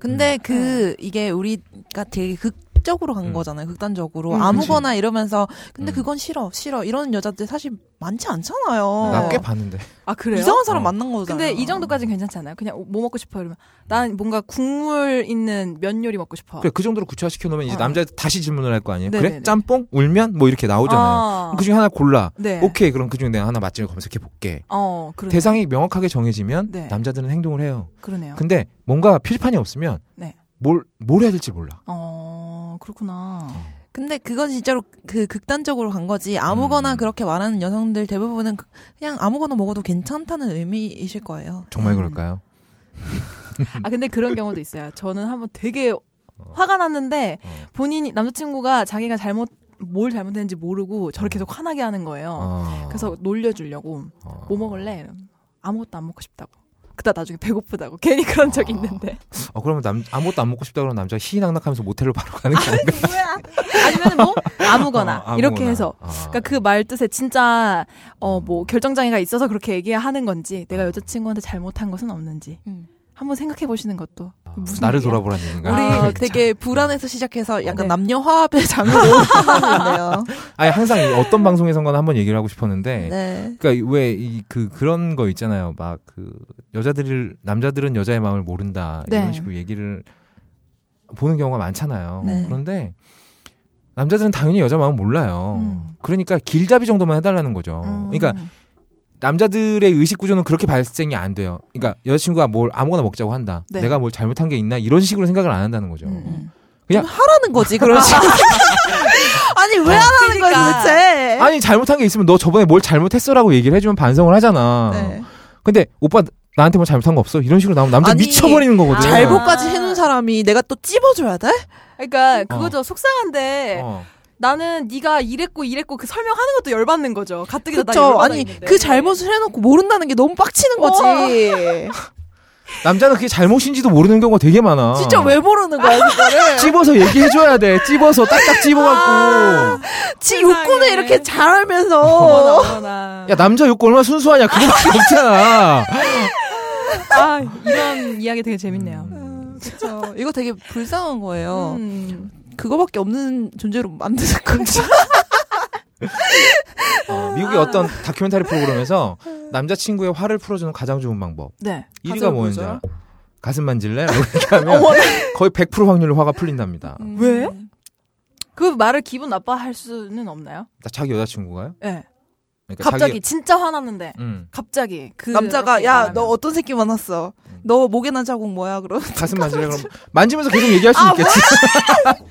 Speaker 2: 근데
Speaker 4: 네.
Speaker 2: 그 이게 우리가 되게 극적으로 간
Speaker 5: 음.
Speaker 2: 거잖아요. 극단적으로
Speaker 4: 음,
Speaker 2: 아무거나 이러면서 근데
Speaker 5: 음.
Speaker 2: 그건 싫어, 싫어 이러는 여자들 사실 많지
Speaker 4: 어.
Speaker 2: 않잖아요.
Speaker 5: 나 꽤 봤는데.
Speaker 4: 아 그래요?
Speaker 2: 이상한 사람
Speaker 5: 어.
Speaker 2: 만난 거잖아요.
Speaker 4: 근데 이 정도까지는 괜찮지 않아요? 그냥 뭐 먹고 싶어 이러면 난 뭔가 국물 있는 면 요리 먹고 싶어.
Speaker 5: 그래 그 정도로 구체화시켜 놓으면 이제
Speaker 4: 어.
Speaker 5: 남자한테 다시 질문을 할 거 아니에요.
Speaker 4: 네네네.
Speaker 5: 그래? 짬뽕? 울면? 뭐 이렇게 나오잖아요.
Speaker 4: 아,
Speaker 5: 그 중에 하나 골라.
Speaker 4: 네.
Speaker 5: 오케이 그럼 그 중에 내가 하나 맛집을 검색해 볼게.
Speaker 4: 어, 그러네.
Speaker 5: 대상이 명확하게 정해지면
Speaker 4: 네.
Speaker 5: 남자들은 행동을 해요.
Speaker 4: 그러네요.
Speaker 5: 근데 뭔가 표지판이 없으면
Speaker 4: 네.
Speaker 5: 뭘, 뭘 해야 될지 몰라.
Speaker 4: 어, 그렇구나.
Speaker 2: 근데 그건 진짜로 그 극단적으로 간 거지. 아무거나
Speaker 5: 음.
Speaker 2: 그렇게 말하는 여성들 대부분은 그- 그냥 아무거나 먹어도 괜찮다는 의미이실 거예요.
Speaker 5: 정말
Speaker 4: 음.
Speaker 5: 그럴까요? 음.
Speaker 4: 아 근데 그런 경우도 있어요. 저는 한번 되게 화가 났는데
Speaker 5: 어.
Speaker 4: 본인이 남자친구가 자기가 잘못 뭘 잘못했는지 모르고 저를 계속 화나게 하는 거예요.
Speaker 5: 어.
Speaker 4: 그래서 놀려주려고
Speaker 5: 어.
Speaker 4: 뭐 먹을래? 이러면 아무것도 안 먹고 싶다고. 그다 나중에 배고프다고 괜히 그런 적
Speaker 5: 아.
Speaker 4: 있는데.
Speaker 5: 어 그러면 남 아무것도 안 먹고 싶다 그러면 남자 가 희희낙낙하면서 모텔로 바로 가는 게 아닌가?
Speaker 4: 뭐야? 아니면 뭐 아무거나,
Speaker 5: 그러니까 어, 아무거나.
Speaker 4: 이렇게 해서.
Speaker 5: 아.
Speaker 4: 그러니까 그 말 뜻에 진짜 어 뭐 결정 장애가 있어서 그렇게 얘기하는 건지 내가 여자친구한테 잘못한 것은 없는지
Speaker 2: 음.
Speaker 4: 한번 생각해 보시는 것도 무슨
Speaker 5: 나를
Speaker 4: 얘기야?
Speaker 5: 돌아보라는 얘기인가?
Speaker 2: 우리
Speaker 4: 아,
Speaker 2: 되게 불안해서 시작해서 약간
Speaker 4: 네.
Speaker 2: 남녀 화합의 장으로 끝나는데요.
Speaker 5: 아니 항상 이 어떤 방송에선가 한번 얘기를 하고 싶었는데
Speaker 2: 네.
Speaker 5: 그러니까 왜 이 그 그런 거 있잖아요. 막 그 여자들을 남자들은 여자의 마음을 모른다
Speaker 4: 네.
Speaker 5: 이런 식으로 얘기를 보는 경우가 많잖아요.
Speaker 2: 네.
Speaker 5: 그런데 남자들은 당연히 여자 마음 을 몰라요.
Speaker 4: 음.
Speaker 5: 그러니까 길잡이 정도만 해달라는 거죠.
Speaker 4: 음.
Speaker 5: 그러니까 남자들의 의식 구조는 그렇게 발생이 안 돼요. 그러니까 여자친구가 뭘 아무거나 먹자고 한다.
Speaker 4: 네.
Speaker 5: 내가 뭘 잘못한 게 있나 이런 식으로 생각을 안 한다는 거죠.
Speaker 4: 음.
Speaker 5: 그냥-
Speaker 2: 좀 하라는 거지, 그런 식으로. 아니, 왜 하라는
Speaker 4: 그러니까.
Speaker 2: 거야, 대체?
Speaker 5: 아니 잘못한 게 있으면 너 저번에 뭘 잘못했어라고 얘기를 해주면 반성을 하잖아.
Speaker 2: 네.
Speaker 5: 근데 오빠 나한테 뭐 잘못한 거 없어? 이런 식으로 나오면 남자
Speaker 2: 아니,
Speaker 5: 미쳐버리는 거거든.
Speaker 4: 아.
Speaker 2: 잘 복까지 해놓은 사람이 내가 또 찝어줘야 돼?
Speaker 4: 그러니까 그거죠 속상한데
Speaker 5: 어.
Speaker 4: 나는 네가 이랬고 이랬고 그 설명하는 것도 열받는 거죠 가뜩이나 나
Speaker 2: 그쵸.
Speaker 4: 열받아
Speaker 2: 아니,
Speaker 4: 있는데.
Speaker 2: 그 잘못을 해놓고 모른다는 게 너무 빡치는 거지.
Speaker 5: 남자는 그게 잘못인지도 모르는 경우가 되게 많아.
Speaker 2: 진짜 왜 모르는 거야, 그거를.
Speaker 5: 찝어서 얘기해줘야 돼. 찝어서 딱딱
Speaker 2: 아.
Speaker 5: 찝어갖고.
Speaker 2: 지 욕구는
Speaker 4: 세상에.
Speaker 2: 이렇게 잘
Speaker 4: 어머나
Speaker 2: 알면서.
Speaker 4: 어머나
Speaker 5: 야 남자 욕구 얼마나 순수하냐. 그거밖에 없잖아.
Speaker 4: 아, 이런 이야기 되게 재밌네요
Speaker 5: 음.
Speaker 2: 음, 그쵸. 이거 되게 불쌍한 거예요.
Speaker 4: 음.
Speaker 2: 그거밖에 없는 존재로 만드는 거지.
Speaker 5: 어, 미국의 어떤 다큐멘터리 프로그램에서 남자친구의 화를 풀어주는 가장 좋은 방법.
Speaker 4: 네
Speaker 5: 1위가
Speaker 2: 가슴을
Speaker 5: 뭐였는지
Speaker 2: 보여줘요?
Speaker 5: 알아? 가슴 만질래? 라고 얘기하면 거의 100% 확률로 화가 풀린답니다.
Speaker 2: 음.
Speaker 4: 왜? 그 말을 기분 나빠할 수는 없나요?
Speaker 5: 나 자기 여자친구가요?
Speaker 4: 예
Speaker 5: 그러니까
Speaker 4: 갑자기
Speaker 5: 자기-
Speaker 4: 진짜 화났는데
Speaker 5: 음,
Speaker 4: 갑자기 그
Speaker 2: 남자가
Speaker 4: 이렇게
Speaker 2: 야
Speaker 4: 말하면.
Speaker 2: 너 어떤 새끼 만났어. 너 목에 난 자국 뭐야? 그럼
Speaker 5: 가슴 만질래? 그럼 만지면서 계속 얘기할 수
Speaker 2: 아,
Speaker 5: 있겠지.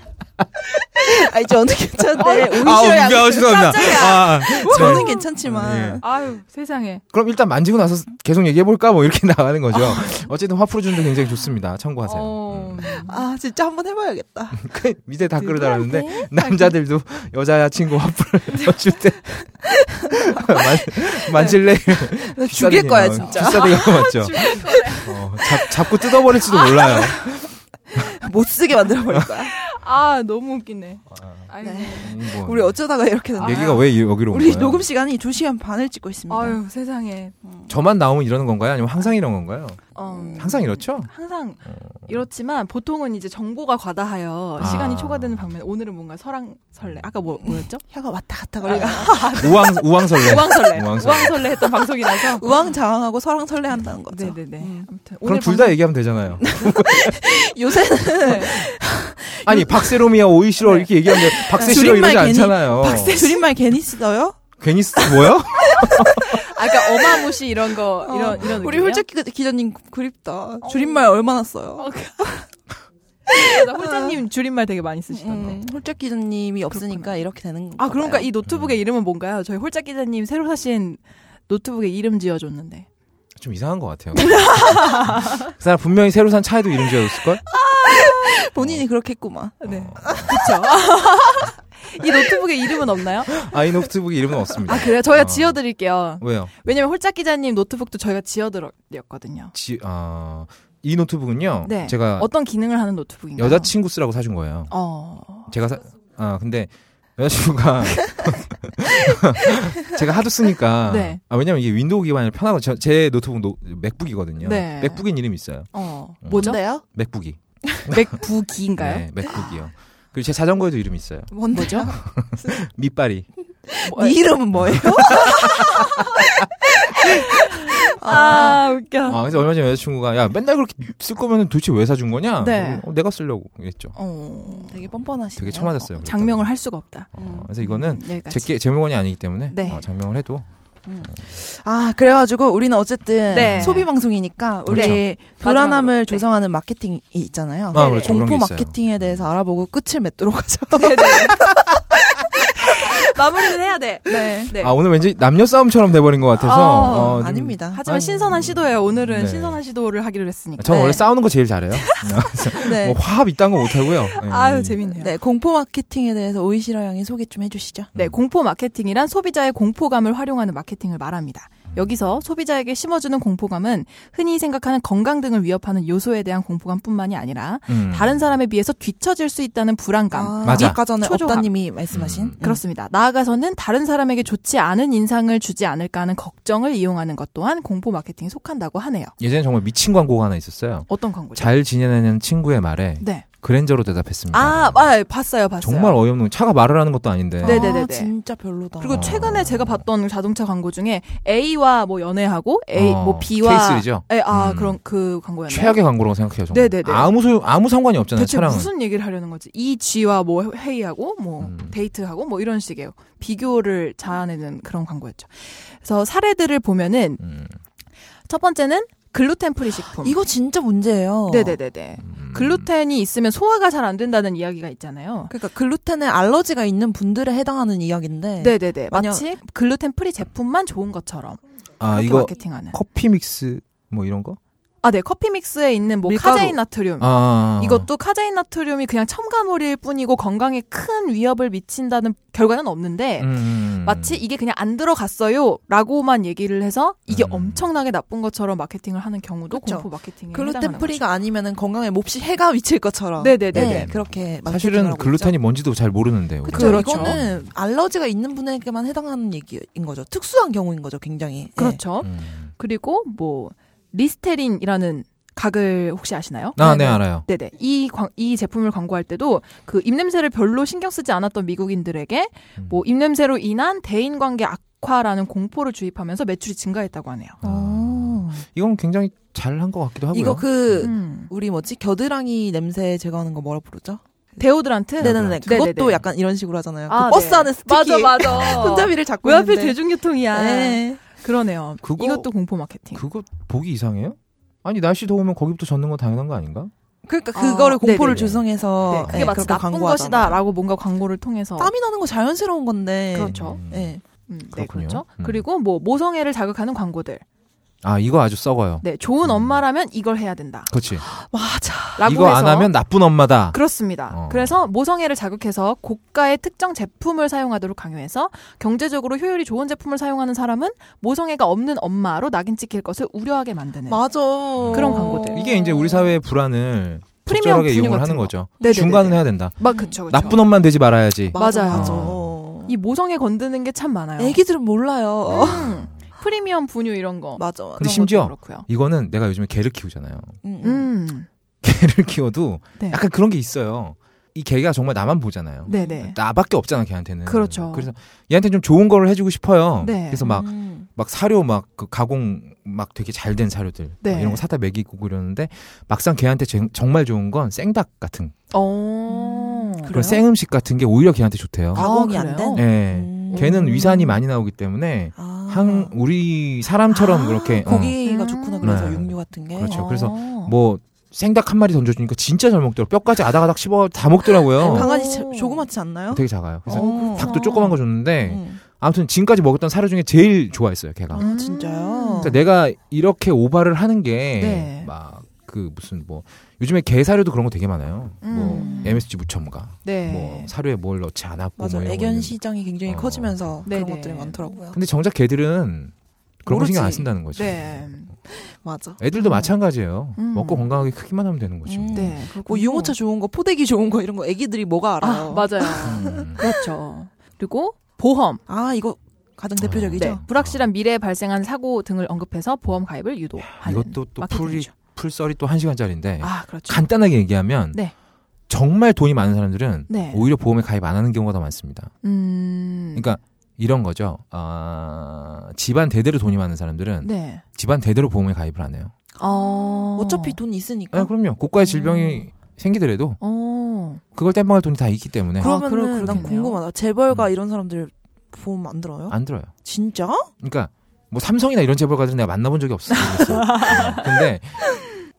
Speaker 2: 아 이제 어느 괜찮은데
Speaker 5: 아,
Speaker 2: 오히려 약
Speaker 5: 아, 죄송합니다.
Speaker 2: 어.
Speaker 5: 아,
Speaker 2: 저는
Speaker 5: 네.
Speaker 2: 괜찮지만
Speaker 4: 아유 세상에
Speaker 5: 그럼 일단 만지고 나서 계속 얘기해볼까? 뭐 이렇게 나가는 거죠.
Speaker 2: 아.
Speaker 5: 어쨌든 화 풀어주는 데 굉장히 좋습니다. 참고하세요.
Speaker 4: 어,
Speaker 5: 음.
Speaker 2: 아 진짜 한번 해봐야겠다.
Speaker 5: 그 밑에 댓글을 달았는데 남자들도 여자친구 화 풀어줄 때 만, 만질래?
Speaker 2: 나 네. 죽일 거야 진짜. 아,
Speaker 5: 비싸대가 맞죠. 어, 잡, 잡고 뜯어버릴 지도 몰라요.
Speaker 2: 못 쓰게 만들어 버릴 거야.
Speaker 4: 아 너무 웃기네 아이고.
Speaker 5: 음, 뭐.
Speaker 2: 우리 어쩌다가 이렇게 됐나?
Speaker 5: 얘기가 왜 이- 여기로 온
Speaker 2: 우리
Speaker 5: 거예요?
Speaker 2: 녹음 시간이 2 시간 반을 찍고 있습니다.
Speaker 4: 아유 세상에
Speaker 5: 저만 나오면 이러는 건가요? 아니면 항상 이런 건가요?
Speaker 4: 어,
Speaker 5: 항상 이렇죠?
Speaker 4: 항상 이렇지만 보통은 이제 정보가 과다하여
Speaker 5: 음. 아.
Speaker 4: 시간이 초과되는 방면 오늘은 뭔가 설왕설래 아까 뭐, 뭐였죠?
Speaker 2: 혀가 왔다 갔다 걸려.
Speaker 5: 우왕 우왕설레.
Speaker 4: 우왕설레
Speaker 5: 네. 우왕설레.
Speaker 4: 우왕설레 했던 방송이라서
Speaker 2: 우왕좌왕하고 설왕설레한다는 거죠.
Speaker 4: 네네네
Speaker 2: 음.
Speaker 4: 아무튼
Speaker 5: 그럼
Speaker 4: 오늘
Speaker 5: 둘 다
Speaker 4: 방송-
Speaker 5: 얘기하면 되잖아요.
Speaker 2: 요새는
Speaker 5: 아니 박세롬이야 오이시로
Speaker 4: 네.
Speaker 5: 이렇게 얘기하면 돼. 박세시로
Speaker 2: 줄임말
Speaker 5: 이러지
Speaker 2: 괜히-
Speaker 5: 않잖아요.
Speaker 2: 박세 줄임말 괜히 쓰어요?
Speaker 5: 괜히 쓰 뭐요?
Speaker 4: 아 그러니까 어마무시 이런 거
Speaker 2: 어.
Speaker 4: 이런 이런
Speaker 2: 우리
Speaker 4: 느낌이야?
Speaker 2: 홀짝 기- 기자님 그립다. 줄임말 얼마나 써요?
Speaker 4: 어, 나 홀장님 줄임말 되게 많이 쓰시던데
Speaker 2: 음, 홀짝 기자님이 없으니까 이렇게 되는
Speaker 4: 아
Speaker 2: 건가요?
Speaker 5: 네.
Speaker 4: 그러니까 이 노트북의
Speaker 5: 음.
Speaker 4: 이름은 뭔가요? 저희 홀짝 기자님 새로 사신 노트북의 이름 지어줬는데
Speaker 5: 좀 이상한 것 같아요. 그 사람 분명히 새로 산 차에도 이름 지어줬을 걸?
Speaker 2: 본인이 그렇게 했구만.
Speaker 4: 네 그렇죠 이 노트북의 이름은 없나요?
Speaker 5: 아이 노트북에 이름은 없습니다.
Speaker 4: 아 그- 그래요? 저희가
Speaker 5: 어.
Speaker 4: 지어드릴게요
Speaker 5: 왜요?
Speaker 4: 왜냐면 홀짝 기자님 노트북도 저희가 지어드렸거든요
Speaker 5: 지, 아, 이 노트북은요.
Speaker 4: 네.
Speaker 5: 제가
Speaker 4: 어떤 기능을 하는 노트북인가요?
Speaker 5: 여자친구 쓰라고 사준 거예요.
Speaker 4: 어
Speaker 5: 제가 사, 아 근데 여자친구가 제가 하도 쓰니까
Speaker 4: 네.
Speaker 5: 아 왜냐면 이게 윈도우 기반이 편하고 저, 제 노트북 노, 맥북이거든요.
Speaker 4: 네.
Speaker 5: 맥북인 이름 이 있어요.
Speaker 4: 어. 뭐죠?
Speaker 2: 뭔데요?
Speaker 5: 맥북이.
Speaker 4: 맥북인가요?
Speaker 5: 네, 맥북이요. 그리고 제 자전거에도 이름 이 있어요.
Speaker 2: 뭔데?
Speaker 4: 뭐죠?
Speaker 5: 밑발이.
Speaker 4: 뭐-
Speaker 2: 네 이름은 뭐예요?
Speaker 4: 아, 웃겨.
Speaker 5: 아, 그래서 얼마 전에 여자친구가 야 맨날 그렇게 쓸 거면 도대체 왜 사준 거냐?
Speaker 4: 네.
Speaker 5: 어, 내가 쓰려고 그랬죠.
Speaker 4: 어.
Speaker 2: 되게 뻔뻔하시네요. 음.
Speaker 5: 되게 처맞았어요. 그랬더니.
Speaker 4: 장명을 할 수가 없다.
Speaker 5: 어, 그래서 이거는
Speaker 4: 여기까지.
Speaker 5: 제게 제 물건이 아니기 때문에
Speaker 4: 네.
Speaker 5: 어, 장명을 해도
Speaker 2: 아 그래가지고 우리는 어쨌든
Speaker 4: 네. 그렇죠.
Speaker 2: 소비 방송이니까 우리 불안함을 조성하는 마케팅이 있잖아요.
Speaker 5: 아, 그렇죠.
Speaker 2: 공포
Speaker 5: 그런 게 있어요.
Speaker 2: 마케팅에 대해서 알아보고 끝을 맺도록 하죠.
Speaker 4: 네, 마무리는 해야 돼.
Speaker 2: 네.
Speaker 4: 네.
Speaker 5: 아 오늘 왠지 남녀 싸움처럼 돼버린 것 같아서
Speaker 4: 아,
Speaker 5: 어, 좀-
Speaker 2: 아닙니다.
Speaker 4: 하지만
Speaker 5: 아유.
Speaker 4: 신선한 시도예요. 오늘은
Speaker 5: 네.
Speaker 4: 신선한 시도를 하기로 했으니까.
Speaker 5: 저는
Speaker 2: 네.
Speaker 5: 원래 싸우는 거 제일 잘해요. 그래서
Speaker 2: 네.
Speaker 5: 뭐 화합 이딴 거 못하고요. 네.
Speaker 4: 아유, 재밌네요. 네.
Speaker 2: 네, 공포 마케팅에 대해서
Speaker 5: 음.
Speaker 2: 오이시라 양이 소개 좀 해주시죠.
Speaker 4: 공포 마케팅이란 소비자의 공포감을 활용하는 마케팅을 말합니다.
Speaker 5: 음.
Speaker 4: 여기서 소비자에게 심어주는 공포감은 흔히 생각하는 건강 등을 위협하는 요소에 대한 공포감뿐만이 아니라
Speaker 5: 음.
Speaker 4: 다른 사람에 비해서 뒤처질 수 있다는 불안감,
Speaker 5: 맞아.
Speaker 2: 아까 전에
Speaker 4: 초조함.
Speaker 2: 업다님이 말씀하신
Speaker 5: 음.
Speaker 2: 음.
Speaker 4: 그렇습니다. 나아가서는 다른 사람에게 좋지 않은 인상을 주지 않을까 하는 걱정을 이용하는 것 또한 공포 마케팅에 속한다고 하네요.
Speaker 5: 예전에 정말 미친 광고가 하나 있었어요.
Speaker 4: 어떤 광고죠?
Speaker 5: 잘 지내는 친구의 말에
Speaker 4: 네.
Speaker 5: 그랜저로 대답했습니다.
Speaker 4: 아, 아, 봤어요, 봤어요.
Speaker 5: 정말 어이없는 차가 말을 하는 것도 아닌데.
Speaker 4: 네.
Speaker 2: 아,
Speaker 4: 네네네네.
Speaker 2: 진짜 별로다.
Speaker 4: 그리고
Speaker 5: 어.
Speaker 4: 최근에 제가 봤던 자동차 광고 중에 A와 뭐 연애하고 A
Speaker 5: 어,
Speaker 4: 뭐 B와
Speaker 5: K3죠?
Speaker 4: 예, 아
Speaker 5: 음.
Speaker 4: 그런 그 광고였나요?
Speaker 5: 최악의 광고라고 생각해요. 정말.
Speaker 4: 네네네.
Speaker 5: 아무 소용 아무 상관이 없잖아요.
Speaker 4: 대체
Speaker 5: 차량은.
Speaker 4: 무슨 얘기를 하려는 거지? E, G와 뭐 회의하고 뭐
Speaker 5: 음.
Speaker 4: 데이트하고 뭐 이런 식의 비교를 자아내는 그런 광고였죠. 그래서 사례들을 보면은
Speaker 5: 음. 아,
Speaker 4: 첫 번째는 글루텐 프리 식품.
Speaker 2: 이거 진짜 문제예요.
Speaker 4: 네네네네.
Speaker 5: 음.
Speaker 4: 글루텐이 있으면 소화가 잘 안 된다는 이야기가 있잖아요.
Speaker 2: 그러니까 글루텐에 알러지가 있는 분들에 해당하는 이야기인데
Speaker 4: 네네네.
Speaker 2: 만약-
Speaker 4: 마치 글루텐 프리 제품만 좋은 것처럼
Speaker 5: 아
Speaker 4: 그렇게
Speaker 5: 이거
Speaker 4: 마케팅하는.
Speaker 5: 커피 믹스 뭐 이런 거?
Speaker 4: 아, 네. 커피 믹스에 있는 뭐
Speaker 2: 밀가루.
Speaker 4: 카제인 나트륨.
Speaker 5: 아
Speaker 4: 이것도 카제인 나트륨이 그냥 첨가물일 뿐이고 건강에 큰 위협을 미친다는 결과는 없는데
Speaker 5: 음.
Speaker 4: 마치 이게 그냥 안 들어갔어요라고만 얘기를 해서 이게
Speaker 5: 음.
Speaker 4: 엄청나게 나쁜 것처럼 마케팅을 하는 경우도
Speaker 2: 그쵸.
Speaker 4: 공포 마케팅에
Speaker 2: 글루텐
Speaker 4: 해당하는 거죠.
Speaker 2: 프리가 아니면은 건강에 몹시 해가 미칠 것처럼.
Speaker 4: 네네네.
Speaker 2: 네,
Speaker 5: 네네.
Speaker 2: 그렇게
Speaker 5: 사실은 글루텐이 뭔지도 잘 모르는데. 우리가.
Speaker 2: 그렇죠.
Speaker 4: 그렇죠.
Speaker 2: 이거는 알러지가 있는 분에게만 해당하는 얘기인 거죠. 특수한 경우인 거죠, 굉장히. 예.
Speaker 4: 그렇죠.
Speaker 5: 음.
Speaker 4: 그리고 뭐 리스테린이라는 각을 혹시 아시나요?
Speaker 5: 아, 네 알아요.
Speaker 4: 네네. 이, 광, 이 제품을 광고할 때도 그 입냄새를 별로 신경 쓰지 않았던 미국인들에게
Speaker 5: 음.
Speaker 4: 뭐 입냄새로 인한 대인관계 악화라는 공포를 주입하면서 매출이 증가했다고 하네요.
Speaker 2: 어.
Speaker 5: 음. 이건 굉장히 잘 한 것 같기도 하고요.
Speaker 2: 이거 그
Speaker 4: 음.
Speaker 2: 우리 뭐지 겨드랑이 냄새 제거하는 거 뭐라 부르죠?
Speaker 4: 데오드란트?
Speaker 2: 네네네. 그것도
Speaker 4: 네네네.
Speaker 2: 약간 이런 식으로 하잖아요.
Speaker 4: 아,
Speaker 2: 그 버스
Speaker 4: 네.
Speaker 2: 안에서 특히
Speaker 4: 맞아 맞아.
Speaker 2: 손잡이를 잡고
Speaker 4: 왜 아. 하필 그
Speaker 2: 있는데.
Speaker 4: 대중교통이야?
Speaker 2: 네.
Speaker 4: 그러네요.
Speaker 5: 그거-
Speaker 4: 이것도 공포 마케팅.
Speaker 5: 그거 보기 이상해요? 아니 날씨 더우면 거기부터 젖는 건 당연한 거 아닌가?
Speaker 2: 그러니까
Speaker 4: 아,
Speaker 2: 그거를 공포를
Speaker 4: 네네네.
Speaker 2: 조성해서
Speaker 4: 네, 그게
Speaker 2: 예,
Speaker 4: 마치
Speaker 2: 그렇게
Speaker 4: 나쁜
Speaker 2: 광고하잖아요.
Speaker 4: 것이다라고 뭔가 광고를 통해서
Speaker 2: 땀이 나는 거 자연스러운 건데.
Speaker 4: 그렇죠.
Speaker 5: 음.
Speaker 2: 예.
Speaker 4: 음, 네,
Speaker 5: 그렇군요.
Speaker 4: 그렇죠.
Speaker 5: 음.
Speaker 4: 그리고 뭐 모성애를 자극하는 광고들.
Speaker 5: 아 이거 아주 썩어요.
Speaker 4: 네, 좋은
Speaker 5: 음.
Speaker 4: 엄마라면 이걸 해야 된다.
Speaker 5: 그렇지.
Speaker 2: 맞아.
Speaker 4: 라고
Speaker 5: 이거
Speaker 4: 해서
Speaker 5: 안 하면 나쁜 엄마다.
Speaker 4: 그렇습니다.
Speaker 5: 어.
Speaker 4: 그래서 모성애를 자극해서 고가의 특정 제품을 사용하도록 강요해서 경제적으로 효율이 좋은 제품을 사용하는 사람은 모성애가 없는 엄마로 낙인 찍힐 것을 우려하게 만드는
Speaker 2: 맞아.
Speaker 4: 그런 광고들.
Speaker 5: 이게 이제 우리 사회의 불안을
Speaker 4: 그렇죠. 프리미엄
Speaker 5: 적절하게
Speaker 4: 분유
Speaker 5: 이용을
Speaker 4: 같은
Speaker 5: 하는
Speaker 4: 거.
Speaker 5: 거죠.
Speaker 4: 네네네네. 그렇죠.
Speaker 5: 중간을 해야 된다.
Speaker 4: 막 그쵸 그쵸.
Speaker 5: 나쁜 엄마는 되지 말아야지.
Speaker 2: 맞아.
Speaker 4: 맞아요.
Speaker 2: 맞아.
Speaker 5: 어.
Speaker 4: 이 모성애 건드는 게 참 많아요.
Speaker 2: 애기들은 몰라요. 어?
Speaker 4: 음, 프리미엄 분유 이런 거.
Speaker 2: 맞아. 맞아.
Speaker 4: 그런
Speaker 5: 근데
Speaker 4: 것도
Speaker 5: 심지어-
Speaker 4: 그렇고요.
Speaker 5: 이거는 내가 요즘에 개를 키우잖아요.
Speaker 2: 음, 음.
Speaker 4: 음.
Speaker 5: 개를 키워도
Speaker 4: 네.
Speaker 5: 약간 그런 게 있어요. 이 개가 정말 나만 보잖아요.
Speaker 4: 네, 네.
Speaker 5: 나밖에 없잖아 걔한테는.
Speaker 4: 그렇죠.
Speaker 5: 그래서 얘한테 좀 좋은 거를 해주고 싶어요.
Speaker 4: 네.
Speaker 5: 그래서 막
Speaker 2: 음.
Speaker 5: 막 사료 막 그 가공 막 되게 잘 된 사료들
Speaker 4: 네.
Speaker 5: 막 이런 거 사다 먹이고 그러는데 막상 걔한테 제- 정말 좋은 건 생닭 같은
Speaker 4: 어.
Speaker 5: 그런 생 음식 같은 게 오히려 걔한테 좋대요.
Speaker 4: 아,
Speaker 2: 가공이
Speaker 4: 그래요?
Speaker 2: 안 된.
Speaker 5: 예.
Speaker 4: 네.
Speaker 2: 음.
Speaker 5: 걔는 위산이 많이 나오기 때문에
Speaker 2: 아.
Speaker 5: 한 우리 사람처럼
Speaker 2: 아,
Speaker 5: 그렇게 어,
Speaker 2: 고기가
Speaker 4: 음.
Speaker 2: 좋구나 그래서
Speaker 5: 네.
Speaker 2: 육류 같은 게.
Speaker 5: 그렇죠.
Speaker 2: 어.
Speaker 5: 그래서
Speaker 4: 어.
Speaker 5: 뭐 생닭 한 마리 던져주니까 진짜 잘 먹더라고. 뼈까지 아닥아닥 씹어 다
Speaker 4: 네,
Speaker 5: 먹더라고요.
Speaker 2: 강아지 자- 조그맣지 않나요?
Speaker 5: 되게 작아요. 그래서
Speaker 2: 어.
Speaker 5: 닭도 조그만 거 줬는데
Speaker 2: 음.
Speaker 5: 아무튼 지금까지 먹었던 사료 중에 제일 좋아했어요, 걔가.
Speaker 4: 음.
Speaker 2: 아, 진짜요?
Speaker 5: 그러니까 내가 이렇게 오바를 하는 게
Speaker 4: 네.
Speaker 5: 막 그 무슨 뭐 요즘에 개 사료도 그런 거 되게 많아요.
Speaker 4: 음.
Speaker 5: 뭐 MSG 무첨가,
Speaker 4: 네.
Speaker 5: 뭐 사료에 뭘 넣지 않았고
Speaker 2: 맞아.
Speaker 5: 뭐 이런 거
Speaker 2: 애견
Speaker 5: 있는데.
Speaker 2: 시장이 굉장히
Speaker 5: 어.
Speaker 2: 커지면서 그런
Speaker 4: 네네.
Speaker 2: 것들이 많더라고요.
Speaker 5: 근데 정작 개들은 그런 거 신경 안
Speaker 2: 모르지.
Speaker 5: 쓴다는 거죠.
Speaker 4: 네.
Speaker 2: 음. 맞아.
Speaker 5: 애들도
Speaker 4: 음.
Speaker 5: 마찬가지예요.
Speaker 4: 음.
Speaker 5: 먹고 건강하게 크기만 하면 되는 거죠.
Speaker 2: 음.
Speaker 4: 네.
Speaker 2: 뭐 유모차 좋은 거, 포대기 좋은 거 이런 거 애기들이 뭐가
Speaker 4: 아,
Speaker 2: 알아요?
Speaker 4: 맞아요.
Speaker 5: 음.
Speaker 4: 그렇죠. 그리고 보험.
Speaker 2: 아, 이거 가장 대표적이죠.
Speaker 4: 네. 불확실한 미래에 발생한 사고 등을 언급해서 보험 가입을 유도하는
Speaker 5: 이것도 또 풀이
Speaker 4: 마케팅이죠.
Speaker 5: 풀썰이 또 한 시간짜리인데
Speaker 4: 네. 그렇죠. 아, 그렇죠.
Speaker 5: 간단하게 얘기하면
Speaker 4: 네.
Speaker 5: 정말 돈이 많은 사람들은
Speaker 4: 네.
Speaker 5: 오히려 보험에 가입 안 하는 경우가 더 많습니다.
Speaker 4: 음.
Speaker 5: 그러니까 이런 거죠. 아, 집안 대대로 돈이 많은 사람들은
Speaker 4: 네.
Speaker 5: 집안 대대로 보험에 가입을 안 해요.
Speaker 4: 어.
Speaker 2: 어차피 돈 있으니까.
Speaker 5: 아, 그럼요. 고가의
Speaker 4: 음.
Speaker 5: 질병이 생기더라도
Speaker 4: 어.
Speaker 5: 그걸 땜빵할 돈이 다 있기 때문에
Speaker 4: 그럼-
Speaker 2: 그러면은
Speaker 4: 그러-
Speaker 2: 난
Speaker 4: 그렇겠네요.
Speaker 2: 궁금하다. 재벌가
Speaker 5: 음.
Speaker 2: 이런 사람들 보험 안 들어요?
Speaker 5: 안 들어요.
Speaker 2: 진짜?
Speaker 5: 그러니까 뭐 삼성이나 이런 재벌가들은 내가 만나본 적이 없어. 그랬어. 근데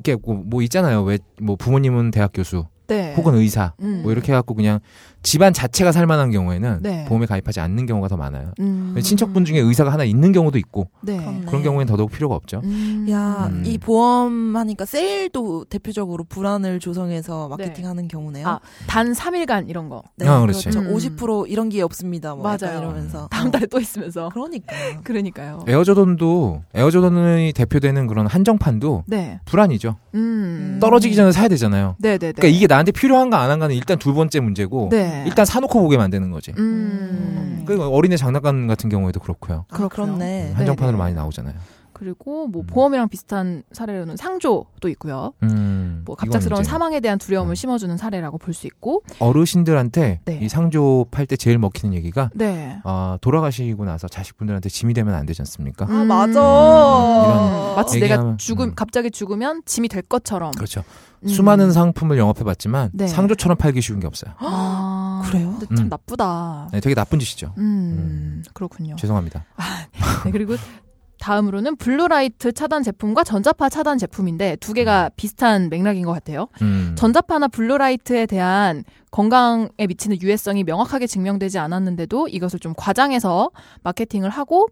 Speaker 5: 이게 뭐, 뭐 있잖아요. 왜 뭐 부모님은 대학 교수,
Speaker 4: 네.
Speaker 5: 혹은 의사
Speaker 4: 음.
Speaker 5: 뭐 이렇게 해갖고 그냥 집안 자체가 살만한 경우에는
Speaker 4: 네.
Speaker 5: 보험에 가입하지 않는 경우가 더 많아요.
Speaker 4: 음.
Speaker 5: 친척분 중에 의사가 하나 있는 경우도 있고
Speaker 4: 네.
Speaker 2: 그렇네.
Speaker 5: 그런 경우에는 더더욱 필요가 없죠.
Speaker 4: 음.
Speaker 2: 야,
Speaker 5: 음.
Speaker 2: 이 보험 하니까 세일도 대표적으로 불안을 조성해서 마케팅 하는 경우네요.
Speaker 4: 아, 단 3일간 이런 거.
Speaker 5: 아, 그렇지.
Speaker 4: 음.
Speaker 2: 50% 이런 게 없습니다. 뭐 약간
Speaker 4: 맞아요.
Speaker 2: 이러면서.
Speaker 4: 다음
Speaker 2: 어,
Speaker 4: 달에 또 있으면서.
Speaker 2: 그러니까.
Speaker 4: 그러니까요.
Speaker 5: 어. 예. 에어조던도 에어조던이 대표되는 그런 한정판도
Speaker 4: 네.
Speaker 5: 불안이죠.
Speaker 4: 음.
Speaker 5: 떨어지기 전에 사야 되잖아요.
Speaker 4: 네, 네, 네.
Speaker 5: 그러니까 이게 나한테 필요한가 안 한가는 일단 두 번째 문제고
Speaker 4: 네.
Speaker 5: 일단 사놓고 보게 만드는 거지.
Speaker 4: 음.
Speaker 5: 그리고 어린애 장난감 같은 경우에도 그렇고요.
Speaker 2: 아,
Speaker 4: 그렇군요.
Speaker 2: 그렇네.
Speaker 4: 네.
Speaker 5: 한정판으로
Speaker 4: 네네.
Speaker 5: 많이 나오잖아요.
Speaker 4: 그리고 뭐
Speaker 5: 음.
Speaker 4: 보험이랑 비슷한 사례로는 상조도 있고요.
Speaker 5: 음,
Speaker 4: 뭐
Speaker 5: 이건
Speaker 4: 갑작스러운
Speaker 5: 이제
Speaker 4: 사망에 대한 두려움을
Speaker 5: 음.
Speaker 4: 심어주는 사례라고 볼 수 있고.
Speaker 5: 어르신들한테
Speaker 4: 네.
Speaker 5: 이 상조 팔때 제일 먹히는 얘기가
Speaker 4: 네.
Speaker 5: 아, 돌아가시고 나서 자식분들한테 짐이 되면 안 되지 않습니까?
Speaker 2: 아,
Speaker 4: 음.
Speaker 2: 맞아.
Speaker 5: 어. 이런
Speaker 4: 마치 내가
Speaker 5: 얘기하면-
Speaker 4: 죽음
Speaker 5: 음.
Speaker 4: 갑자기 죽으면 짐이 될 것처럼.
Speaker 5: 그렇죠.
Speaker 4: 음.
Speaker 5: 수많은 상품을 영업해봤지만
Speaker 4: 네.
Speaker 5: 상조처럼 팔기 쉬운 게 없어요.
Speaker 4: 아,
Speaker 2: 그래요?
Speaker 4: 근데 참
Speaker 5: 음.
Speaker 4: 나쁘다.
Speaker 5: 네, 되게 나쁜 짓이죠.
Speaker 4: 음, 그렇군요.
Speaker 5: 죄송합니다.
Speaker 4: 네, 그리고 다음으로는 블루라이트 차단 제품과 전자파 차단 제품인데 두 개가 비슷한 맥락인 것 같아요.
Speaker 5: 음.
Speaker 4: 전자파나 블루라이트에 대한 건강에 미치는 유해성이 명확하게 증명되지 않았는데도 이것을 좀 과장해서 마케팅을 하고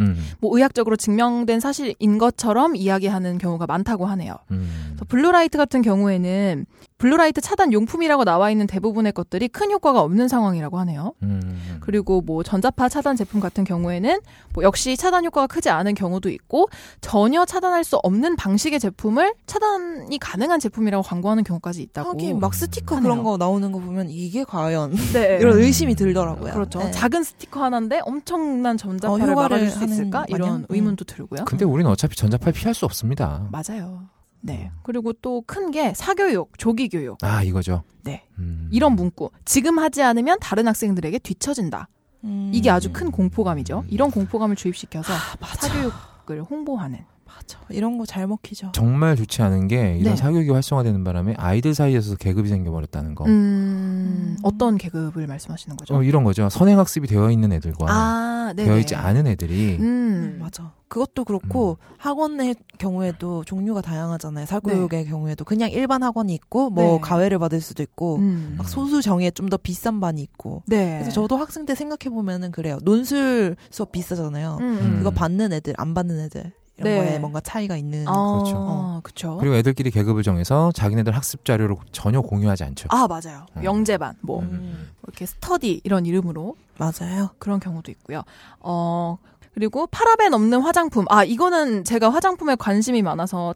Speaker 5: 음.
Speaker 4: 뭐 의학적으로 증명된 사실인 것처럼 이야기하는 경우가 많다고 하네요.
Speaker 5: 음.
Speaker 4: 그래서 블루라이트 같은 경우에는 블루라이트 차단 용품이라고 나와 있는 대부분의 것들이 큰 효과가 없는 상황이라고 하네요.
Speaker 5: 음.
Speaker 4: 그리고 뭐 전자파 차단 제품 같은 경우에는 뭐 역시 차단 효과가 크지 않은 경우도 있고 전혀 차단할 수 없는 방식의 제품을 차단이 가능한 제품이라고 광고하는 경우까지 있다고.
Speaker 2: 하긴 막 스티커
Speaker 4: 하네요.
Speaker 2: 그런 거 나오는 거 보면 이게 과연
Speaker 4: 네.
Speaker 2: 이런 의심이 들더라고요.
Speaker 4: 그렇죠.
Speaker 2: 네.
Speaker 4: 작은 스티커 하나인데 엄청난 전자파를
Speaker 2: 어, 효과를
Speaker 4: 막아줄 수
Speaker 2: 하는
Speaker 4: 있을까?
Speaker 2: 마냥?
Speaker 4: 이런
Speaker 2: 음.
Speaker 4: 의문도 들고요.
Speaker 5: 근데 우리는 어차피 전자파를 피할 수 없습니다.
Speaker 4: 맞아요. 네. 그리고 또 큰 게 사교육, 조기 교육.
Speaker 5: 아 이거죠.
Speaker 4: 네.
Speaker 5: 음.
Speaker 4: 이런 문구. 지금 하지 않으면 다른 학생들에게 뒤처진다.
Speaker 2: 음. 아,
Speaker 4: 이게 아주 큰 공포감이죠. 이런 공포감을 주입시켜서 사교육을 홍보하는.
Speaker 2: 맞아. 이런 거 잘 먹히죠.
Speaker 5: 정말 좋지 않은 게 이런
Speaker 4: 네.
Speaker 5: 사교육이 활성화되는 바람에 아이들 사이에서 계급이 생겨버렸다는 거.
Speaker 4: 음, 어떤 계급을 말씀하시는 거죠?
Speaker 5: 어, 이런 거죠. 선행학습이 되어 있는 애들과
Speaker 4: 아, 네.
Speaker 5: 되어 있지 않은 애들이
Speaker 4: 음,
Speaker 2: 맞아. 그것도 그렇고 학원의 경우에도 종류가 다양하잖아요. 사교육의 경우에도 그냥 일반 학원이 있고 뭐
Speaker 4: 네.
Speaker 2: 가외를 받을 수도 있고
Speaker 4: 음.
Speaker 2: 막 소수 정예 좀 더 비싼 반이 있고.
Speaker 4: 네.
Speaker 2: 그래서 저도 학생 때 생각해 보면은 그래요. 논술 수업 비싸잖아요.
Speaker 4: 음,
Speaker 5: 음.
Speaker 2: 그거 받는 애들 안 받는 애들 이런
Speaker 4: 네.
Speaker 2: 거에 뭔가 차이가 있는.
Speaker 4: 아,
Speaker 5: 그렇죠.
Speaker 4: 어, 그렇죠.
Speaker 5: 그리고 애들끼리 계급을 정해서 자기네들 학습 자료를 전혀 공유하지 않죠.
Speaker 4: 아, 맞아요.
Speaker 5: 음.
Speaker 4: 영재반, 뭐
Speaker 5: 음.
Speaker 4: 이렇게 스터디 이런 이름으로
Speaker 2: 맞아요.
Speaker 4: 그런 경우도 있고요. 어, 그리고 파라벤 없는 화장품. 아, 이거는 제가 화장품에 관심이 많아서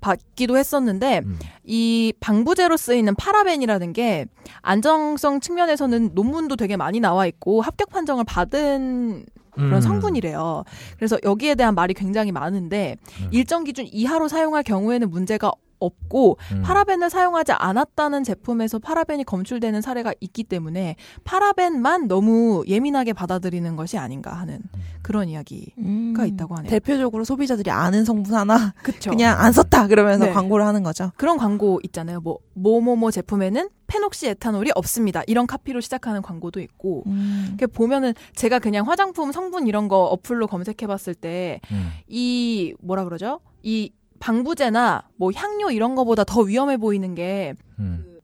Speaker 4: 찾아봤기도 했었는데
Speaker 5: 음.
Speaker 4: 이 방부제로 쓰이는 파라벤이라는 게 안정성 측면에서는 논문도 되게 많이 나와 있고 합격 판정을 받은 그런
Speaker 5: 음.
Speaker 4: 성분이래요. 그래서 여기에 대한 말이 굉장히 많은데
Speaker 5: 음.
Speaker 4: 일정 기준 이하로 사용할 경우에는 문제가 없고
Speaker 5: 음.
Speaker 4: 파라벤을 사용하지 않았다는 제품에서 파라벤이 검출되는 사례가 있기 때문에 파라벤만 너무 예민하게 받아들이는 것이 아닌가 하는 그런 이야기가
Speaker 2: 음.
Speaker 4: 있다고 하네요.
Speaker 2: 대표적으로 소비자들이 아는 성분 하나
Speaker 4: 그쵸?
Speaker 2: 그냥 안 썼다 그러면서
Speaker 4: 네.
Speaker 2: 광고를 하는 거죠.
Speaker 4: 그런 광고 있잖아요. 뭐 뭐뭐뭐 제품에는 페녹시 에탄올이 없습니다. 이런 카피로 시작하는 광고도 있고
Speaker 2: 음.
Speaker 4: 이렇게 보면은 제가 그냥 화장품 성분 이런 거 어플로 검색해봤을
Speaker 5: 음.
Speaker 4: 때 이 뭐라 그러죠? 이 방부제나 뭐 향료 이런 거보다 더 위험해 보이는 게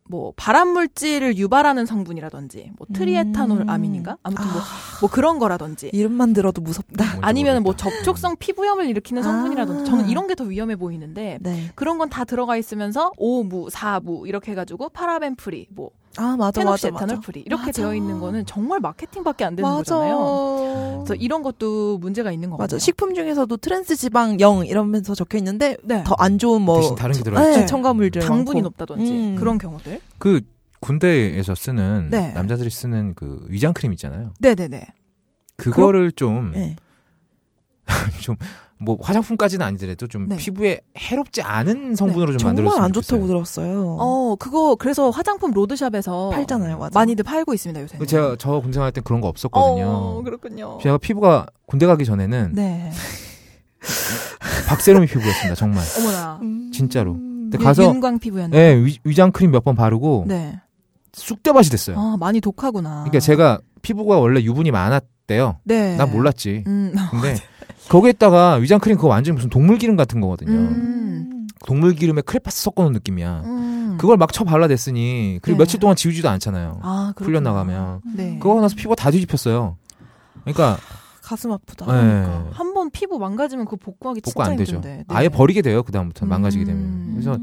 Speaker 4: 뭐
Speaker 5: 음.
Speaker 4: 발암 물질을 유발하는 성분이라든지 뭐 트리에타놀
Speaker 2: 음.
Speaker 4: 아민인가 아무튼 뭐,
Speaker 2: 아.
Speaker 4: 뭐 그런 거라든지
Speaker 2: 이름만 들어도 무섭다.
Speaker 5: 뭔지
Speaker 4: 아니면 뭐
Speaker 5: 모르겠다.
Speaker 4: 접촉성 피부염을 일으키는 성분이라든지
Speaker 2: 아.
Speaker 4: 저는 이런 게 더 위험해 보이는데
Speaker 2: 네.
Speaker 4: 그런 건 다 들어가 있으면서 오무 사무 이렇게 해가지고 파라벤 프리 뭐
Speaker 2: 아 맞아 맞아
Speaker 4: 페녹시에탄올
Speaker 2: 맞아.
Speaker 4: 프리 이렇게
Speaker 2: 맞아.
Speaker 4: 되어 있는 거는 정말 마케팅밖에 안 되는 거잖아요.
Speaker 2: 맞아.
Speaker 4: 그래서 이런 것도 문제가 있는 거
Speaker 2: 맞아.
Speaker 4: 같아요.
Speaker 2: 식품 중에서도 트랜스 지방 0 이러면서 적혀 있는데
Speaker 4: 네.
Speaker 2: 더 안 좋은 뭐
Speaker 5: 대신 다른 게 들어있죠.
Speaker 2: 네, 첨가물들
Speaker 4: 당분이
Speaker 2: 많고.
Speaker 4: 높다든지
Speaker 2: 음.
Speaker 4: 그런 경우들.
Speaker 5: 그 군대에서 쓰는
Speaker 4: 네.
Speaker 5: 남자들이 쓰는 그 위장 크림 있잖아요.
Speaker 4: 네네네.
Speaker 5: 그거를 좀
Speaker 2: 네.
Speaker 5: 뭐 화장품까지는 아니더라도 좀
Speaker 4: 네.
Speaker 5: 피부에 해롭지 않은 성분으로 좀 만들었으면
Speaker 2: 정말 안 좋다고
Speaker 5: 좋겠어요.
Speaker 2: 들었어요.
Speaker 4: 어 그거 그래서 화장품 로드샵에서
Speaker 2: 팔잖아요, 맞아.
Speaker 4: 많이들 팔고 있습니다 요새.
Speaker 5: 그 제가 저 군대 생활 때 그런 거 없었거든요.
Speaker 4: 어 그렇군요.
Speaker 5: 제가 피부가 군대 가기 전에는
Speaker 4: 네.
Speaker 5: 박세롬이 피부였습니다. 정말.
Speaker 4: 어머나.
Speaker 2: 음.
Speaker 5: 진짜로. 근데
Speaker 4: 윤-
Speaker 5: 가서
Speaker 4: 윤광 피부였네.
Speaker 5: 네, 위, 장 크림 몇 번 바르고
Speaker 4: 네.
Speaker 5: 쑥대밭이 됐어요.
Speaker 4: 아 많이 독하구나.
Speaker 5: 네. 그러니까 제가 피부가 원래 유분이 많았대요.
Speaker 4: 네.
Speaker 5: 난 몰랐지.
Speaker 4: 음.
Speaker 5: 근데 거기에다가 위장 크림 그거 완전 무슨 동물 기름 같은 거거든요.
Speaker 4: 음.
Speaker 2: 음.
Speaker 5: 동물 기름에 크레파스 섞어놓은 느낌이야.
Speaker 4: 음. 음.
Speaker 5: 그걸 막 쳐 발라댔으니 그리고
Speaker 4: 네.
Speaker 5: 며칠 동안 지우지도 않잖아요.
Speaker 4: 아, 그렇구나.
Speaker 5: 풀려 나가면
Speaker 4: 네.
Speaker 5: 그거 하고 나서 피부 가다 뒤집혔어요. 그러니까
Speaker 2: 가슴 아프다.
Speaker 5: 예,
Speaker 4: 네. 한 번 피부 망가지면 그거 복구하기
Speaker 5: 복구
Speaker 4: 진짜
Speaker 5: 안 되죠.
Speaker 4: 그러니까. 힘든데. 네.
Speaker 5: 아예 버리게 돼요. 그 다음부터 는 망가지게 되면.
Speaker 4: 음.
Speaker 5: 그래서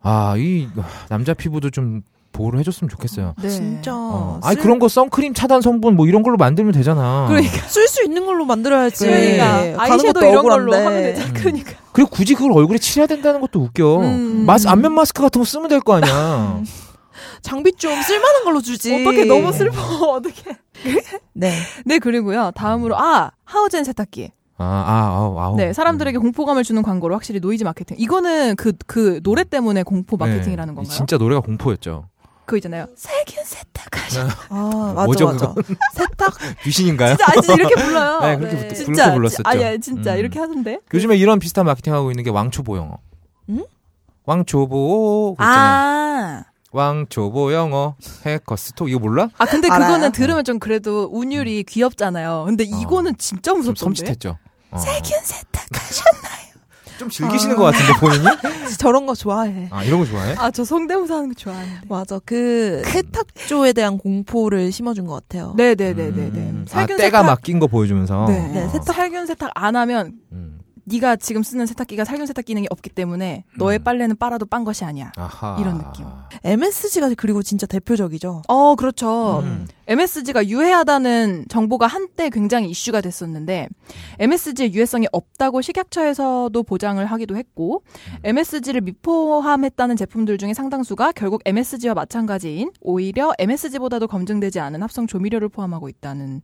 Speaker 5: 아 이 남자 피부도 좀 보호를 해줬으면 좋겠어요.
Speaker 4: 네.
Speaker 2: 진짜.
Speaker 5: 어.
Speaker 2: 쓸,
Speaker 5: 아니 그런 거 선크림 차단 성분 뭐 이런 걸로 만들면 되잖아.
Speaker 4: 그러니까
Speaker 2: 쓸수 있는 걸로 만들어야지.
Speaker 4: 그러니까
Speaker 2: 가는
Speaker 4: 아이섀도
Speaker 2: 것도
Speaker 4: 이런
Speaker 2: 억울한데.
Speaker 4: 걸로 하면 되잖아.
Speaker 5: 음.
Speaker 4: 그러니까.
Speaker 5: 그리고 굳이 그걸 얼굴에 칠해야 된다는 것도 웃겨.
Speaker 4: 음.
Speaker 5: 마스, 안면 마스크 같은 거 쓰면 될 거 아니야.
Speaker 2: 장비 좀 쓸만한 걸로 주지.
Speaker 4: 어떻게 너무 슬퍼. 어떻게.
Speaker 2: 네.
Speaker 4: 네, 그리고요. 다음으로 아, 하우젠 세탁기.
Speaker 5: 아, 아, 아우, 음. 아우.
Speaker 4: 네, 사람들에게 공포감을 주는 광고로 확실히 노이즈 마케팅. 이거는 그 그 노래 때문에 공포 마케팅이라는
Speaker 5: 네.
Speaker 4: 건가요?
Speaker 5: 진짜 노래가 공포였죠.
Speaker 4: 그거 있잖아요. 세균 세탁하셔.
Speaker 2: 아 맞아
Speaker 5: 뭐죠,
Speaker 2: 맞아. 세탁
Speaker 5: 귀신인가요?
Speaker 4: 진짜 아 진짜 이렇게 불러요.
Speaker 5: 네,
Speaker 2: 네.
Speaker 5: 그렇게 부르- 부르고
Speaker 4: 진짜
Speaker 5: 불렀었죠.
Speaker 4: 아니 아니, 진짜
Speaker 5: 음.
Speaker 4: 이렇게 하던데.
Speaker 5: 요즘에 이런 비슷한 마케팅 하고 있는 게 왕초보 영어.
Speaker 2: 응?
Speaker 5: 왕초보. 아.
Speaker 4: 아.
Speaker 5: 왕초보 영어 해커 스톡 이거 몰라?
Speaker 4: 아 근데
Speaker 2: 알아요?
Speaker 4: 그거는
Speaker 5: 음.
Speaker 4: 들으면 좀 그래도 운율이 귀엽잖아요. 근데 이거는 진짜
Speaker 5: 어. 좀
Speaker 4: 무섭던데.
Speaker 5: 섬찟했죠. 어.
Speaker 4: 세탁하셨나요?
Speaker 5: 좀 즐기시는 것 같은데 본인이?
Speaker 2: 저런 거 좋아해.
Speaker 5: 아 이런 거 좋아해?
Speaker 4: 아 저 성대모사 하는 거 좋아하는데.
Speaker 2: 맞아. 그 세탁조에 대한 공포를 심어준 것 같아요.
Speaker 4: 네.
Speaker 5: 음.
Speaker 4: 네네네네네.
Speaker 5: 아 때가 맡긴 거 보여주면서.
Speaker 4: 네. 네,
Speaker 5: 어.
Speaker 4: 세탁 살균 세탁 안 하면
Speaker 5: 음.
Speaker 4: 네가 지금 쓰는 세탁기가 살균 세탁 기능이 없기 때문에 너의
Speaker 5: 음.
Speaker 4: 빨래는 빨아도 빤 것이 아니야.
Speaker 5: 아하. 음.
Speaker 4: 이런 느낌.
Speaker 2: MSG가 그리고 진짜 대표적이죠.
Speaker 4: 어 그렇죠.
Speaker 5: 음.
Speaker 4: MSG가 유해하다는 정보가 한때 굉장히 이슈가 됐었는데 MSG의 유해성이 없다고 식약처에서도 보장을 하기도 했고 MSG를 미포함했다는 제품들 중에 상당수가 결국 MSG와 마찬가지인 오히려 MSG보다도 검증되지 않은 합성 조미료를 포함하고 있다는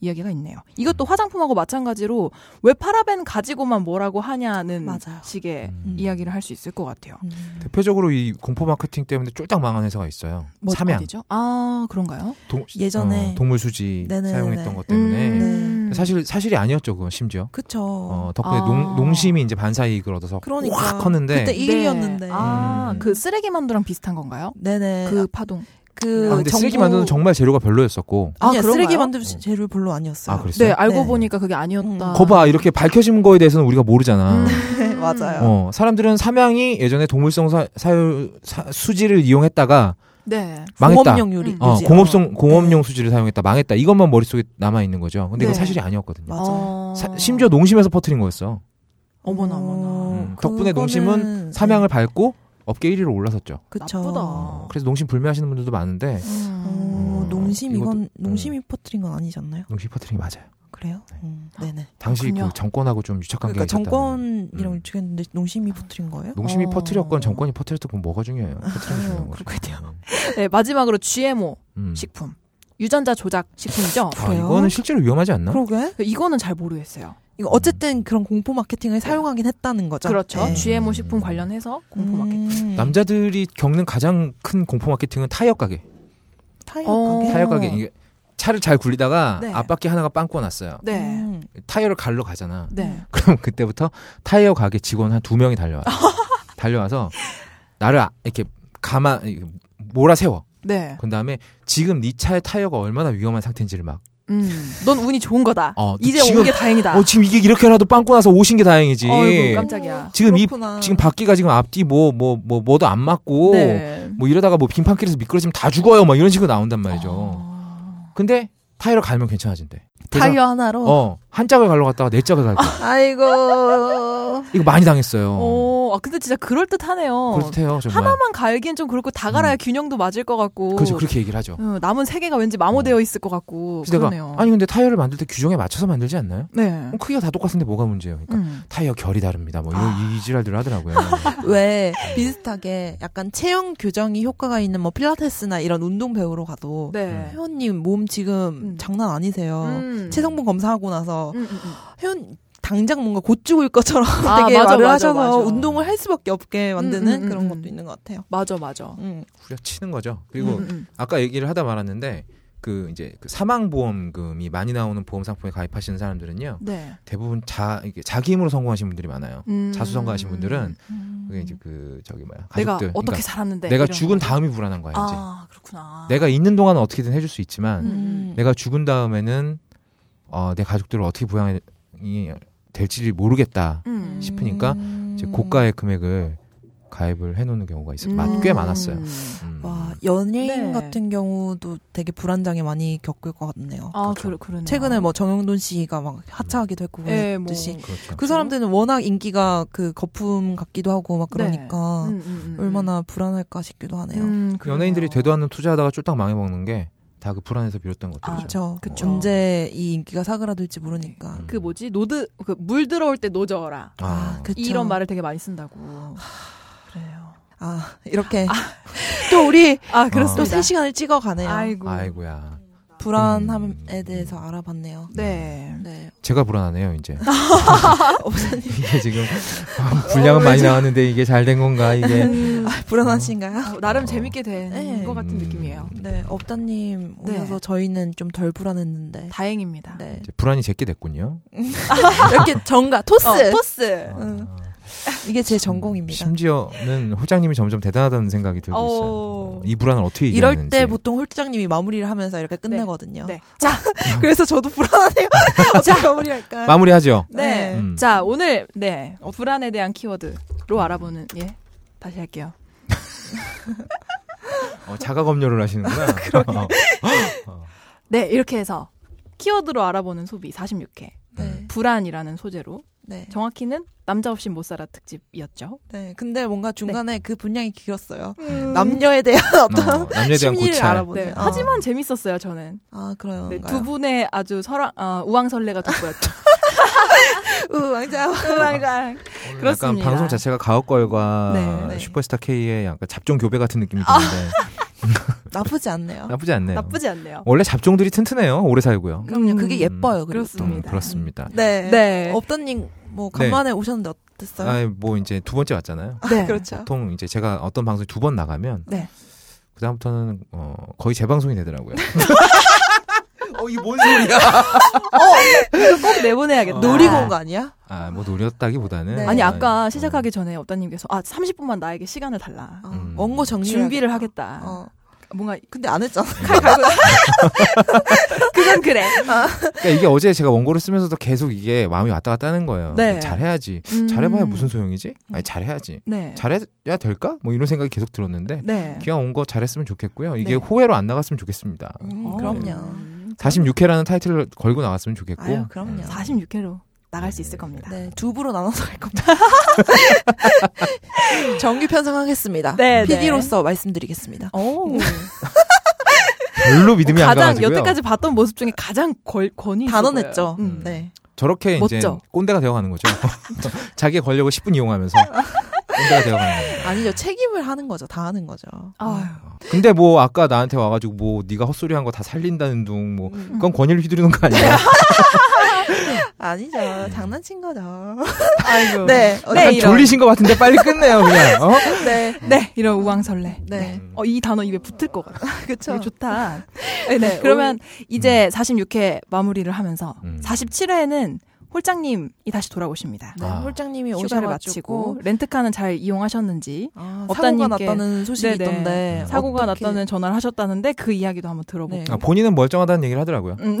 Speaker 4: 이야기가 있네요. 이것도 화장품하고 마찬가지로 왜 파라벤 가지고만 뭐라고 하냐는
Speaker 2: 맞아요.
Speaker 4: 식의
Speaker 5: 음.
Speaker 4: 네. 이야기를 할 수 있을 것 같아요.
Speaker 2: 음.
Speaker 5: 대표적으로 이 공포 마케팅 때문에 쫄딱 망한 회사가 있어요.
Speaker 4: 뭐,
Speaker 5: 삼양
Speaker 4: 어디죠? 아 그런가요?
Speaker 5: 동,
Speaker 2: 예전에.
Speaker 5: 어, 동물 수지
Speaker 2: 네네네네.
Speaker 5: 사용했던 것 때문에
Speaker 4: 음.
Speaker 2: 네.
Speaker 5: 사실 사실이 아니었죠 그건 심지어
Speaker 2: 그쵸.
Speaker 5: 어, 덕분에
Speaker 4: 아.
Speaker 5: 농, 농심이 이제 반사 이익을 얻어서
Speaker 2: 그러니까.
Speaker 5: 확 컸는데
Speaker 2: 그때 일이었는데.
Speaker 4: 네. 아,
Speaker 5: 음.
Speaker 4: 그 쓰레기 만두랑 비슷한 건가요?
Speaker 2: 네네.
Speaker 4: 그 파동.
Speaker 2: 그
Speaker 5: 아, 근데 쓰레기 만드는 정말 재료가 별로였었고
Speaker 4: 아,
Speaker 2: 아니 야
Speaker 4: 그런가요?
Speaker 2: 쓰레기 만드는 재료 별로 아니었어요.
Speaker 5: 아 그랬어요?
Speaker 4: 네, 알고
Speaker 2: 네.
Speaker 4: 보니까 그게 아니었다. 음.
Speaker 2: 음.
Speaker 5: 거봐 이렇게 밝혀진 거에 대해서는 우리가 모르잖아.
Speaker 2: 네, 맞아요.
Speaker 5: 어, 사람들은 삼양이 예전에 동물성 사, 사유, 사- 수지를 이용했다가
Speaker 4: 네.
Speaker 5: 망했다.
Speaker 2: 공업용 유리.
Speaker 4: 음.
Speaker 5: 어,
Speaker 2: 유지. 네.
Speaker 5: 공업성 공업용 수지를 사용했다 망했다 이것만 머릿속에 남아 있는 거죠. 근데
Speaker 4: 네.
Speaker 5: 이건 사실이 아니었거든요.
Speaker 2: 맞아요.
Speaker 5: 사- 심지어 농심에서 퍼뜨린 거였어.
Speaker 4: 어머나 어머나.
Speaker 5: 음,
Speaker 2: 그거는- 네.
Speaker 5: 덕분에 농심은 삼양을 밟고 업계 1위로 올라섰죠.
Speaker 2: 그쵸.
Speaker 4: 나쁘다.
Speaker 5: 어, 그래서 농심 불매하시는 분들도 많은데
Speaker 4: 음.
Speaker 2: 어, 농심
Speaker 5: 이것도-
Speaker 2: 이건 농심이 퍼뜨린 건 아니지 않나요?
Speaker 5: 농심 퍼뜨린 게 맞아요.
Speaker 2: 그래요? 음, 네네.
Speaker 5: 당시
Speaker 4: 그렇군요.
Speaker 5: 그 정권하고 좀 유착관계
Speaker 2: 그러니까
Speaker 5: 가 있었다.
Speaker 2: 정권이랑
Speaker 5: 음.
Speaker 2: 유치했는데 농심이 퍼뜨린 거예요?
Speaker 5: 농심이
Speaker 4: 어.
Speaker 5: 퍼뜨렸건 정권이 퍼뜨렸던 건 뭐가 중요해요? 퍼뜨리면 중요한 거죠.
Speaker 4: 그렇군요. 네, 마지막으로 GMO
Speaker 5: 음.
Speaker 4: 식품. 유전자 조작 식품이죠?
Speaker 5: 아,
Speaker 2: 그래요?
Speaker 5: 이거는 실제로 위험하지 않나?
Speaker 2: 그러게.
Speaker 4: 이거는 잘 모르겠어요.
Speaker 2: 이거 어쨌든 그런 공포 마케팅을 사용하긴 했다는 거죠.
Speaker 4: 그렇죠.
Speaker 2: 네.
Speaker 4: GMO 식품 관련해서 공포 마케팅.
Speaker 2: 음,
Speaker 5: 남자들이 겪는 가장 큰 공포 마케팅은 타이어 가게.
Speaker 2: 타이어
Speaker 4: 어.
Speaker 2: 가게.
Speaker 5: 타이어 가게 이게 차를 잘 굴리다가
Speaker 4: 네.
Speaker 5: 앞바퀴 하나가 빵꾸 났어요.
Speaker 4: 네.
Speaker 2: 음.
Speaker 5: 타이어를 갈러 가잖아.
Speaker 4: 네.
Speaker 5: 그럼 그때부터 타이어 가게 직원 한 두 명이 달려와. 달려와서 나를 아- 이렇게 가마 이렇게 몰아 세워.
Speaker 4: 네.
Speaker 5: 그 다음에 지금 네 차의 타이어가 얼마나 위험한 상태인지를 막.
Speaker 4: 음. 넌 운이 좋은 거다.
Speaker 5: 어,
Speaker 4: 이제
Speaker 5: 지금-
Speaker 4: 온 게 다행이다.
Speaker 5: 어 지금 이게 이렇게라도 빵꾸 나서 오신 게 다행이지.
Speaker 4: 어이구, 깜짝이야.
Speaker 5: 지금 이-
Speaker 2: 그렇구나.
Speaker 5: 지금 바퀴가 지금 앞뒤 뭐 뭐 뭐 뭐도 안 맞고
Speaker 4: 네.
Speaker 5: 뭐 이러다가 뭐 빙판길에서 미끄러지면 다 죽어요. 막 이런 식으로 나온단 말이죠.
Speaker 4: 어.
Speaker 5: 근데 타이어 갈면 괜찮아진대. 그래서
Speaker 2: 아. 타이어 하나로.
Speaker 5: 어, 한 짝을 갈러 갔다가 네 짝을 갈고.
Speaker 2: 아이고.
Speaker 5: 이거 많이 당했어요.
Speaker 4: 어, 아, 근데 진짜 그럴듯하네요.
Speaker 5: 그렇대요, 정말.
Speaker 4: 하나만 갈기엔 좀 그렇고 다 갈아야
Speaker 5: 음.
Speaker 4: 균형도 맞을 것 같고.
Speaker 5: 그렇죠, 그렇게 얘기를 하죠.
Speaker 4: 어, 남은 세 개가 왠지 마모되어 있을 것 같고.
Speaker 5: 그래서
Speaker 4: 그러네요.
Speaker 5: 내가 아니 근데 타이어를 만들 때 규정에 맞춰서 만들지 않나요?
Speaker 4: 네.
Speaker 5: 그럼 크기가 다 똑같은데 뭐가 문제예요? 그러니까
Speaker 4: 음.
Speaker 5: 타이어 결이 다릅니다. 뭐 이런
Speaker 4: 아.
Speaker 5: 이 지랄들을 하더라고요.
Speaker 2: 왜 비슷하게 약간 체형 교정이 효과가 있는 뭐 필라테스나 이런 운동 배우러 가도
Speaker 5: 음.
Speaker 4: 네.
Speaker 2: 회원님 몸 지금
Speaker 4: 음.
Speaker 2: 장난
Speaker 5: 어,
Speaker 2: 아니세요.
Speaker 4: 음.
Speaker 2: 체성분 검사하고 나서
Speaker 4: 음, 음, 음.
Speaker 2: 회원 당장 뭔가 곧 죽을 것처럼
Speaker 4: 아,
Speaker 2: 되게
Speaker 4: 맞아,
Speaker 2: 말을
Speaker 4: 맞아,
Speaker 2: 하셔서
Speaker 4: 맞아.
Speaker 2: 운동을 할 수밖에 없게
Speaker 4: 음,
Speaker 2: 만드는
Speaker 4: 음,
Speaker 2: 그런
Speaker 4: 음.
Speaker 2: 것도 있는 것 같아요.
Speaker 4: 맞아, 맞아.
Speaker 2: 음.
Speaker 5: 후려치는 거죠. 그리고
Speaker 4: 음, 음,
Speaker 5: 아까 얘기를 하다 말았는데 그 이제 그 사망보험금이 많이 나오는 보험 상품에 가입하시는 사람들은요
Speaker 4: 음. 네.
Speaker 5: 대부분 자 이게 자기 힘으로 성공하신 분들이 많아요.
Speaker 4: 음.
Speaker 5: 자수 성가하신 분들은 그게 이제 그 저기 뭐야
Speaker 4: 내가
Speaker 5: 가족들
Speaker 4: 어떻게
Speaker 5: 그러니까
Speaker 4: 살았는데.
Speaker 5: 내가
Speaker 4: 이런
Speaker 5: 죽은
Speaker 4: 거.
Speaker 5: 다음이 불안한 거야 이제
Speaker 4: 아, 그렇구나.
Speaker 5: 내가 있는 동안은 어떻게든 해줄 수 있지만
Speaker 2: 네.
Speaker 4: 음.
Speaker 5: 내가 죽은 다음에는 어, 내 가족들을 어떻게 보양이 될지 를 모르겠다
Speaker 4: 음.
Speaker 5: 싶으니까
Speaker 2: 음.
Speaker 5: 이제 고가의 금액을 가입을 해놓는 경우가 있어요.
Speaker 4: 음.
Speaker 5: 마- 꽤 많았어요.
Speaker 2: 음.
Speaker 5: 음.
Speaker 2: 와 연예인
Speaker 4: 네.
Speaker 2: 같은 경우도 되게 불안장애 많이 겪을 것 같네요.
Speaker 4: 아,
Speaker 5: 그렇죠.
Speaker 4: 그러, 그러네요.
Speaker 2: 최근에 뭐 정영돈 씨가 막 하차하기도 했고
Speaker 4: 예, 뭐.
Speaker 2: 그랬듯이
Speaker 5: 그렇죠.
Speaker 2: 그 사람들은 워낙 인기가 그 거품 같기도 하고 막 그러니까
Speaker 4: 음, 음, 음,
Speaker 2: 얼마나 불안할까 싶기도 하네요.
Speaker 4: 음,
Speaker 5: 그
Speaker 4: 그러네요.
Speaker 5: 어, 연예인들이 되도 않는 투자하다가 쫄딱 망해먹는 게 다 그 불안에서 비롯된 것들이죠.
Speaker 4: 아,
Speaker 2: 그렇죠.
Speaker 4: 그쵸.
Speaker 2: 언제 이 인기가 사그라들지 모르니까.
Speaker 5: 음.
Speaker 4: 그 뭐지 노드 그 물 들어올 때 노져라
Speaker 5: 아,
Speaker 2: 그쵸.
Speaker 4: 이런 말을 되게 많이 쓴다고. 그래요.
Speaker 2: 아 이렇게 또 우리
Speaker 4: 아
Speaker 2: 또
Speaker 4: 그렇습니다.
Speaker 2: 세 시간을 찍어 가네요.
Speaker 4: 아이고.
Speaker 5: 아이고야.
Speaker 2: 불안함에
Speaker 5: 음.
Speaker 2: 대해서 알아봤네요.
Speaker 4: 네.
Speaker 2: 네.
Speaker 5: 제가 불안하네요, 이제.
Speaker 2: 어?
Speaker 5: 이게 지금 아, 분량은 많이 나왔는데 이게 잘 된 건가, 이게.
Speaker 2: 아, 불안하신가요?
Speaker 4: 어, 나름 재밌게 된
Speaker 2: 네.
Speaker 4: 것 같은
Speaker 5: 음.
Speaker 4: 느낌이에요.
Speaker 2: 네. 업다님
Speaker 4: 네. 아.
Speaker 2: 오셔서 저희는 좀 덜 불안했는데.
Speaker 4: 다행입니다.
Speaker 2: 네.
Speaker 5: 이제 불안이 제게 됐군요.
Speaker 2: 이렇게 정가 토스.
Speaker 4: 아. 어, 토스.
Speaker 2: 음.
Speaker 5: 아,
Speaker 2: 이게 제 전공입니다.
Speaker 5: 심지어는 호장님이 점점 대단하다는 생각이 들고
Speaker 4: 어.
Speaker 5: 있어요. 이 불안을 어떻게 이겨내는지.
Speaker 2: 이럴 때 보통 홀장님이 마무리를 하면서 이렇게 끝내거든요.
Speaker 4: 네. 자,
Speaker 2: 그래서 저도 불안하네요. 어떻게 마무리할까요?
Speaker 5: 마무리하죠.
Speaker 4: 네.
Speaker 5: 음.
Speaker 4: 자 오늘 네 불안에 대한 키워드로 알아보는 예 다시 할게요.
Speaker 5: 어, 자가 검열을 하시는구나.
Speaker 4: 그러니까
Speaker 5: 그러게.
Speaker 4: 네 이렇게 해서 키워드로 알아보는 소비 46회
Speaker 2: 네.
Speaker 4: 불안이라는 소재로
Speaker 2: 네.
Speaker 4: 정확히는 남자 없이 못 살아 특집이었죠.
Speaker 2: 네. 근데 뭔가 중간에 그 분량이 길었어요. 남녀에 대한 어떤
Speaker 5: 남녀에 대한
Speaker 2: 심리를
Speaker 5: 고찰.
Speaker 2: 알아보네요.
Speaker 4: 음. 네,
Speaker 2: 아.
Speaker 4: 하지만 재밌었어요 저는.
Speaker 2: 아, 그래요.
Speaker 4: 네, 두 분의 아주 설왕 어, 우왕설레가 돋보였죠.
Speaker 2: 왕자.
Speaker 4: 우왕장.
Speaker 5: 오늘 약간
Speaker 4: 그렇습니다.
Speaker 5: 방송 자체가 가옥걸과
Speaker 4: 네,
Speaker 2: 네.
Speaker 5: 슈퍼스타 K의 약간 잡종 교배 같은 느낌이 드는데
Speaker 2: 나쁘지 않네요.
Speaker 5: 나쁘지 않네요.
Speaker 4: 아, 나쁘지 않네요. 어,
Speaker 5: 원래 잡종들이 튼튼해요. 오래 살고요. 음,
Speaker 2: 그럼요.
Speaker 4: 음.
Speaker 2: 그게 예뻐요. 그리고 또.
Speaker 4: 그렇습니다.
Speaker 5: 그렇습니다.
Speaker 2: 네.
Speaker 4: 네.
Speaker 2: 업다님 뭐 간만에 오셨는데 어땠어요?
Speaker 5: 아, 뭐 이제 두 번째 왔잖아요.
Speaker 4: 네.
Speaker 2: 그렇죠.
Speaker 5: 보통 이제 제가 어떤 방송 두 번 나가면
Speaker 4: 네.
Speaker 5: 그다음부터는 어, 거의 재방송이 되더라고요. 어, 이게 뭔 소리야?
Speaker 4: 꼭 내보내야겠다.
Speaker 5: 어.
Speaker 2: 노리고 온 거 아니야?
Speaker 5: 아, 뭐 노렸다기보다는
Speaker 2: 네.
Speaker 4: 아니 아까
Speaker 5: 어,
Speaker 4: 시작하기 전에 업다님께서 아 30분만 나에게 시간을 달라.
Speaker 2: 어,
Speaker 5: 음.
Speaker 2: 원고 정리
Speaker 4: 준비를 하겠다.
Speaker 2: 어.
Speaker 4: 뭔가
Speaker 2: 근데 안 했잖아.
Speaker 4: 칼 갈고 그건 그래.
Speaker 5: 그러니까 이게 어제 제가 원고를 쓰면서도 계속 이게 마음이 왔다 갔다 하는 거예요.
Speaker 4: 네.
Speaker 5: 잘해야지.
Speaker 4: 음.
Speaker 5: 잘해봐야 무슨 소용이지? 아니 잘해야지.
Speaker 4: 네.
Speaker 5: 잘해야 될까? 뭐 이런 생각이 계속 들었는데
Speaker 4: 네.
Speaker 5: 기왕 온 거 잘했으면 좋겠고요. 이게
Speaker 4: 네.
Speaker 5: 호해로 안 나갔으면 좋겠습니다.
Speaker 2: 음,
Speaker 4: 어.
Speaker 2: 그럼요.
Speaker 4: 음,
Speaker 5: 46회라는 타이틀을 걸고 나갔으면 좋겠고.
Speaker 2: 아유,
Speaker 5: 음,
Speaker 2: 그럼요.
Speaker 4: 46회로 나갈 수 있을 겁니다.
Speaker 2: 네, 두 부로 나눠서 할 겁니다. 정규 편성하겠습니다.
Speaker 4: 네, 네.
Speaker 2: PD로서 말씀드리겠습니다.
Speaker 4: 오.
Speaker 5: 별로 믿음이 안
Speaker 4: 가장
Speaker 5: 가가지고요.
Speaker 4: 여태까지 봤던 모습 중에 가장 권, 권위 있어 보여요.
Speaker 2: 단언했죠.
Speaker 4: 음.
Speaker 2: 네.
Speaker 5: 저렇게 이제
Speaker 4: 멋져.
Speaker 5: 꼰대가 되어가는 거죠. 자기의 권력을 10분 이용하면서 꼰대가 되어가는 거예요.
Speaker 2: 아니죠. 책임을 하는 거죠. 다 하는 거죠.
Speaker 4: 아유.
Speaker 5: 근데 뭐 아까 나한테 와가지고 뭐 네가 헛소리한 거 다 살린다는 둥 뭐
Speaker 2: 음.
Speaker 5: 그건 권위를 휘두르는 거 아니야?
Speaker 2: 아니죠. 장난친 거죠.
Speaker 4: 아이고.
Speaker 2: 네.
Speaker 4: 네,
Speaker 5: 약간
Speaker 4: 이런.
Speaker 5: 졸리신 것 같은데 빨리 끝내요 그냥. 어?
Speaker 2: 네.
Speaker 4: 네, 이런 우왕설레.
Speaker 2: 네.
Speaker 4: 어, 이 단어 입에 붙을 것 같아.
Speaker 2: 그쵸.
Speaker 4: 되게 좋다. 네, 네. 그러면 이제 46회 마무리를 하면서
Speaker 5: 음.
Speaker 4: 47회는 홀장님이 다시 돌아오십니다.
Speaker 2: 네.
Speaker 5: 아.
Speaker 2: 홀장님이
Speaker 4: 휴가를
Speaker 2: 오셔가지고
Speaker 4: 마치고 렌트카는 잘 이용하셨는지
Speaker 2: 아, 사고가
Speaker 4: 업다님께-
Speaker 2: 났다는 소식이
Speaker 4: 네네.
Speaker 2: 있던데
Speaker 4: 사고가
Speaker 2: 어떻게-
Speaker 4: 났다는 전화를 하셨다는데 그 이야기도 한번 들어보고.
Speaker 2: 네.
Speaker 5: 아, 본인은 멀쩡하다는 얘기를 하더라고요.
Speaker 4: 음,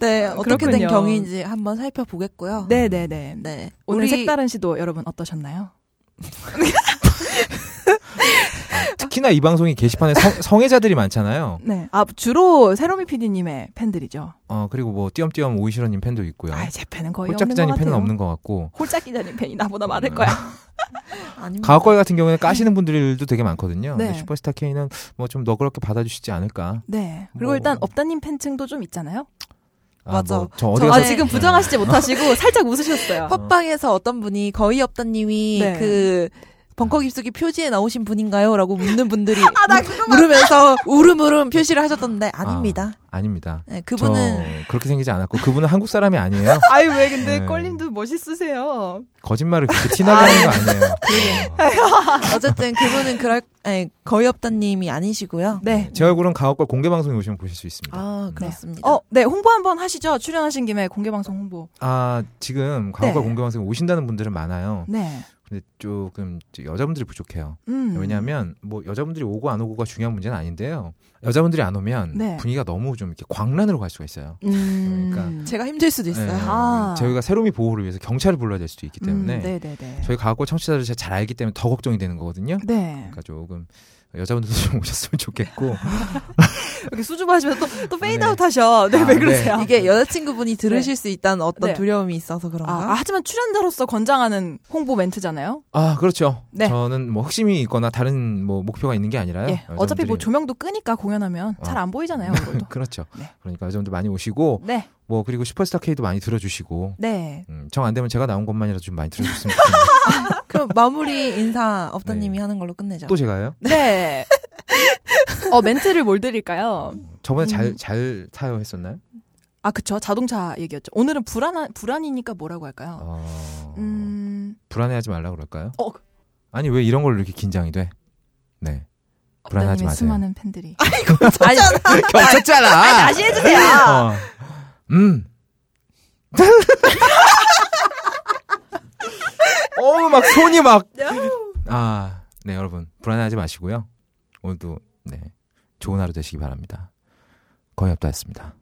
Speaker 2: 네 어떻게 된
Speaker 4: 그렇군요.
Speaker 2: 경위인지 한번 살펴보겠고요.
Speaker 4: 네, 네, 네.
Speaker 2: 네.
Speaker 4: 오늘
Speaker 2: 우리-
Speaker 4: 색다른 시도 여러분 어떠셨나요?
Speaker 5: 특히나 이 방송이 게시판에 성, 성애자들이 많잖아요.
Speaker 4: 네. 아, 주로 새로미 PD님의 팬들이죠.
Speaker 5: 어 그리고 뭐 띄엄띄엄 오이시러님 팬도 있고요.
Speaker 4: 아, 제 팬은 거의
Speaker 5: 네. 홀짝
Speaker 4: 없는
Speaker 5: 기자님
Speaker 4: 것 같아요.
Speaker 5: 팬은 없는 네. 것 같고
Speaker 4: 홀짝 기자님 팬이 나보다 많을 거야.
Speaker 2: 아닙니다.
Speaker 5: 가옥걸 같은 경우에는 까시는 분들도 되게 많거든요.
Speaker 4: 음. 네.
Speaker 5: 근데 슈퍼스타 K는 뭐 좀 너그럽게 받아주시지 않을까.
Speaker 4: 네. 그리고
Speaker 5: 뭐.
Speaker 4: 일단 업다님 팬층도 좀 있잖아요.
Speaker 2: 맞아.
Speaker 5: 뭐, 저
Speaker 2: 저-
Speaker 5: 어디
Speaker 4: 아,
Speaker 5: 가서
Speaker 2: 네.
Speaker 4: 지금 부정하시지 못하시고 살짝 웃으셨어요.
Speaker 2: 팟빵에서 어떤 분이 거의 없다님이
Speaker 4: 네.
Speaker 2: 그 벙커 깊숙이 표지에 나오신 분인가요?라고 묻는 분들이
Speaker 4: 아,
Speaker 2: 물- 물으면서 울음 울음 표시를 하셨던데 아닙니다.
Speaker 5: 아닙니다.
Speaker 2: 네, 그분은
Speaker 5: 저 그렇게 생기지 않았고 그분은 한국 사람이 아니에요.
Speaker 4: 아유 왜
Speaker 5: 네.
Speaker 4: 멋있으세요.
Speaker 5: 거짓말을 그렇게 티나게 하는 거 아니에요. 어.
Speaker 2: 어쨌든 그분은 그럴 아니, 거의 없다님이 아니시고요.
Speaker 4: 네.
Speaker 5: 제 얼굴은 가옥걸 공개 방송에 오시면 보실 수 있습니다. 아,
Speaker 2: 아 그렇습니다.
Speaker 4: 어, 네 홍보 한번 하시죠. 출연하신 김에 공개 방송 홍보.
Speaker 5: 아, 지금 가옥걸
Speaker 4: 네.
Speaker 5: 공개 방송에 오신다는 분들은 많아요.
Speaker 4: 네.
Speaker 5: 근데 조금 이제 여자분들이 부족해요.
Speaker 4: 음.
Speaker 5: 왜냐하면 뭐 여자분들이 오고 안 오고가 중요한 문제는 아닌데요. 여자분들이 안 오면
Speaker 4: 네.
Speaker 5: 분위기가 너무 좀 이렇게 광란으로 갈 수가 있어요.
Speaker 4: 음.
Speaker 5: 그러니까
Speaker 2: 제가 힘들 수도 있어요.
Speaker 5: 네.
Speaker 4: 아.
Speaker 5: 저희가 세로미 보호를 위해서 경찰을 불러야 될 수도 있기 때문에
Speaker 4: 음, 네네네.
Speaker 5: 저희 가고 청취자를 제가 잘 알기 때문에 더 걱정이 되는 거거든요.
Speaker 4: 네.
Speaker 5: 그러니까 조금 여자분들도 좀 오셨으면 좋겠고
Speaker 4: 이렇게 수줍어하시면 또또 페이드아웃
Speaker 5: 네.
Speaker 4: 하셔. 네,
Speaker 5: 아,
Speaker 4: 왜
Speaker 5: 네.
Speaker 4: 그러세요?
Speaker 2: 이게 여자친구분이 들으실 수 있다는 어떤
Speaker 4: 네.
Speaker 2: 두려움이 있어서 그런가?
Speaker 4: 아, 아, 하지만 출연자로서 권장하는 홍보 멘트잖아요.
Speaker 5: 아 그렇죠.
Speaker 4: 네.
Speaker 5: 저는 뭐 흑심이 있거나 다른 뭐 목표가 있는 게 아니라요.
Speaker 4: 예. 어차피 뭐
Speaker 5: 여자분들이-
Speaker 4: 조명도 끄니까 공연하면
Speaker 5: 어.
Speaker 4: 잘 안 보이잖아요. 얼굴도.
Speaker 5: 그렇죠.
Speaker 4: 네.
Speaker 5: 그러니까 여자분들 많이 오시고
Speaker 4: 네.
Speaker 5: 뭐 그리고 슈퍼스타 K도 많이 들어주시고
Speaker 4: 네.
Speaker 5: 음, 정안 되면 제가 나온 것만이라도 좀 많이 들어줬으면 좋겠네요.
Speaker 4: 아.
Speaker 2: 그럼 마무리 인사 업다님이
Speaker 5: 네.
Speaker 2: 하는 걸로 끝내자.
Speaker 5: 또 제가요?
Speaker 4: 네. 어, 멘트를 뭘 드릴까요?
Speaker 5: 저번에
Speaker 2: 음.
Speaker 5: 잘 잘 타요 했었나요?
Speaker 4: 아, 그쵸. 자동차 얘기였죠. 오늘은 불안, 불안이니까 뭐라고 할까요?
Speaker 5: 어...
Speaker 4: 음,
Speaker 5: 불안해하지 말라 그럴까요?
Speaker 4: 어.
Speaker 5: 아니 왜 이런 걸로 이렇게 긴장이 돼? 네. 불안하지
Speaker 4: 업다님의
Speaker 5: 마세요.
Speaker 4: 어, 수많은 팬들이.
Speaker 2: 아니,
Speaker 5: 겹쳤잖아.
Speaker 4: 다시 해주세요!
Speaker 5: 어. 음. 어우 막 손이 막. 아, 네 여러분 불안해하지 마시고요. 오늘도 네 좋은 하루 되시기 바랍니다. 거의 없다였습니다.